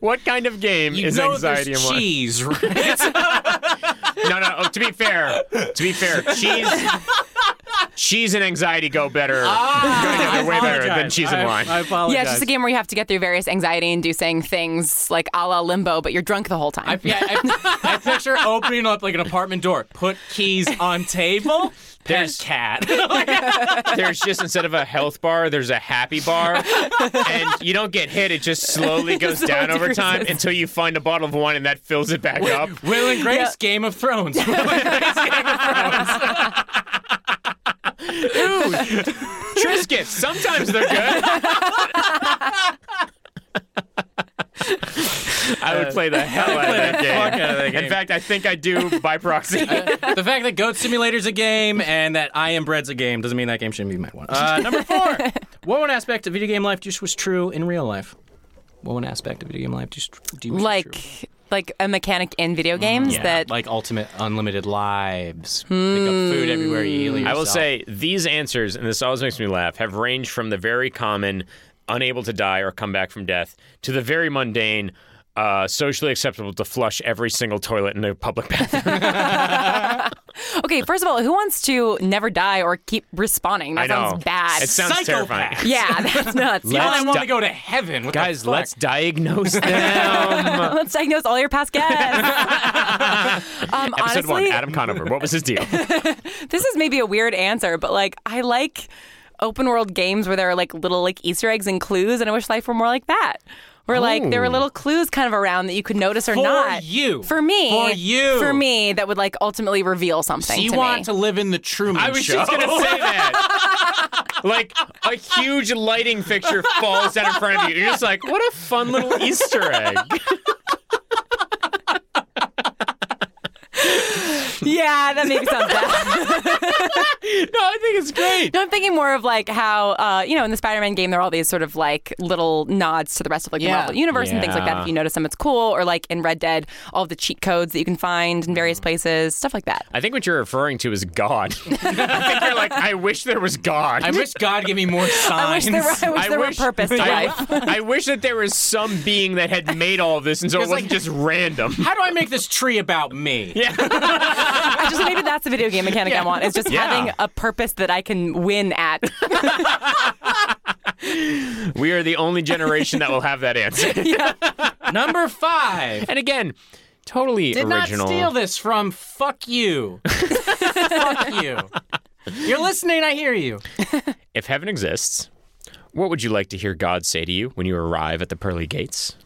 [SPEAKER 2] What kind of game
[SPEAKER 1] You
[SPEAKER 2] is
[SPEAKER 1] know
[SPEAKER 2] anxiety and
[SPEAKER 1] there's
[SPEAKER 2] wine?
[SPEAKER 1] cheese, right?
[SPEAKER 2] No, no. Oh, to be fair, to be fair, cheese, cheese and anxiety go better, go together way better than cheese and wine.
[SPEAKER 1] Ah. I, I apologize.
[SPEAKER 3] yeah, it's just a game where you have to get through various anxiety-inducing things, like a la limbo, but you're drunk the whole time.
[SPEAKER 1] I, yeah, I, I picture opening up like an apartment door. Put keys on table. Pet
[SPEAKER 2] There's-
[SPEAKER 1] cat.
[SPEAKER 2] there's just instead of a health bar, there's a happy bar, and you don't get hit. It just slowly goes down over time until you find a bottle of wine and that fills it back up.
[SPEAKER 1] Will and Grace, Game of Thrones. Will and Grace, Game of Thrones.
[SPEAKER 2] Triscuits. Sometimes they're good. I would play the hell out of that game.
[SPEAKER 1] fuck out of that game.
[SPEAKER 2] In fact, I think I do by proxy.
[SPEAKER 1] the fact that Goat Simulator's a game and that I Am Bread's a game doesn't mean that game shouldn't be my one. Uh, number four. what one aspect of video game life just was true in real life? What one aspect of video game life just do you wish was
[SPEAKER 3] like,
[SPEAKER 1] true? Mm,
[SPEAKER 3] like a mechanic in video games
[SPEAKER 1] Yeah,
[SPEAKER 3] that Hmm.
[SPEAKER 1] like ultimate unlimited lives. Pick up food everywhere you heal
[SPEAKER 2] I will
[SPEAKER 1] yourself.
[SPEAKER 2] say these answers, and this always makes me laugh, have ranged from the very common, unable to die or come back from death, to the very mundane, uh, socially acceptable to flush every single toilet in a public bathroom.
[SPEAKER 3] Okay, first of all, who wants to never die or keep respawning? That
[SPEAKER 2] I know.
[SPEAKER 3] sounds bad.
[SPEAKER 2] It sounds
[SPEAKER 1] Psychopath.
[SPEAKER 2] terrifying.
[SPEAKER 3] yeah, that's nuts.
[SPEAKER 1] Now I
[SPEAKER 2] Let's
[SPEAKER 1] want
[SPEAKER 2] di-
[SPEAKER 1] to go to heaven. What the
[SPEAKER 2] Guys,
[SPEAKER 1] fuck?
[SPEAKER 2] let's diagnose them.
[SPEAKER 3] Let's diagnose all your past guests. um,
[SPEAKER 2] Episode
[SPEAKER 3] honestly,
[SPEAKER 2] one, Adam Conover. What was his deal?
[SPEAKER 3] this is maybe a weird answer, but like I like open world games where there are like little like Easter eggs and clues, and I wish life were more like that. Where like there were little clues kind of around that you could notice or
[SPEAKER 1] For
[SPEAKER 3] not.
[SPEAKER 1] you.
[SPEAKER 3] For me.
[SPEAKER 1] For you.
[SPEAKER 3] For me, that would like ultimately reveal something.
[SPEAKER 1] you
[SPEAKER 3] to
[SPEAKER 1] want
[SPEAKER 3] me.
[SPEAKER 1] to live in the Truman
[SPEAKER 2] I was
[SPEAKER 1] Show.
[SPEAKER 2] just gonna say that. like a huge lighting fixture falls down in front of you. You're just like, what a fun little Easter egg.
[SPEAKER 3] Yeah, that maybe sounds bad.
[SPEAKER 2] no, I think it's great.
[SPEAKER 3] No, I'm thinking more of like how uh, you know in the Spider-Man game there are all these sort of like little nods to the rest of like the
[SPEAKER 1] Yeah.
[SPEAKER 3] Marvel universe and things like that.
[SPEAKER 2] Yeah.
[SPEAKER 3] If you notice them, it's cool. Or like in Red Dead, all the cheat codes that you can find in
[SPEAKER 2] Mm.
[SPEAKER 3] various places, stuff like that.
[SPEAKER 2] I think what you're referring to is God. I think you're like, I wish there was God.
[SPEAKER 1] I wish God gave me more signs.
[SPEAKER 3] I wish there were,
[SPEAKER 2] Uh,
[SPEAKER 3] I wish
[SPEAKER 2] I
[SPEAKER 3] there
[SPEAKER 2] wish-
[SPEAKER 3] were purpose to
[SPEAKER 2] I,
[SPEAKER 3] life.
[SPEAKER 2] I wish that there was some being that had made all of this, and so it
[SPEAKER 1] It's
[SPEAKER 2] wasn't
[SPEAKER 1] like-
[SPEAKER 2] just random.
[SPEAKER 1] How do I make this tree about me?
[SPEAKER 3] I just maybe that's the video game mechanic I want. It's just
[SPEAKER 2] Yeah.
[SPEAKER 3] having a purpose that I can win at.
[SPEAKER 2] We are the only generation that will have that answer.
[SPEAKER 1] Number five.
[SPEAKER 2] And again, totally
[SPEAKER 1] Did
[SPEAKER 2] original.
[SPEAKER 1] not steal this from fuck you. fuck you. You're listening, I hear you.
[SPEAKER 2] If heaven exists, what would you like to hear God say to you when you arrive at the pearly gates?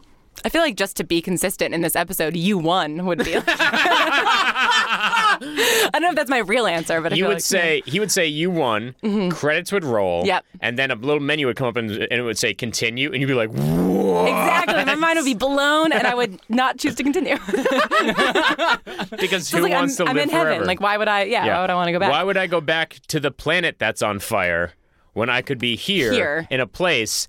[SPEAKER 3] I feel like just to be consistent in this episode, you won would be. I don't know if that's my real answer, but I
[SPEAKER 2] You
[SPEAKER 3] feel
[SPEAKER 2] would
[SPEAKER 3] like- Mm-hmm.
[SPEAKER 2] say he would say you won. Credits would roll.
[SPEAKER 3] Yep.
[SPEAKER 2] And then a little menu would come up and, and it would say continue, and you'd be like, "Whoa!"
[SPEAKER 3] Exactly. My mind would be blown and I would not choose to continue.
[SPEAKER 2] Because
[SPEAKER 3] It's
[SPEAKER 2] who
[SPEAKER 3] like I'm,
[SPEAKER 2] wants to
[SPEAKER 3] I'm
[SPEAKER 2] live
[SPEAKER 3] in
[SPEAKER 2] forever?
[SPEAKER 3] heaven. Like, why would I? Yeah,
[SPEAKER 2] Yeah.
[SPEAKER 3] why would I want to go back?
[SPEAKER 2] Why would I go back to the planet that's on fire when I could be here,
[SPEAKER 3] Here.
[SPEAKER 2] in a place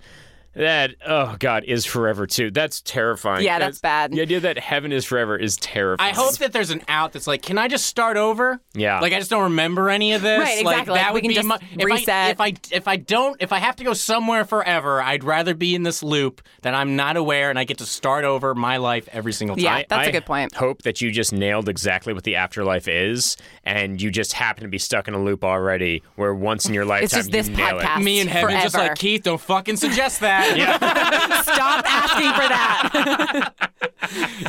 [SPEAKER 2] that oh god is forever too? That's terrifying.
[SPEAKER 3] Yeah, that's bad.
[SPEAKER 2] The idea that heaven is forever is
[SPEAKER 1] I
[SPEAKER 2] terrifying.
[SPEAKER 1] hope that there's an out that's like, can I just start over?
[SPEAKER 2] Yeah.
[SPEAKER 1] Like I just don't remember any of this.
[SPEAKER 3] Right, exactly.
[SPEAKER 1] Like,
[SPEAKER 3] Like,
[SPEAKER 1] that
[SPEAKER 3] we
[SPEAKER 1] would
[SPEAKER 3] can
[SPEAKER 1] be
[SPEAKER 3] just
[SPEAKER 1] my, if I,
[SPEAKER 3] reset.
[SPEAKER 1] if I if I don't if I have to go somewhere forever, I'd rather be in this loop that I'm not aware and I get to start over my life every single time.
[SPEAKER 3] Yeah.
[SPEAKER 2] I-
[SPEAKER 3] that's a
[SPEAKER 2] I
[SPEAKER 3] good point.
[SPEAKER 2] Hope that you just nailed exactly what the afterlife is, and you just happen to be stuck in a loop already, where once in your lifetime
[SPEAKER 3] just
[SPEAKER 2] you
[SPEAKER 3] this
[SPEAKER 2] nail it.
[SPEAKER 3] podcast.
[SPEAKER 1] Me and heaven just
[SPEAKER 3] Forever.
[SPEAKER 1] like Keith, don't fucking suggest that.
[SPEAKER 2] Yeah.
[SPEAKER 3] Stop asking for that.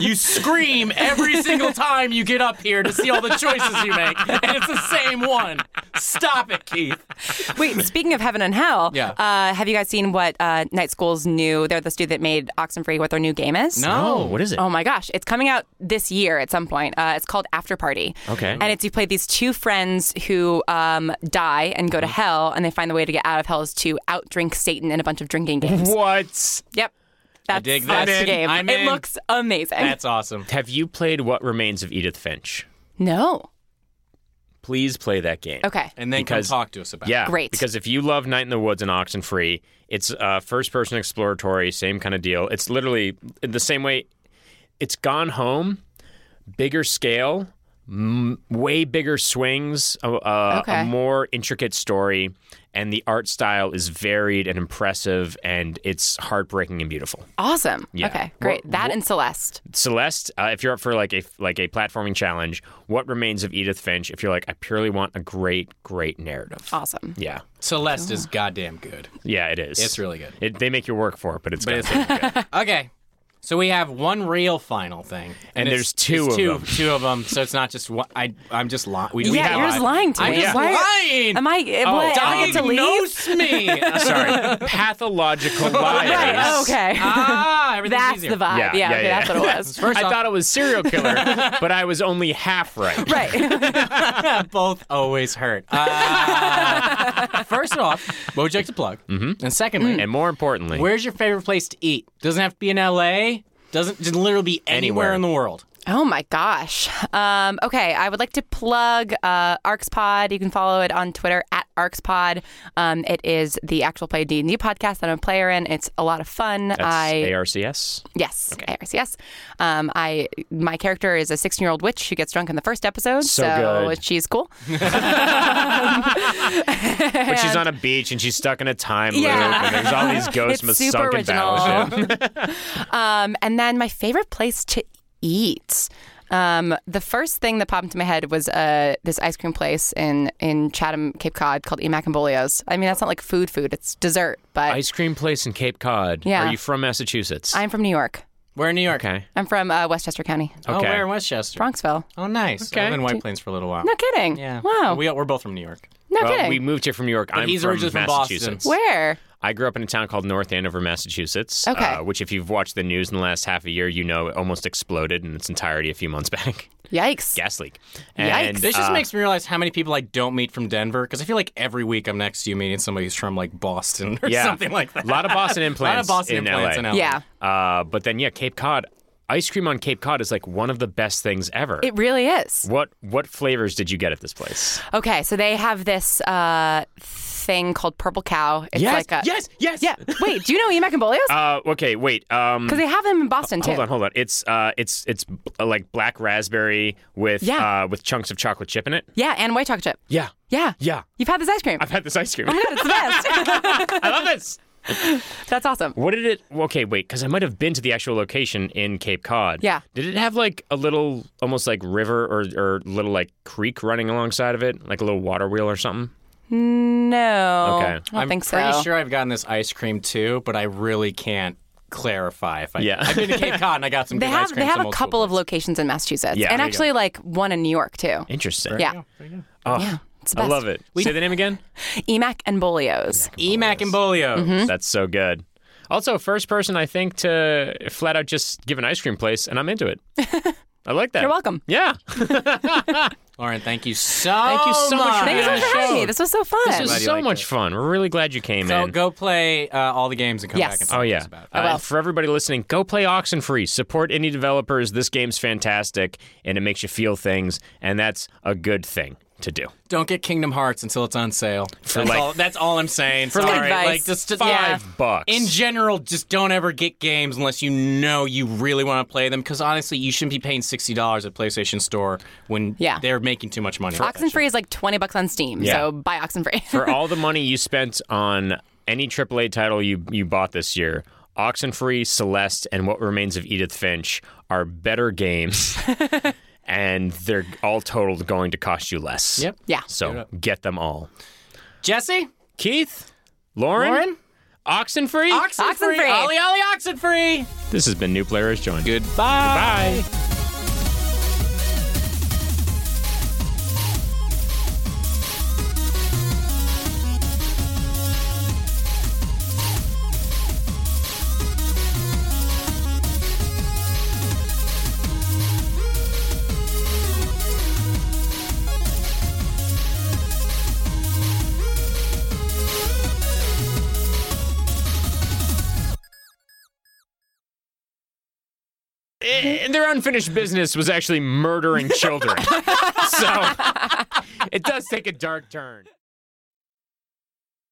[SPEAKER 1] You scream every single time you get up here to see all the choices you make, and it's the same one. Stop it, Keith.
[SPEAKER 3] Wait, speaking of heaven and hell,
[SPEAKER 1] Yeah.
[SPEAKER 3] uh, have you guys seen what uh, Night School's new? They're the studio that made Oxenfree. What their new game is?
[SPEAKER 2] Oh, what is it?
[SPEAKER 3] Oh my gosh, it's coming out this year at some point. Uh, it's called After Party.
[SPEAKER 2] Okay.
[SPEAKER 3] And it's you play these two friends who um, die and go to hell, and they find the way to get out of hell is to outdrink Satan in a bunch of drinking games.
[SPEAKER 2] What?
[SPEAKER 3] Yep. That's,
[SPEAKER 1] dig
[SPEAKER 3] that's
[SPEAKER 1] this.
[SPEAKER 3] the game.
[SPEAKER 1] I'm
[SPEAKER 3] it
[SPEAKER 1] in.
[SPEAKER 3] looks amazing.
[SPEAKER 1] That's awesome.
[SPEAKER 2] Have you played What Remains of Edith Finch?
[SPEAKER 3] no.
[SPEAKER 2] Please play that game.
[SPEAKER 3] Okay.
[SPEAKER 1] And then
[SPEAKER 2] Because-
[SPEAKER 1] come talk to us about
[SPEAKER 2] Yeah,
[SPEAKER 3] Great.
[SPEAKER 2] Because if you love Night in the Woods and Oxen Free, it's uh, first-person exploratory, same kind of deal. It's literally the same way. It's Gone Home, bigger scale, m- way bigger swings, a, a,
[SPEAKER 3] Okay.
[SPEAKER 2] a more intricate story, and the art style is varied and impressive, and it's heartbreaking and beautiful.
[SPEAKER 3] Awesome. Okay. Great.
[SPEAKER 2] What-
[SPEAKER 3] that and Celeste.
[SPEAKER 2] Celeste, uh, if you're up for like a like a platforming challenge, what remains of Edith Finch? If you're like, I purely want a great, great narrative.
[SPEAKER 3] Awesome.
[SPEAKER 2] Yeah,
[SPEAKER 1] Celeste is goddamn good.
[SPEAKER 2] yeah, it is.
[SPEAKER 1] It's really good.
[SPEAKER 2] It, they make you work for it, but it's
[SPEAKER 1] But
[SPEAKER 2] good.
[SPEAKER 1] it's okay. So we have one real final thing,
[SPEAKER 2] And
[SPEAKER 1] it's-
[SPEAKER 2] there's two
[SPEAKER 1] it's
[SPEAKER 2] of
[SPEAKER 1] two,
[SPEAKER 2] them.
[SPEAKER 1] Two of them. So it's not just one. I I'm just lying. We, we
[SPEAKER 3] yeah,
[SPEAKER 1] have
[SPEAKER 3] you're just lying to
[SPEAKER 1] I'm
[SPEAKER 3] me.
[SPEAKER 1] just
[SPEAKER 3] Why-
[SPEAKER 1] lying.
[SPEAKER 3] Am I?
[SPEAKER 1] Oh,
[SPEAKER 3] what? I get to leave?
[SPEAKER 1] Diagnose me.
[SPEAKER 2] Sorry, pathological liars.
[SPEAKER 3] Right. oh, okay.
[SPEAKER 1] ah, everything's
[SPEAKER 3] that's
[SPEAKER 1] easier.
[SPEAKER 3] the vibe.
[SPEAKER 2] Yeah,
[SPEAKER 3] Yeah.
[SPEAKER 2] yeah,
[SPEAKER 3] okay,
[SPEAKER 2] yeah.
[SPEAKER 3] That's what it was.
[SPEAKER 1] First
[SPEAKER 2] I
[SPEAKER 1] off,
[SPEAKER 2] thought it was serial killer, but I was only half right.
[SPEAKER 3] right.
[SPEAKER 1] both always hurt. Uh, first off, what would you like to plug? Mm-hmm. And secondly,
[SPEAKER 2] And more importantly,
[SPEAKER 1] where's your favorite place to eat? Doesn't have to be in L.A. Doesn't just literally be anywhere,
[SPEAKER 2] Anywhere.
[SPEAKER 1] in the world.
[SPEAKER 3] Oh my gosh. Um, okay, I would like to plug uh, ArcsPod. You can follow it on Twitter at ArcsPod. Um, it is the actual play D and D podcast that I'm a player in. It's a lot of fun.
[SPEAKER 2] that's
[SPEAKER 3] I
[SPEAKER 2] ARCS.
[SPEAKER 3] yes, ARCS. Um, I my character is a 16 year old witch who gets drunk in the first episode, so,
[SPEAKER 2] good.
[SPEAKER 3] she's cool.
[SPEAKER 2] But she's on a beach and she's stuck in a time loop,
[SPEAKER 3] Yeah.
[SPEAKER 2] and there's all these ghosts
[SPEAKER 3] It's
[SPEAKER 2] with
[SPEAKER 3] super
[SPEAKER 2] sunken
[SPEAKER 3] original.
[SPEAKER 2] battleship.
[SPEAKER 3] Um, and then my favorite place to eat. Um, the first thing that popped into my head was uh, this ice cream place in, in Chatham, Cape Cod called Emac and Bolio's. I mean, that's not like food, food. It's dessert, but
[SPEAKER 2] Ice cream place in Cape Cod.
[SPEAKER 3] Yeah.
[SPEAKER 2] Are you from Massachusetts?
[SPEAKER 3] I'm from New York.
[SPEAKER 1] We're in New York.
[SPEAKER 2] okay.
[SPEAKER 3] I'm from uh, Westchester County,
[SPEAKER 1] Oh,
[SPEAKER 2] Okay.
[SPEAKER 1] we're in Westchester.
[SPEAKER 3] Bronxville.
[SPEAKER 1] Oh, nice.
[SPEAKER 2] Okay.
[SPEAKER 1] I've been in White Plains for a little while.
[SPEAKER 3] No kidding.
[SPEAKER 1] Yeah.
[SPEAKER 3] Wow.
[SPEAKER 1] We, we're both from New York.
[SPEAKER 3] no
[SPEAKER 2] Well,
[SPEAKER 3] kidding.
[SPEAKER 2] we moved here from New York. I'm
[SPEAKER 1] he's
[SPEAKER 2] from
[SPEAKER 1] originally from Boston.
[SPEAKER 2] Massachusetts.
[SPEAKER 3] Where?
[SPEAKER 2] I grew up in a town called North Andover, Massachusetts.
[SPEAKER 3] Okay.
[SPEAKER 2] Uh, which, if you've watched the news in the last half a year, you know it almost exploded in its entirety a few months back.
[SPEAKER 3] Yikes.
[SPEAKER 2] Gas leak. And,
[SPEAKER 3] Yikes.
[SPEAKER 1] This just
[SPEAKER 2] uh,
[SPEAKER 1] makes me realize how many people I don't meet from Denver because I feel like every week I'm next to you meeting somebody who's from like Boston or
[SPEAKER 2] yeah,
[SPEAKER 1] something like that.
[SPEAKER 2] A lot of Boston
[SPEAKER 1] A lot
[SPEAKER 2] implants.
[SPEAKER 1] of Boston
[SPEAKER 2] in
[SPEAKER 1] implants
[SPEAKER 2] LA.
[SPEAKER 1] in LA.
[SPEAKER 3] Yeah.
[SPEAKER 2] Uh, but then, yeah, Cape Cod. Ice cream on Cape Cod is like one of the best things ever.
[SPEAKER 3] It really is.
[SPEAKER 2] what what flavors did you get at this place?
[SPEAKER 3] Okay, so they have this uh, thing called Purple Cow. It's
[SPEAKER 2] Yes,
[SPEAKER 3] like a,
[SPEAKER 2] yes, yes.
[SPEAKER 3] Yeah. Wait, do you know Emac and Bolio's? Because
[SPEAKER 2] Uh, okay, wait. Um,
[SPEAKER 3] they have them in Boston too.
[SPEAKER 2] Hold on, hold on. It's uh, it's it's uh, like black raspberry with
[SPEAKER 3] Yeah.
[SPEAKER 2] uh, with chunks of chocolate chip in it.
[SPEAKER 3] Yeah, and white chocolate chip.
[SPEAKER 2] Yeah,
[SPEAKER 3] Yeah.
[SPEAKER 2] yeah.
[SPEAKER 3] You've had this ice cream.
[SPEAKER 2] I've had this ice cream.
[SPEAKER 3] It's the best.
[SPEAKER 2] I love this.
[SPEAKER 3] That's awesome.
[SPEAKER 2] What did it? Okay, wait, because I might have been to the actual location in Cape Cod.
[SPEAKER 3] Yeah.
[SPEAKER 2] Did it have like a little, almost like river or or little like creek running alongside of it, like a little water wheel or something?
[SPEAKER 3] No.
[SPEAKER 2] Okay.
[SPEAKER 3] I don't
[SPEAKER 1] I'm
[SPEAKER 3] think so.
[SPEAKER 1] pretty sure I've gotten this ice cream too, but I really can't clarify if I.
[SPEAKER 2] Yeah.
[SPEAKER 1] I've been to Cape Cod and I got some
[SPEAKER 3] They
[SPEAKER 1] good ice
[SPEAKER 3] have
[SPEAKER 1] cream.
[SPEAKER 3] they have
[SPEAKER 1] from
[SPEAKER 3] a
[SPEAKER 1] multiple
[SPEAKER 3] couple of
[SPEAKER 1] places.
[SPEAKER 3] locations in Massachusetts,
[SPEAKER 2] Yeah.
[SPEAKER 3] and
[SPEAKER 2] There you
[SPEAKER 3] actually like one in New York too.
[SPEAKER 2] Interesting.
[SPEAKER 3] Yeah.
[SPEAKER 2] Oh,
[SPEAKER 3] Yeah. It's the
[SPEAKER 2] I
[SPEAKER 3] best.
[SPEAKER 2] love it. Say the name again.
[SPEAKER 3] Emac and Bolio's.
[SPEAKER 1] Emac and Bolio.
[SPEAKER 3] Mm-hmm. Hmm?
[SPEAKER 2] That's so good. Also, first person I think to flat out just give an ice cream place, and I'm into it. I like that.
[SPEAKER 3] You're welcome.
[SPEAKER 2] Yeah.
[SPEAKER 1] Lauren, thank you so
[SPEAKER 2] Thank you so much for
[SPEAKER 3] Thank you so
[SPEAKER 2] Yeah,
[SPEAKER 3] much for having
[SPEAKER 1] Show.
[SPEAKER 3] me. This was so fun.
[SPEAKER 2] This was
[SPEAKER 1] you
[SPEAKER 2] so
[SPEAKER 1] liked
[SPEAKER 2] much
[SPEAKER 1] it.
[SPEAKER 2] fun. We're really glad you came
[SPEAKER 1] Go,
[SPEAKER 2] in.
[SPEAKER 1] go play uh, all the games and come
[SPEAKER 3] Yes.
[SPEAKER 1] back and talk
[SPEAKER 2] Oh
[SPEAKER 1] to
[SPEAKER 2] yeah!
[SPEAKER 1] us about it.
[SPEAKER 2] Uh,
[SPEAKER 3] will.
[SPEAKER 2] for everybody listening, go play Oxenfree. Support indie developers. This game's fantastic, and it makes you feel things, and that's a good thing to do.
[SPEAKER 1] Don't get Kingdom Hearts until it's on sale. that's,
[SPEAKER 2] like-
[SPEAKER 1] all, that's all I'm saying. For
[SPEAKER 3] good
[SPEAKER 1] Sorry.
[SPEAKER 3] advice.
[SPEAKER 1] Like just, just
[SPEAKER 2] Five
[SPEAKER 3] Yeah.
[SPEAKER 2] bucks.
[SPEAKER 1] In general, just don't ever get games unless you know you really want to play them. Because honestly, you shouldn't be paying sixty dollars at PlayStation Store when
[SPEAKER 3] Yeah.
[SPEAKER 1] they're making too much money.
[SPEAKER 3] Oxenfree is like twenty bucks on Steam,
[SPEAKER 2] Yeah.
[SPEAKER 3] so buy Oxenfree.
[SPEAKER 2] for all the money you spent on any AAA title you you bought this year. Oxenfree, Celeste, and What Remains of Edith Finch are better games, and they're all totaled going to cost you less.
[SPEAKER 1] Yep.
[SPEAKER 3] yeah.
[SPEAKER 2] So get them all.
[SPEAKER 1] Jesse,
[SPEAKER 2] Keith, Lauren,
[SPEAKER 1] Lauren,
[SPEAKER 2] Oxenfree?
[SPEAKER 3] Oxenfree.
[SPEAKER 1] Oxenfree. Ollie, Ollie, Oxenfree.
[SPEAKER 2] this has been New Players Joined.
[SPEAKER 1] Goodbye.
[SPEAKER 2] Bye. Eh, their unfinished business was actually murdering children. so it does take a dark turn.